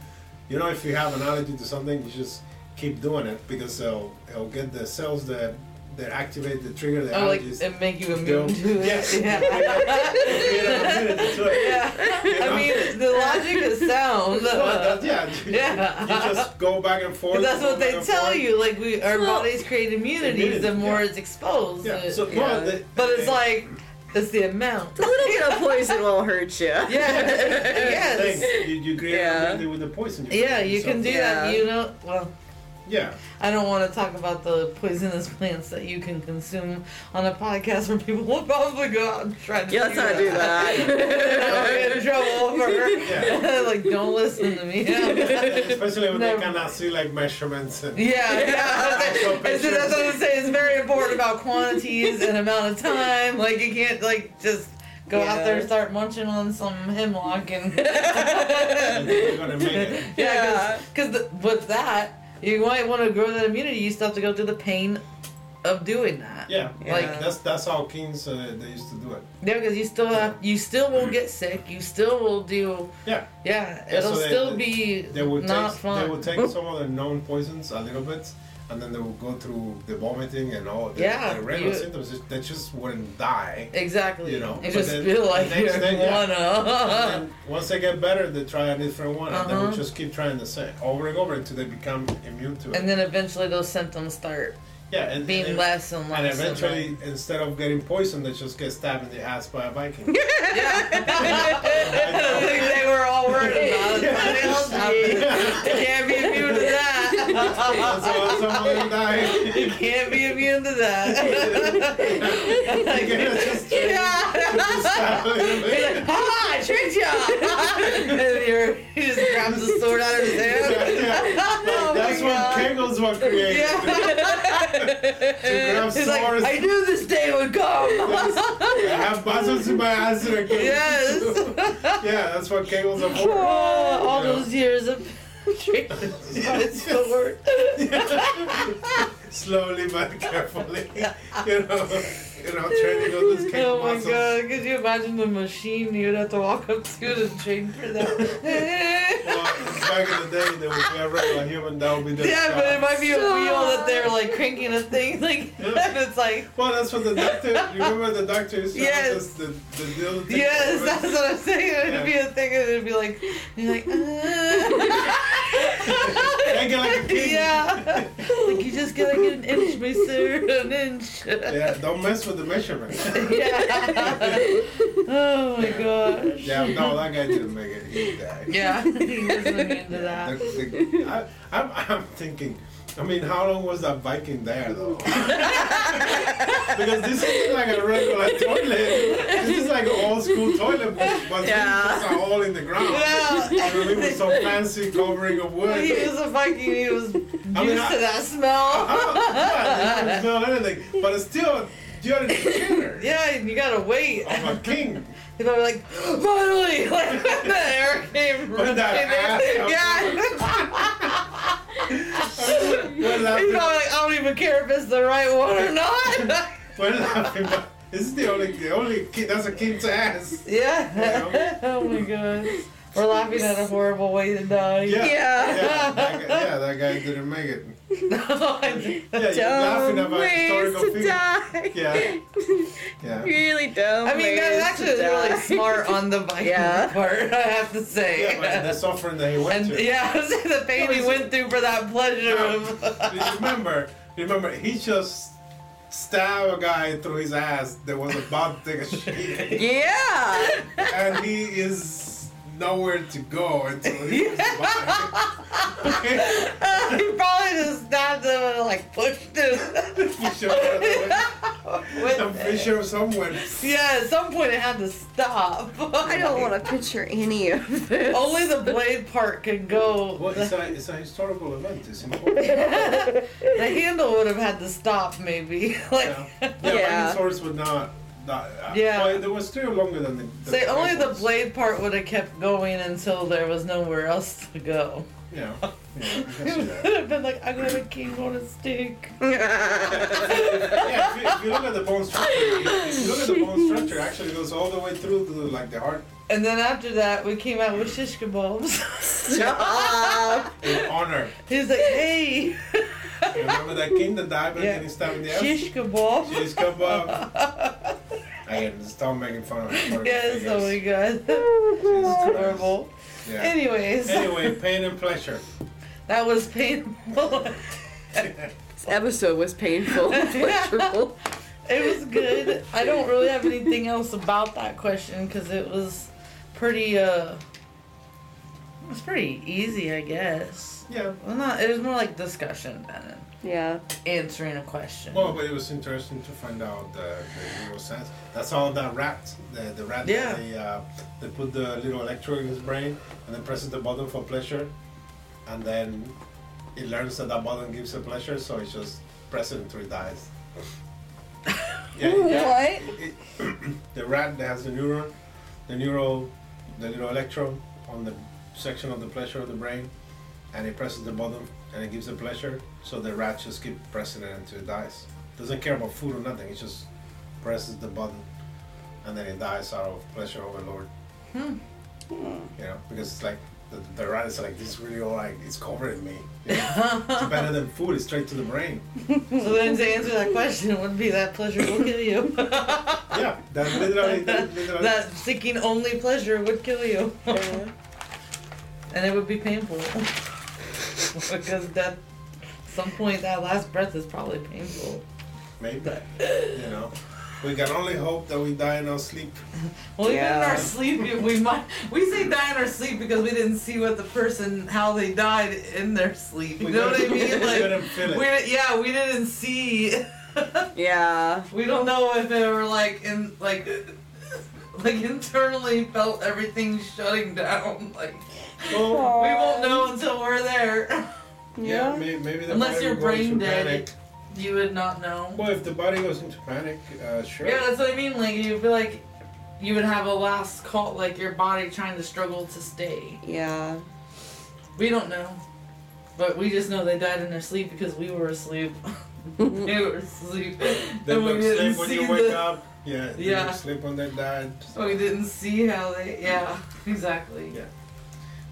[SPEAKER 2] you know, if you have an allergy to something, you just keep doing it because it'll it'll get the cells that that activate the trigger the
[SPEAKER 1] oh, like,
[SPEAKER 2] allergies. *laughs*
[SPEAKER 1] and make you
[SPEAKER 2] Go.
[SPEAKER 1] immune to it.
[SPEAKER 2] Yes.
[SPEAKER 1] Yeah.
[SPEAKER 2] You know,
[SPEAKER 1] *laughs*
[SPEAKER 2] it's *laughs* like-
[SPEAKER 1] I mean, the logic is sound.
[SPEAKER 2] well, that-
[SPEAKER 1] *laughs*
[SPEAKER 2] yeah, you-
[SPEAKER 1] Yeah.
[SPEAKER 2] You just go back and forth.
[SPEAKER 1] But that's
[SPEAKER 2] go
[SPEAKER 1] what
[SPEAKER 2] back
[SPEAKER 1] they
[SPEAKER 2] and
[SPEAKER 1] tell
[SPEAKER 2] forth.
[SPEAKER 1] you. Like we, our
[SPEAKER 3] Well-
[SPEAKER 1] bodies create immunity.
[SPEAKER 2] Immunity,
[SPEAKER 1] The more
[SPEAKER 2] yeah.
[SPEAKER 1] it's exposed,
[SPEAKER 2] Yeah.
[SPEAKER 1] it-
[SPEAKER 2] So, well,
[SPEAKER 3] yeah.
[SPEAKER 2] they-
[SPEAKER 1] but it's
[SPEAKER 2] they-
[SPEAKER 1] like it's the amount.
[SPEAKER 3] A little bit of poison won't hurt you. *laughs*
[SPEAKER 1] Yeah, yes,
[SPEAKER 2] thing. You, you create
[SPEAKER 3] Yeah.
[SPEAKER 2] immunity with the poison.
[SPEAKER 1] yeah.
[SPEAKER 2] create
[SPEAKER 1] You can
[SPEAKER 2] yourself.
[SPEAKER 1] do
[SPEAKER 3] Yeah.
[SPEAKER 1] that. You know, well. *laughs*
[SPEAKER 2] Yeah.
[SPEAKER 1] I don't want to talk about the poisonous plants that you can consume on a podcast where people will probably go out and try to
[SPEAKER 3] Yeah, let's not do
[SPEAKER 1] *laughs* I'll get in
[SPEAKER 3] that.
[SPEAKER 1] trouble
[SPEAKER 2] Yeah.
[SPEAKER 1] for *laughs* like, don't listen to me. *laughs* yeah,
[SPEAKER 2] Especially when
[SPEAKER 1] Never.
[SPEAKER 2] they cannot see like measurements and
[SPEAKER 1] yeah.
[SPEAKER 2] So
[SPEAKER 1] It's,
[SPEAKER 2] pictures.
[SPEAKER 1] that's what I'm saying. It's very important about quantities and amount of time. Like you can't like just go out there and
[SPEAKER 4] Yeah.
[SPEAKER 1] start munching on some hemlock and *laughs*
[SPEAKER 2] and *laughs* you're gonna make it.
[SPEAKER 1] yeah, because with that you might want to grow that immunity. You still have to go through the pain of doing that.
[SPEAKER 2] Yeah,
[SPEAKER 1] Like-
[SPEAKER 2] that's that's how kings uh, they used to do it.
[SPEAKER 1] Yeah, because you still have you still won't get
[SPEAKER 2] Mm.
[SPEAKER 1] sick. You still will do.
[SPEAKER 2] Yeah.
[SPEAKER 1] Yeah,
[SPEAKER 2] Yeah,
[SPEAKER 1] it'll
[SPEAKER 2] so they-
[SPEAKER 1] still
[SPEAKER 2] they-
[SPEAKER 1] be
[SPEAKER 2] They would
[SPEAKER 1] not
[SPEAKER 2] take
[SPEAKER 1] fun.
[SPEAKER 2] they would take some of the known poisons a little bit, and then they would go through the vomiting and all the,
[SPEAKER 1] Yeah,
[SPEAKER 2] the regular
[SPEAKER 1] you-
[SPEAKER 2] symptoms. Just- They just wouldn't die.
[SPEAKER 1] Exactly.
[SPEAKER 2] You know,
[SPEAKER 1] you
[SPEAKER 2] but
[SPEAKER 1] just
[SPEAKER 2] then
[SPEAKER 1] feel
[SPEAKER 2] the
[SPEAKER 1] like
[SPEAKER 2] next
[SPEAKER 1] you're
[SPEAKER 2] thing, yeah.
[SPEAKER 1] one of.
[SPEAKER 2] *laughs* And then once they get better, they try a different one, and they would
[SPEAKER 1] Uh-huh.
[SPEAKER 2] just keep trying the same over and over until they become immune to
[SPEAKER 1] *laughs*
[SPEAKER 2] it.
[SPEAKER 1] And then eventually those symptoms start
[SPEAKER 2] yeah, and
[SPEAKER 1] being
[SPEAKER 2] and,
[SPEAKER 1] less and
[SPEAKER 2] and
[SPEAKER 1] less.
[SPEAKER 2] eventually, instead of getting poisoned, they just get stabbed in the ass by a Viking.
[SPEAKER 1] *laughs* and- *laughs* yeah. I don't think they were all worried about it.
[SPEAKER 2] *laughs* Yeah.
[SPEAKER 1] Somebody else happened. They can't be immune to
[SPEAKER 2] *laughs* That's
[SPEAKER 1] that.
[SPEAKER 2] how someone
[SPEAKER 1] You *laughs*
[SPEAKER 2] died.
[SPEAKER 1] can't be immune to that.
[SPEAKER 2] You cannot just try to stab
[SPEAKER 1] He's
[SPEAKER 2] it.
[SPEAKER 1] like, ha, I tricked ya! and you're, he just grabs the sword out of his hand. Oh my
[SPEAKER 2] That's
[SPEAKER 1] God.
[SPEAKER 2] what Kegels were created. To grab
[SPEAKER 1] Yeah. He's like,
[SPEAKER 2] swords.
[SPEAKER 1] I knew this day would come.
[SPEAKER 2] I have buzzers in my ass and I can't-
[SPEAKER 1] yes.
[SPEAKER 2] yeah, that's what Kegels are for.
[SPEAKER 1] Oh, all
[SPEAKER 2] Yeah.
[SPEAKER 1] those years of it's *laughs* the word.
[SPEAKER 2] *laughs* Slowly but carefully, you know, you know, training all these kind
[SPEAKER 1] Oh
[SPEAKER 2] of
[SPEAKER 1] my
[SPEAKER 2] muscles.
[SPEAKER 1] god, could you imagine the machine you'd have to walk up to to train for that?
[SPEAKER 2] Well, back in the day, there would be a regular human that would be doing
[SPEAKER 1] yeah, but it
[SPEAKER 2] jobs.
[SPEAKER 1] might be a wheel that they're like cranking a thing,
[SPEAKER 2] *laughs*
[SPEAKER 1] like, *laughs* and it's like,
[SPEAKER 2] Well, that's what the doctor. You remember the doctor used to have
[SPEAKER 1] Yes.
[SPEAKER 2] this- the, the, the little thing
[SPEAKER 1] yes,
[SPEAKER 2] over-
[SPEAKER 1] that's
[SPEAKER 2] *laughs*
[SPEAKER 1] what I'm saying. It'd be a thing, and it'd be like, you're like,
[SPEAKER 2] *laughs*
[SPEAKER 1] uh.
[SPEAKER 2] Thank
[SPEAKER 1] *laughs*
[SPEAKER 2] you, like a king.
[SPEAKER 1] yeah, like you just gotta get an inch, my sir, an inch.
[SPEAKER 2] Yeah, don't mess with the measurement.
[SPEAKER 1] *laughs* Yeah. Oh my gosh.
[SPEAKER 2] yeah, no, that guy didn't make it. He
[SPEAKER 1] *laughs*
[SPEAKER 2] died. *laughs*
[SPEAKER 1] Yeah, he wasn't into
[SPEAKER 2] The-
[SPEAKER 1] that.
[SPEAKER 2] the- I, I'm, I'm thinking. I mean, how long was that Viking
[SPEAKER 1] *laughs*
[SPEAKER 2] there, though? because this isn't like a regular toilet. This is like an old school toilet, but, but
[SPEAKER 3] Yeah.
[SPEAKER 2] yeah. are all in the ground.
[SPEAKER 1] Yeah.
[SPEAKER 2] I mean, with some fancy covering of wood.
[SPEAKER 1] He was a Viking. He was used
[SPEAKER 2] I-
[SPEAKER 1] to that smell.
[SPEAKER 2] I don't know anything, but still, you're a beginner.
[SPEAKER 1] *laughs* yeah, and you gotta wait.
[SPEAKER 2] I'm a king.
[SPEAKER 1] People were like, finally! *laughs* Like when the air came
[SPEAKER 2] Put
[SPEAKER 1] running.
[SPEAKER 2] that ass
[SPEAKER 1] in.
[SPEAKER 2] up.
[SPEAKER 1] Yeah.
[SPEAKER 2] We're
[SPEAKER 1] He's probably
[SPEAKER 2] laughing,
[SPEAKER 1] like, I don't even care if it's the right one or
[SPEAKER 2] *laughs*
[SPEAKER 1] not. *laughs*
[SPEAKER 2] we're laughing, but it's the only, the only king, that's a king's ass.
[SPEAKER 1] yeah. *laughs* oh my gosh. We're laughing at a horrible way to die. *laughs*
[SPEAKER 2] Yeah.
[SPEAKER 3] Yeah.
[SPEAKER 2] Yeah, that guy, yeah, that guy didn't make it. Yeah, you're laughing
[SPEAKER 3] Dumb
[SPEAKER 2] about
[SPEAKER 3] ways
[SPEAKER 2] historical
[SPEAKER 3] to
[SPEAKER 2] figures.
[SPEAKER 3] die.
[SPEAKER 2] Yeah. Yeah.
[SPEAKER 3] really dumb.
[SPEAKER 1] I mean,
[SPEAKER 3] ways
[SPEAKER 1] that's actually
[SPEAKER 3] to
[SPEAKER 1] really
[SPEAKER 3] die.
[SPEAKER 1] smart on the Viking
[SPEAKER 3] Yeah.
[SPEAKER 1] part, I have to say.
[SPEAKER 2] Yeah, but the suffering that he went
[SPEAKER 1] And
[SPEAKER 2] to.
[SPEAKER 1] yeah, *laughs* the pain he
[SPEAKER 2] was-
[SPEAKER 1] went through for that pleasure of. *laughs*
[SPEAKER 2] remember, remember, he just stabbed a guy through his ass that was about to take a
[SPEAKER 3] *laughs*
[SPEAKER 2] shit,
[SPEAKER 3] *laughs* Yeah.
[SPEAKER 2] and he is nowhere to go until he was *laughs* okay.
[SPEAKER 1] he probably just stabbed him and like pushed
[SPEAKER 2] *laughs*
[SPEAKER 1] him.
[SPEAKER 2] Fisher,
[SPEAKER 1] *laughs*
[SPEAKER 2] I'm
[SPEAKER 1] With it. *laughs*
[SPEAKER 2] Fisher somewhere.
[SPEAKER 1] Yeah, at some point it had to stop. *laughs*
[SPEAKER 3] I don't want to picture any of this.
[SPEAKER 1] Only the blade part could go.
[SPEAKER 2] Well, it's
[SPEAKER 1] the,
[SPEAKER 2] a, it's a historical event.
[SPEAKER 1] *laughs*
[SPEAKER 2] It's important.
[SPEAKER 3] *laughs*
[SPEAKER 1] the handle would have had to stop, maybe. *laughs* Like,
[SPEAKER 2] Yeah, yeah,
[SPEAKER 3] Yeah.
[SPEAKER 2] Viking swords would not. not uh,
[SPEAKER 1] Yeah.
[SPEAKER 2] well, it was still longer than the. the
[SPEAKER 1] say only the
[SPEAKER 2] Vikings.
[SPEAKER 1] blade part would have kept going until there was nowhere else to go.
[SPEAKER 2] Yeah. yeah,
[SPEAKER 1] *laughs*
[SPEAKER 2] I
[SPEAKER 1] It
[SPEAKER 2] guess
[SPEAKER 1] would
[SPEAKER 2] yeah.
[SPEAKER 1] have been like, I got a king on a stick.
[SPEAKER 2] yeah, if you, if you look at the bone structure, if you look at the bone structure, it actually goes all the way through to like
[SPEAKER 1] *laughs*
[SPEAKER 2] the heart
[SPEAKER 1] And then after that, we came out with shish kebabs. *laughs*
[SPEAKER 3] Stop.
[SPEAKER 2] in honor.
[SPEAKER 1] He's like,
[SPEAKER 2] *laughs*
[SPEAKER 1] hey,
[SPEAKER 2] You remember that king that died back
[SPEAKER 1] Yeah.
[SPEAKER 2] in his time in the ass?
[SPEAKER 1] shish kebab. *laughs*
[SPEAKER 2] She's come up. I can stop making fun of
[SPEAKER 1] *laughs*
[SPEAKER 2] her.
[SPEAKER 1] Yes, oh my god.
[SPEAKER 3] Oh,
[SPEAKER 2] Christ.
[SPEAKER 1] Horrible.
[SPEAKER 2] Yeah.
[SPEAKER 1] Anyways,
[SPEAKER 2] Anyway, pain and
[SPEAKER 1] *laughs*
[SPEAKER 2] pleasure.
[SPEAKER 1] that was painful.
[SPEAKER 3] This episode was painful. and pleasurable.
[SPEAKER 1] it was good. I don't really have anything else about that question because it was pretty, uh, it was pretty easy, I guess.
[SPEAKER 2] Yeah.
[SPEAKER 1] Well, not, it was more like discussion than
[SPEAKER 3] Yeah.
[SPEAKER 1] answering a question.
[SPEAKER 2] Well, but it was interesting to find out the, the neuroscience. That's all that rat, the, the rat. that
[SPEAKER 1] Yeah.
[SPEAKER 2] They, uh, they put the little electrode in his brain and then presses the button for pleasure, and then it learns that that button gives it pleasure, so it just presses it until it
[SPEAKER 1] *laughs*
[SPEAKER 2] dies. yeah, yeah. It, the rat that has the neuron, the neural, the little electrode on the section of the pleasure of the brain, and it presses the button and it gives the pleasure. So the rat just keep pressing it until it dies. Doesn't care about food or nothing. It just presses the button, and then it dies out of pleasure overload. You know, because it's like the, the rat is like this really all like it's covering me. You know? it's better than food. It's straight to the brain.
[SPEAKER 1] *laughs* So then to answer that question would be that pleasure will kill you.
[SPEAKER 2] Yeah, that's literally, that's literally
[SPEAKER 1] that seeking only pleasure would kill you. and it would be painful. *laughs* because that some point that last breath is probably painful.
[SPEAKER 2] maybe. You know, we can only hope that we die in our sleep.
[SPEAKER 1] Well even in
[SPEAKER 3] Yeah.
[SPEAKER 1] our sleep if we might we say die in our sleep because we didn't see what the person how they died in their sleep. You
[SPEAKER 2] We
[SPEAKER 1] know what I
[SPEAKER 2] *laughs* couldn't-
[SPEAKER 1] mean?
[SPEAKER 2] we couldn't
[SPEAKER 1] Like
[SPEAKER 2] feel it.
[SPEAKER 1] we yeah, we didn't see
[SPEAKER 3] Yeah.
[SPEAKER 1] we don't know if they were like in like like internally felt everything shutting down. Like
[SPEAKER 2] Well,
[SPEAKER 1] we won't
[SPEAKER 2] Um.
[SPEAKER 1] know until we're there.
[SPEAKER 2] yeah, may- maybe the
[SPEAKER 1] Unless
[SPEAKER 2] body
[SPEAKER 1] your
[SPEAKER 2] will go
[SPEAKER 1] brain
[SPEAKER 2] into
[SPEAKER 1] dead.
[SPEAKER 2] Panic.
[SPEAKER 1] You would not know.
[SPEAKER 2] Well, if the body goes into panic, uh, sure.
[SPEAKER 1] Yeah, that's what I mean. Like you feel like you would have a last call, like your body trying to struggle to stay.
[SPEAKER 3] Yeah.
[SPEAKER 1] We don't know. But we just know they died in their sleep because we were asleep. *laughs*
[SPEAKER 3] *laughs*
[SPEAKER 1] they were asleep.
[SPEAKER 2] They
[SPEAKER 1] *laughs* and we
[SPEAKER 2] don't sleep
[SPEAKER 1] didn't
[SPEAKER 2] when
[SPEAKER 1] see
[SPEAKER 2] you wake
[SPEAKER 1] the,
[SPEAKER 2] up. Yeah. They
[SPEAKER 1] Yeah.
[SPEAKER 2] don't sleep when they die.
[SPEAKER 1] We didn't see how they. Yeah, exactly. *laughs*
[SPEAKER 2] Yeah.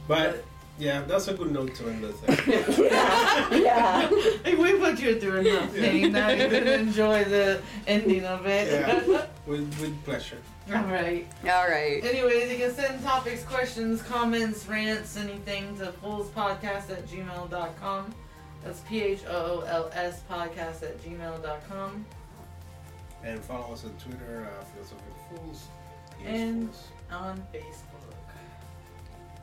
[SPEAKER 2] But yeah, that's a good note to end the thing.
[SPEAKER 1] *laughs*
[SPEAKER 4] yeah. yeah.
[SPEAKER 1] Like, we put you through
[SPEAKER 2] *laughs*
[SPEAKER 1] enough
[SPEAKER 2] Yeah.
[SPEAKER 1] pain that you could enjoy the ending of it.
[SPEAKER 2] Yeah. with, with pleasure.
[SPEAKER 1] *laughs* All right.
[SPEAKER 3] All right.
[SPEAKER 1] Anyways, you can send topics, questions, comments, rants, anything to foolspodcast at gmail.com. That's P H O O L S podcast at gmail.com.
[SPEAKER 2] And follow us on Twitter, uh, Philosophic Fools. Yes,
[SPEAKER 1] And-
[SPEAKER 2] Fools.
[SPEAKER 1] On Facebook.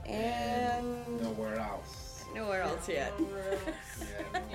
[SPEAKER 3] And
[SPEAKER 2] nowhere else.
[SPEAKER 3] nowhere else yet. *laughs*
[SPEAKER 2] Yeah, nowhere
[SPEAKER 1] *laughs*